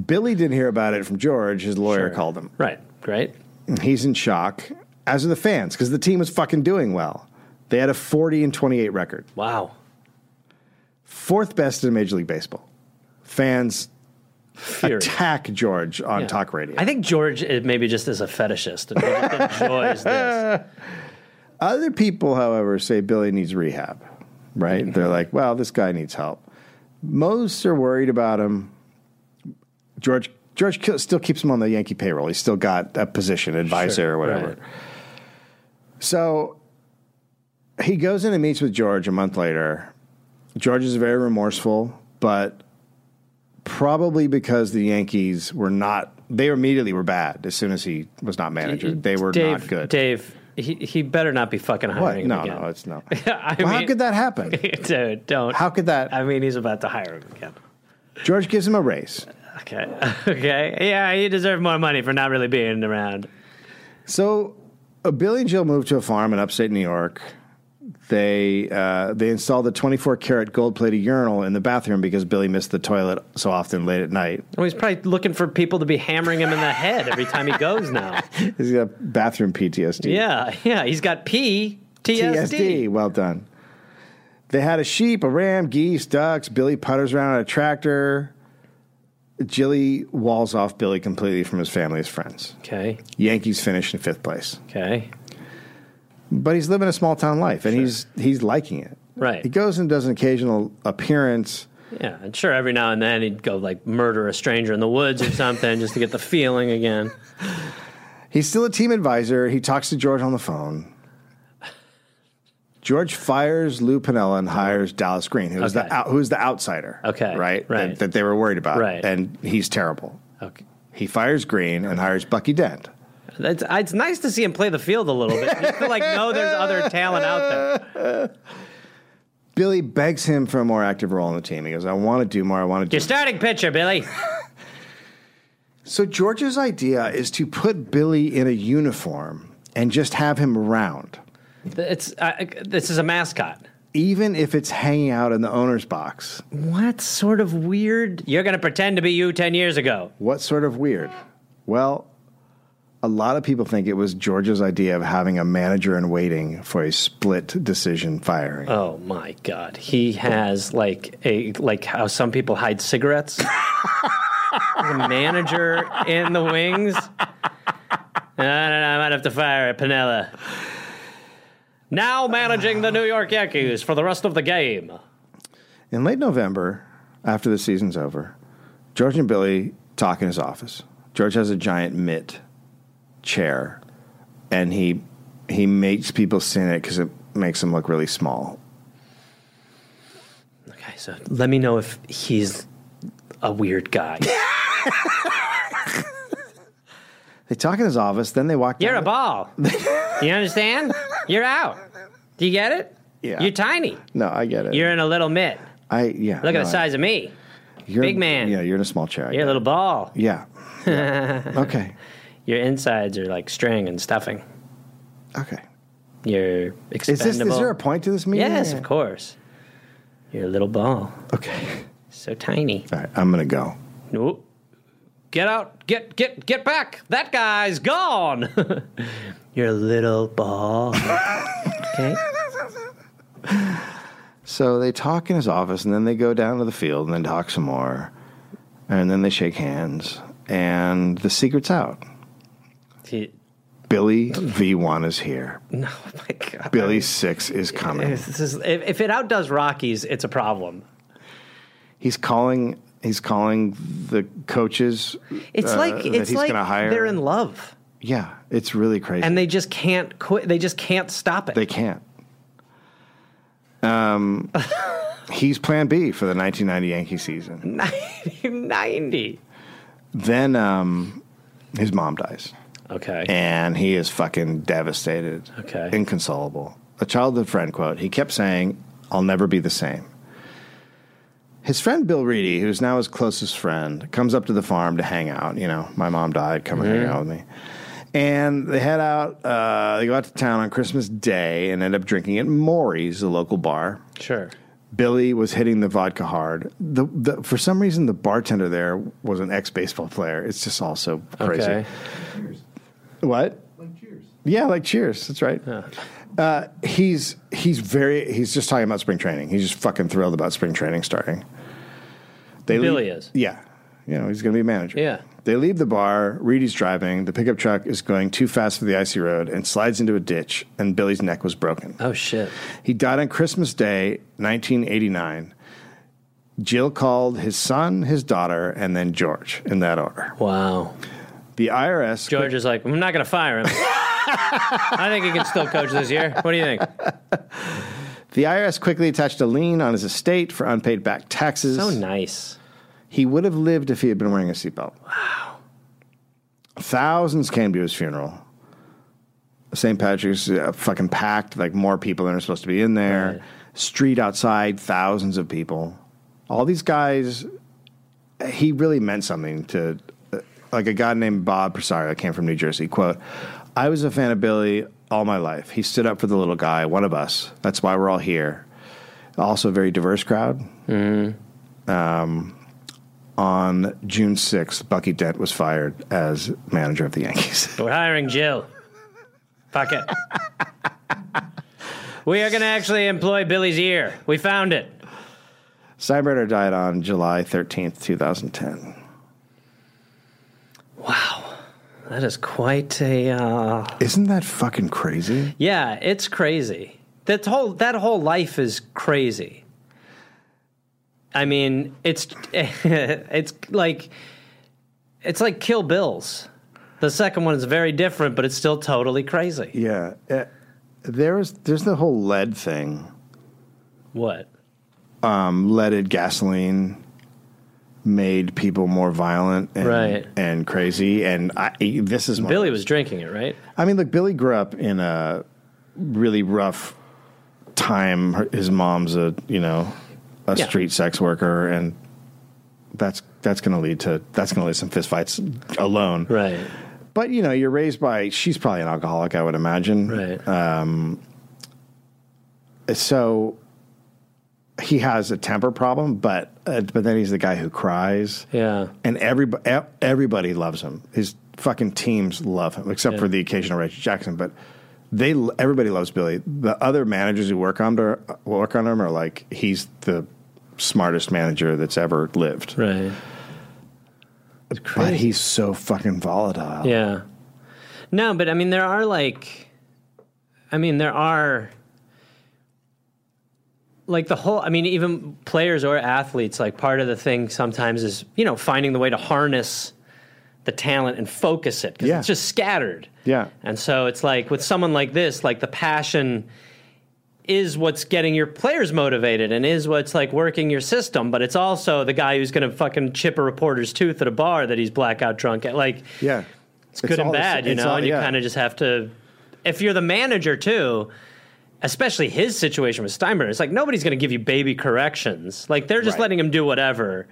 [SPEAKER 1] Billy didn't hear about it from George. His lawyer called him.
[SPEAKER 2] right, great.
[SPEAKER 1] He's in shock, as are the fans, because the team was fucking doing well. They had a 40 and 28 record.
[SPEAKER 2] Wow.
[SPEAKER 1] fourth best in Major League Baseball. Fans
[SPEAKER 2] Fury.
[SPEAKER 1] attack George on
[SPEAKER 2] Yeah.
[SPEAKER 1] talk radio.
[SPEAKER 2] I think George is maybe just is a fetishist and he just enjoys this.
[SPEAKER 1] Other people, however, say Billy needs rehab, right? They're
[SPEAKER 2] Mm-hmm.
[SPEAKER 1] like, well, this guy needs help. Most are worried about him. George George ki- still keeps him on the Yankee payroll. He's still got a position, advisor
[SPEAKER 2] Sure,
[SPEAKER 1] or whatever.
[SPEAKER 2] right.
[SPEAKER 1] So he goes in and meets with George a month later. George is very remorseful, but probably because the Yankees were not they immediately were bad as soon as he was not manager. They were
[SPEAKER 2] Dave,
[SPEAKER 1] not good.
[SPEAKER 2] Dave, he, he better not be fucking
[SPEAKER 1] what?
[SPEAKER 2] hiring him
[SPEAKER 1] No,
[SPEAKER 2] again.
[SPEAKER 1] no, it's not.
[SPEAKER 2] I
[SPEAKER 1] well, how
[SPEAKER 2] mean-
[SPEAKER 1] could that happen?
[SPEAKER 2] Dude, don't.
[SPEAKER 1] How could that?
[SPEAKER 2] I mean, he's about to hire him again.
[SPEAKER 1] George gives him a raise.
[SPEAKER 2] Okay. Okay. Yeah, you deserve more money for not really being around.
[SPEAKER 1] So uh, Billy and Jill moved to a farm in upstate New York. They uh, they installed a 24 karat gold plated urinal in the bathroom because Billy missed the toilet so often late at night.
[SPEAKER 2] Well, he's probably looking for people to be hammering him in the head every time he goes now.
[SPEAKER 1] He's got bathroom PTSD.
[SPEAKER 2] Yeah. Yeah. He's got P TSD.
[SPEAKER 1] TSD. Well done. They had a sheep, a ram, geese, ducks. Billy putters around on a tractor. Jilly walls off Billy completely from his family, his friends.
[SPEAKER 2] Okay.
[SPEAKER 1] Yankees finish in fifth place,
[SPEAKER 2] Okay.
[SPEAKER 1] but he's living a small town life and he's he's liking it.
[SPEAKER 2] Right.
[SPEAKER 1] He goes and does an occasional appearance.
[SPEAKER 2] Yeah. And sure, every now and then he'd go like murder a stranger in the woods or something just to get the feeling again.
[SPEAKER 1] He's still a team advisor. He talks to George on the phone. George fires Lou Pinella and hires Dallas Green, who's
[SPEAKER 2] Okay.
[SPEAKER 1] the out, who's the outsider.
[SPEAKER 2] Okay,
[SPEAKER 1] right,
[SPEAKER 2] right.
[SPEAKER 1] That, that they were worried about.
[SPEAKER 2] Right.
[SPEAKER 1] and he's terrible.
[SPEAKER 2] Okay.
[SPEAKER 1] He fires Green and hires Bucky Dent.
[SPEAKER 2] It's, it's nice to see him play the field a little bit. You feel like, no, there's other talent out there.
[SPEAKER 1] Billy begs him for a more active role on the team. He goes, I want to do more. I want to do
[SPEAKER 2] You're starting pitcher, Billy.
[SPEAKER 1] So George's idea is to put Billy in a uniform and just have him around,
[SPEAKER 2] It's uh, this is a mascot.
[SPEAKER 1] even if it's hanging out in the owner's box.
[SPEAKER 2] What sort of weird? You're gonna pretend to be you ten years ago.
[SPEAKER 1] What sort of weird? Well, a lot of people think it was George's idea of having a manager in waiting for a split decision firing.
[SPEAKER 2] Oh my god, he has like a like how some people hide cigarettes. the manager in the wings. I don't know. I might have to fire at Pinella. Now managing the New York Yankees for the rest of the game.
[SPEAKER 1] In late November, after the season's over, George and Billy talk in his office. George has a giant mitt chair, and he he makes people sit in it because it makes him look really small.
[SPEAKER 2] Okay, so let me know if he's a weird guy.
[SPEAKER 1] They talk in his office, then they walk.
[SPEAKER 2] You're
[SPEAKER 1] down
[SPEAKER 2] a ball. you understand? You're out. Do you get it?
[SPEAKER 1] Yeah.
[SPEAKER 2] You're tiny.
[SPEAKER 1] the- no, I get it.
[SPEAKER 2] You're in a little mitt.
[SPEAKER 1] I yeah.
[SPEAKER 2] Look
[SPEAKER 1] no,
[SPEAKER 2] at the size of me.
[SPEAKER 1] I, you're-
[SPEAKER 2] big man.
[SPEAKER 1] Yeah, you're in a small chair. I
[SPEAKER 2] You're
[SPEAKER 1] get
[SPEAKER 2] a
[SPEAKER 1] it.
[SPEAKER 2] little ball.
[SPEAKER 1] Yeah. yeah. okay.
[SPEAKER 2] Your insides are like string and stuffing.
[SPEAKER 1] Okay.
[SPEAKER 2] You're expendable.
[SPEAKER 1] Is this is there a point to this meeting?
[SPEAKER 2] Yes, of course. You're a little ball.
[SPEAKER 1] Okay.
[SPEAKER 2] So tiny.
[SPEAKER 1] All right. I'm gonna go.
[SPEAKER 2] Nope. Get out. Get get get back. That guy's gone. You're a little ball. okay.
[SPEAKER 1] So they talk in his office, and then they go down to the field, and then talk some more, and then they shake hands, and the secret's out.
[SPEAKER 2] He-
[SPEAKER 1] Billy V one is here.
[SPEAKER 2] no, oh my God.
[SPEAKER 1] Billy six is coming.
[SPEAKER 2] This is, if, if it outdoes Rockies, it's a problem.
[SPEAKER 1] Uh, He's calling. He's calling the coaches.
[SPEAKER 2] It's
[SPEAKER 1] uh,
[SPEAKER 2] like
[SPEAKER 1] that
[SPEAKER 2] it's
[SPEAKER 1] he's
[SPEAKER 2] like
[SPEAKER 1] gonna hire.
[SPEAKER 2] they're in love
[SPEAKER 1] Yeah, it's really crazy.
[SPEAKER 2] and they just can't quit. They just can't stop it.
[SPEAKER 1] They can't. Um, he's Plan B for the 1990 Yankee season.
[SPEAKER 2] 90.
[SPEAKER 1] Then um, his mom dies,
[SPEAKER 2] Okay.
[SPEAKER 1] and he is fucking devastated,
[SPEAKER 2] Okay.
[SPEAKER 1] inconsolable. A childhood friend quote. He kept saying, "I'll never be the same." His friend Bill Reedy, who's now his closest friend, comes up to the farm to hang out. You know, my mom died. Come and hang out with me. And they head out. Uh, they go out to town on Christmas Day and end up drinking at Maury's, the local bar.
[SPEAKER 2] sure.
[SPEAKER 1] Billy was hitting the vodka hard. The, the for some reason the bartender there was an ex baseball player. It's just all so crazy.
[SPEAKER 2] Okay.
[SPEAKER 1] What? Like Cheers. Yeah, like Cheers. That's right. Uh, he's he's very he's just talking about spring training. He's just fucking thrilled about spring training starting. They
[SPEAKER 2] Billy
[SPEAKER 1] leave-
[SPEAKER 2] is.
[SPEAKER 1] Yeah, you know he's going to be a manager.
[SPEAKER 2] Yeah.
[SPEAKER 1] They leave the bar. Reedy's driving. The pickup truck is going too fast for the icy road and slides into a ditch. And Billy's neck was broken.
[SPEAKER 2] Oh, shit.
[SPEAKER 1] He died on Christmas Day, 1989. Jill called his son, his daughter, and then George in that order.
[SPEAKER 2] Wow.
[SPEAKER 1] The IRS.
[SPEAKER 2] George is like, I'm not going to fire him. I think he can still coach this year. What do you think?
[SPEAKER 1] The IRS quickly attached a lien on his estate for unpaid back taxes.
[SPEAKER 2] So Oh, nice.
[SPEAKER 1] He would have lived if he had been wearing a seatbelt. Wow. Thousands came to his funeral. St. Patrick's uh, fucking packed, like more people than are supposed to be in there.
[SPEAKER 2] Right.
[SPEAKER 1] Street outside, thousands of people. All these guys, he really meant something to, uh, like a guy named Bob Presario came from New Jersey. Quote, I was a fan of Billy all my life. He stood up for the little guy, one of us. That's why we're all here. Also, a very diverse crowd on June 6th, Bucky Dent was fired as manager of the Yankees.
[SPEAKER 2] We're hiring Jill. Fuck it. we are going to actually employ Billy's ear. We found it.
[SPEAKER 1] Steinbrenner died on July 13th, 2010.
[SPEAKER 2] That is quite a. Uh...
[SPEAKER 1] Isn't that fucking crazy?
[SPEAKER 2] Yeah, it's crazy. That whole that whole life is crazy. I mean, it's it's like it's like Kill Bills. The second one is very different, but it's still totally crazy.
[SPEAKER 1] Yeah. Uh, there's, there's the whole lead thing,
[SPEAKER 2] What?
[SPEAKER 1] um, leaded gasoline. made people more violent and,
[SPEAKER 2] Right.
[SPEAKER 1] and crazy. And I, this is one of
[SPEAKER 2] Billy was drinking it, right?
[SPEAKER 1] I mean, look, Billy grew up in a really rough time. Her, his mom's a you know a
[SPEAKER 2] Yeah.
[SPEAKER 1] street sex worker, and that's that's going to lead to that's going to lead to some fistfights alone.
[SPEAKER 2] Right.
[SPEAKER 1] But you know, you're raised by she's probably an alcoholic, I would imagine.
[SPEAKER 2] Right.
[SPEAKER 1] So he has a temper problem, but uh, but then he's the guy who cries.
[SPEAKER 2] yeah.
[SPEAKER 1] And everybody, everybody loves him. His fucking teams love him, except
[SPEAKER 2] Yeah.
[SPEAKER 1] for the occasional Reggie Jackson. But they, everybody loves Billy. The other managers who work on her, work on him are like he's the smartest manager that's ever lived.
[SPEAKER 2] Right.
[SPEAKER 1] But he's so fucking volatile.
[SPEAKER 2] Yeah. No, but I mean, there are like, I mean, there are like the whole, I mean, even players or athletes, like part of the thing sometimes is, you know, finding the way to harness the talent and focus it because
[SPEAKER 1] Yeah.
[SPEAKER 2] it's just scattered.
[SPEAKER 1] Yeah.
[SPEAKER 2] And so it's like with someone like this, like the passion is what's getting your players motivated and is what's like working your system, but it's also the guy who's going to fucking chip a reporter's tooth at a bar that he's blackout drunk at. Like,
[SPEAKER 1] yeah.
[SPEAKER 2] it's good and
[SPEAKER 1] all the sa-
[SPEAKER 2] bad, you
[SPEAKER 1] it's
[SPEAKER 2] know,
[SPEAKER 1] all-
[SPEAKER 2] and you
[SPEAKER 1] yeah.
[SPEAKER 2] kind of just have to. If you're the manager too, especially his situation with Steinbrenner, it's like nobody's going to give you baby corrections. Like they're just
[SPEAKER 1] Right.
[SPEAKER 2] letting him do whatever,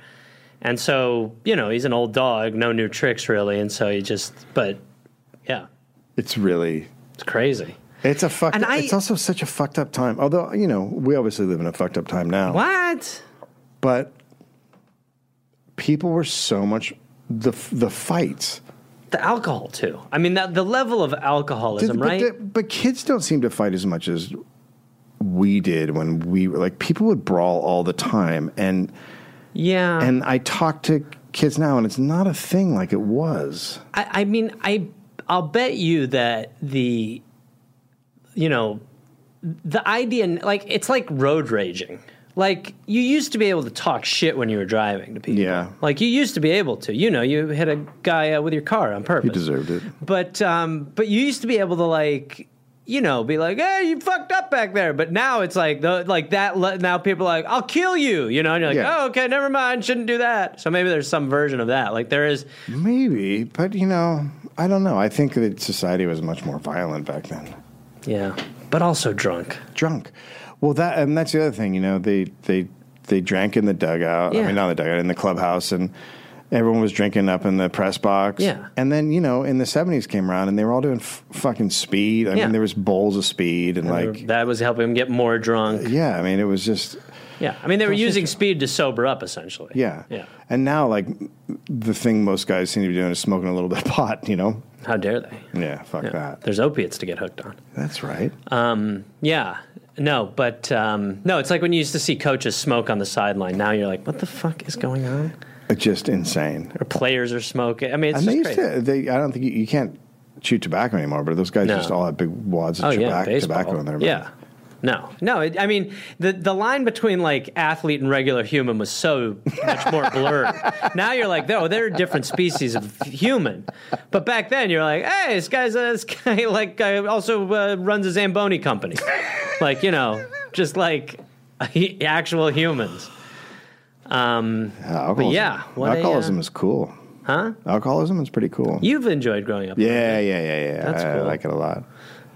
[SPEAKER 2] and so you know he's an old dog, no new tricks really, and so he just. But yeah,
[SPEAKER 1] It's really.
[SPEAKER 2] it's crazy.
[SPEAKER 1] It's a fucked.
[SPEAKER 2] And I-
[SPEAKER 1] it's also such a fucked up time. Although you know we obviously live in a fucked up time now.
[SPEAKER 2] What?
[SPEAKER 1] But people were so much the the fights.
[SPEAKER 2] The alcohol too. I mean, that the level of alcoholism,
[SPEAKER 1] Did- but
[SPEAKER 2] right?
[SPEAKER 1] the- But, kids don't seem to fight as much as we did when we were like people would brawl all the time and
[SPEAKER 2] yeah.
[SPEAKER 1] and I talk to kids now and it's not a thing like it was.
[SPEAKER 2] I, I mean, I I'll bet you that the you know the idea like it's like road raging. Like you used to be able to talk shit when you were driving to people.
[SPEAKER 1] Yeah.
[SPEAKER 2] Like you used to be able to. You know, you hit a guy uh, with your car on purpose.
[SPEAKER 1] You deserved it.
[SPEAKER 2] But um, but you used to be able to like, you know, be like, hey, you fucked up back there. But now it's like the like that. le- Now people are like, I'll kill you. You know, and you're like,
[SPEAKER 1] Yeah.
[SPEAKER 2] oh, okay, never mind, shouldn't do that. So maybe there's some version of that. Like there is.
[SPEAKER 1] Maybe, but you know, I don't know. I think that society was much more violent back then.
[SPEAKER 2] Yeah, but also drunk.
[SPEAKER 1] Drunk. Well, that and that's the other thing, you know, they they they drank in the dugout. I
[SPEAKER 2] Yeah.
[SPEAKER 1] mean, not in the dugout, in the clubhouse and Everyone was drinking up in the press box.
[SPEAKER 2] Yeah.
[SPEAKER 1] And then, you know, in the 70s came around and they were all doing f- fucking speed. I
[SPEAKER 2] Yeah.
[SPEAKER 1] mean, there was bowls of speed and, like,
[SPEAKER 2] that was helping him get more drunk.
[SPEAKER 1] Yeah, I mean, it was just
[SPEAKER 2] Yeah, I mean they were using speed to sober up essentially.
[SPEAKER 1] yeah,
[SPEAKER 2] yeah.
[SPEAKER 1] And now, like, the thing most guys seem to be doing is smoking a little bit of pot. You know?
[SPEAKER 2] How dare they?
[SPEAKER 1] Yeah, fuck that.
[SPEAKER 2] There's opiates to get hooked on.
[SPEAKER 1] That's right.
[SPEAKER 2] Yeah, no, but um, no, it's like when you used to see coaches smoke on the sideline. Now you're like, what the fuck is going on?
[SPEAKER 1] It's just insane.
[SPEAKER 2] Or players are smoking. I mean, it's
[SPEAKER 1] And they
[SPEAKER 2] just
[SPEAKER 1] used
[SPEAKER 2] crazy.
[SPEAKER 1] to. They, I don't think you, you can't chew tobacco anymore, but those guys
[SPEAKER 2] No.
[SPEAKER 1] just all have big wads of
[SPEAKER 2] oh
[SPEAKER 1] tobac-
[SPEAKER 2] yeah,
[SPEAKER 1] tobacco,
[SPEAKER 2] baseball.
[SPEAKER 1] in their mouth.
[SPEAKER 2] yeah. No, no. It, I mean, the the line between like athlete and regular human was so much more blurred. now you're like, no, they're a different species of human. But back then you're like, hey, this guy's uh, this guy like uh, also uh, runs a Zamboni company, like you know, just like actual humans. Um,
[SPEAKER 1] Yeah, alcoholism,
[SPEAKER 2] yeah, what a,
[SPEAKER 1] alcoholism
[SPEAKER 2] uh,
[SPEAKER 1] is cool.
[SPEAKER 2] huh?
[SPEAKER 1] Alcoholism is pretty cool.
[SPEAKER 2] You've enjoyed growing up.
[SPEAKER 1] yeah, yeah, yeah, yeah.
[SPEAKER 2] That's
[SPEAKER 1] I,
[SPEAKER 2] cool.
[SPEAKER 1] like it a lot.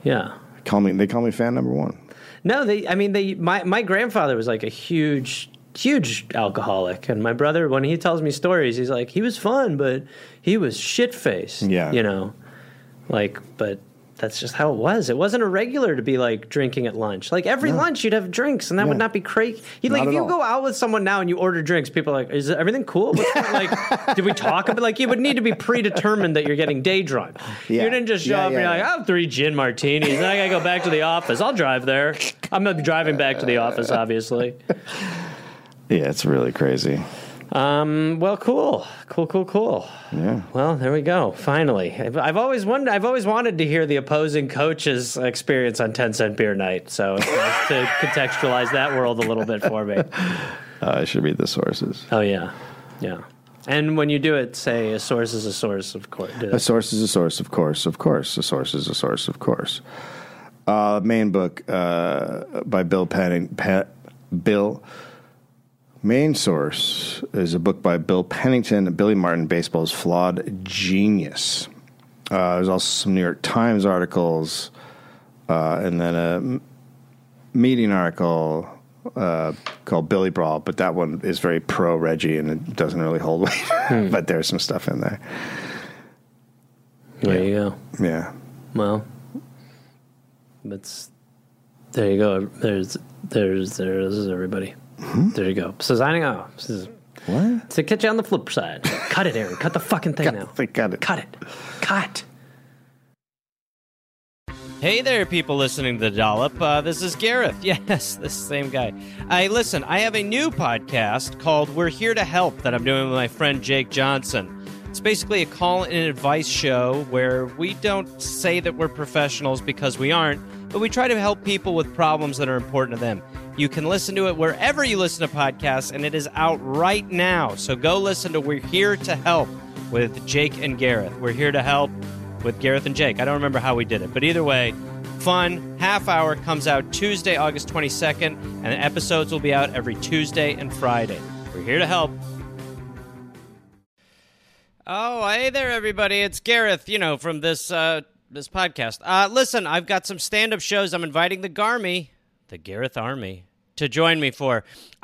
[SPEAKER 2] yeah.
[SPEAKER 1] Call me. They call me fan number one.
[SPEAKER 2] No, they. I mean, they. My my grandfather was like a huge, huge alcoholic, and my brother, when he tells me stories, he's like, he was fun, but he was shit faced.
[SPEAKER 1] Yeah.
[SPEAKER 2] you know, like, but that's just how it was. It wasn't irregular to be like drinking at lunch. Like every lunch, you'd have drinks, and that would
[SPEAKER 1] Yeah.
[SPEAKER 2] not be crazy. You like
[SPEAKER 1] Not
[SPEAKER 2] if
[SPEAKER 1] at
[SPEAKER 2] you
[SPEAKER 1] all.
[SPEAKER 2] go out with someone now and you order drinks, people are like, is everything cool? What's going- like, did we talk about? Like, you would need to be predetermined that you're getting day drunk.
[SPEAKER 1] Yeah.
[SPEAKER 2] You didn't just show
[SPEAKER 1] Yeah,
[SPEAKER 2] up and
[SPEAKER 1] yeah,
[SPEAKER 2] you're like,
[SPEAKER 1] yeah.
[SPEAKER 2] I have three gin martinis, and I gotta go back to the office. I'll drive there. I'm not driving back to the office, obviously.
[SPEAKER 1] Yeah, it's really crazy.
[SPEAKER 2] Um, well, cool, cool, cool, cool.
[SPEAKER 1] Yeah.
[SPEAKER 2] Well, there we go. Finally, I've, I've always wondered. I've always wanted to hear the opposing coach's experience on ten cent beer night. So it's nice to contextualize that world a little bit for me.
[SPEAKER 1] Uh, I should read the sources.
[SPEAKER 2] Oh yeah, yeah. And when you do it, say a source is a source, of course. Do
[SPEAKER 1] A
[SPEAKER 2] that.
[SPEAKER 1] source is a source, of course, of course. A source is a source, of course. Uh, main book uh, by Bill Penning. Pe- Bill Main Source is a book by Bill Pennington, Billy Martin, Baseball's Flawed Genius. Uh, there's also some New York Times articles, uh, and then a m- meeting article uh, called Billy Brawl, but that one is very pro Reggie and it doesn't really hold weight. but there's some stuff in there.
[SPEAKER 2] There you go.
[SPEAKER 1] Yeah.
[SPEAKER 2] Well, that's there you go. There's there's there's everybody. There you go. So signing off. This is-
[SPEAKER 1] What?
[SPEAKER 2] To catch you on the flip side. Cut it, Aaron. Cut the fucking thing now.
[SPEAKER 1] I got it.
[SPEAKER 2] Cut it. Cut. Hey there, people listening to the Dollop. Uh, this is Gareth. Yes, this same guy. I listen. I have a new podcast called "We're Here to Help" that I'm doing with my friend Jake Johnson. It's basically a call and advice show where we don't say that we're professionals because we aren't, but we try to help people with problems that are important to them. You can listen to it wherever you listen to podcasts, and it is out right now. So go listen to "We're Here to Help" with Jake and Gareth. We're here to help with Gareth and Jake. I don't remember how we did it, but either way, fun half hour comes out Tuesday, August 22nd, and the episodes will be out every Tuesday and Friday. We're here to help. Oh, hey there, everybody! It's Gareth, you know, from this uh, this podcast. Uh, listen, I've got some stand up shows. I'm inviting the Garmy, the Gareth Army, to join me for.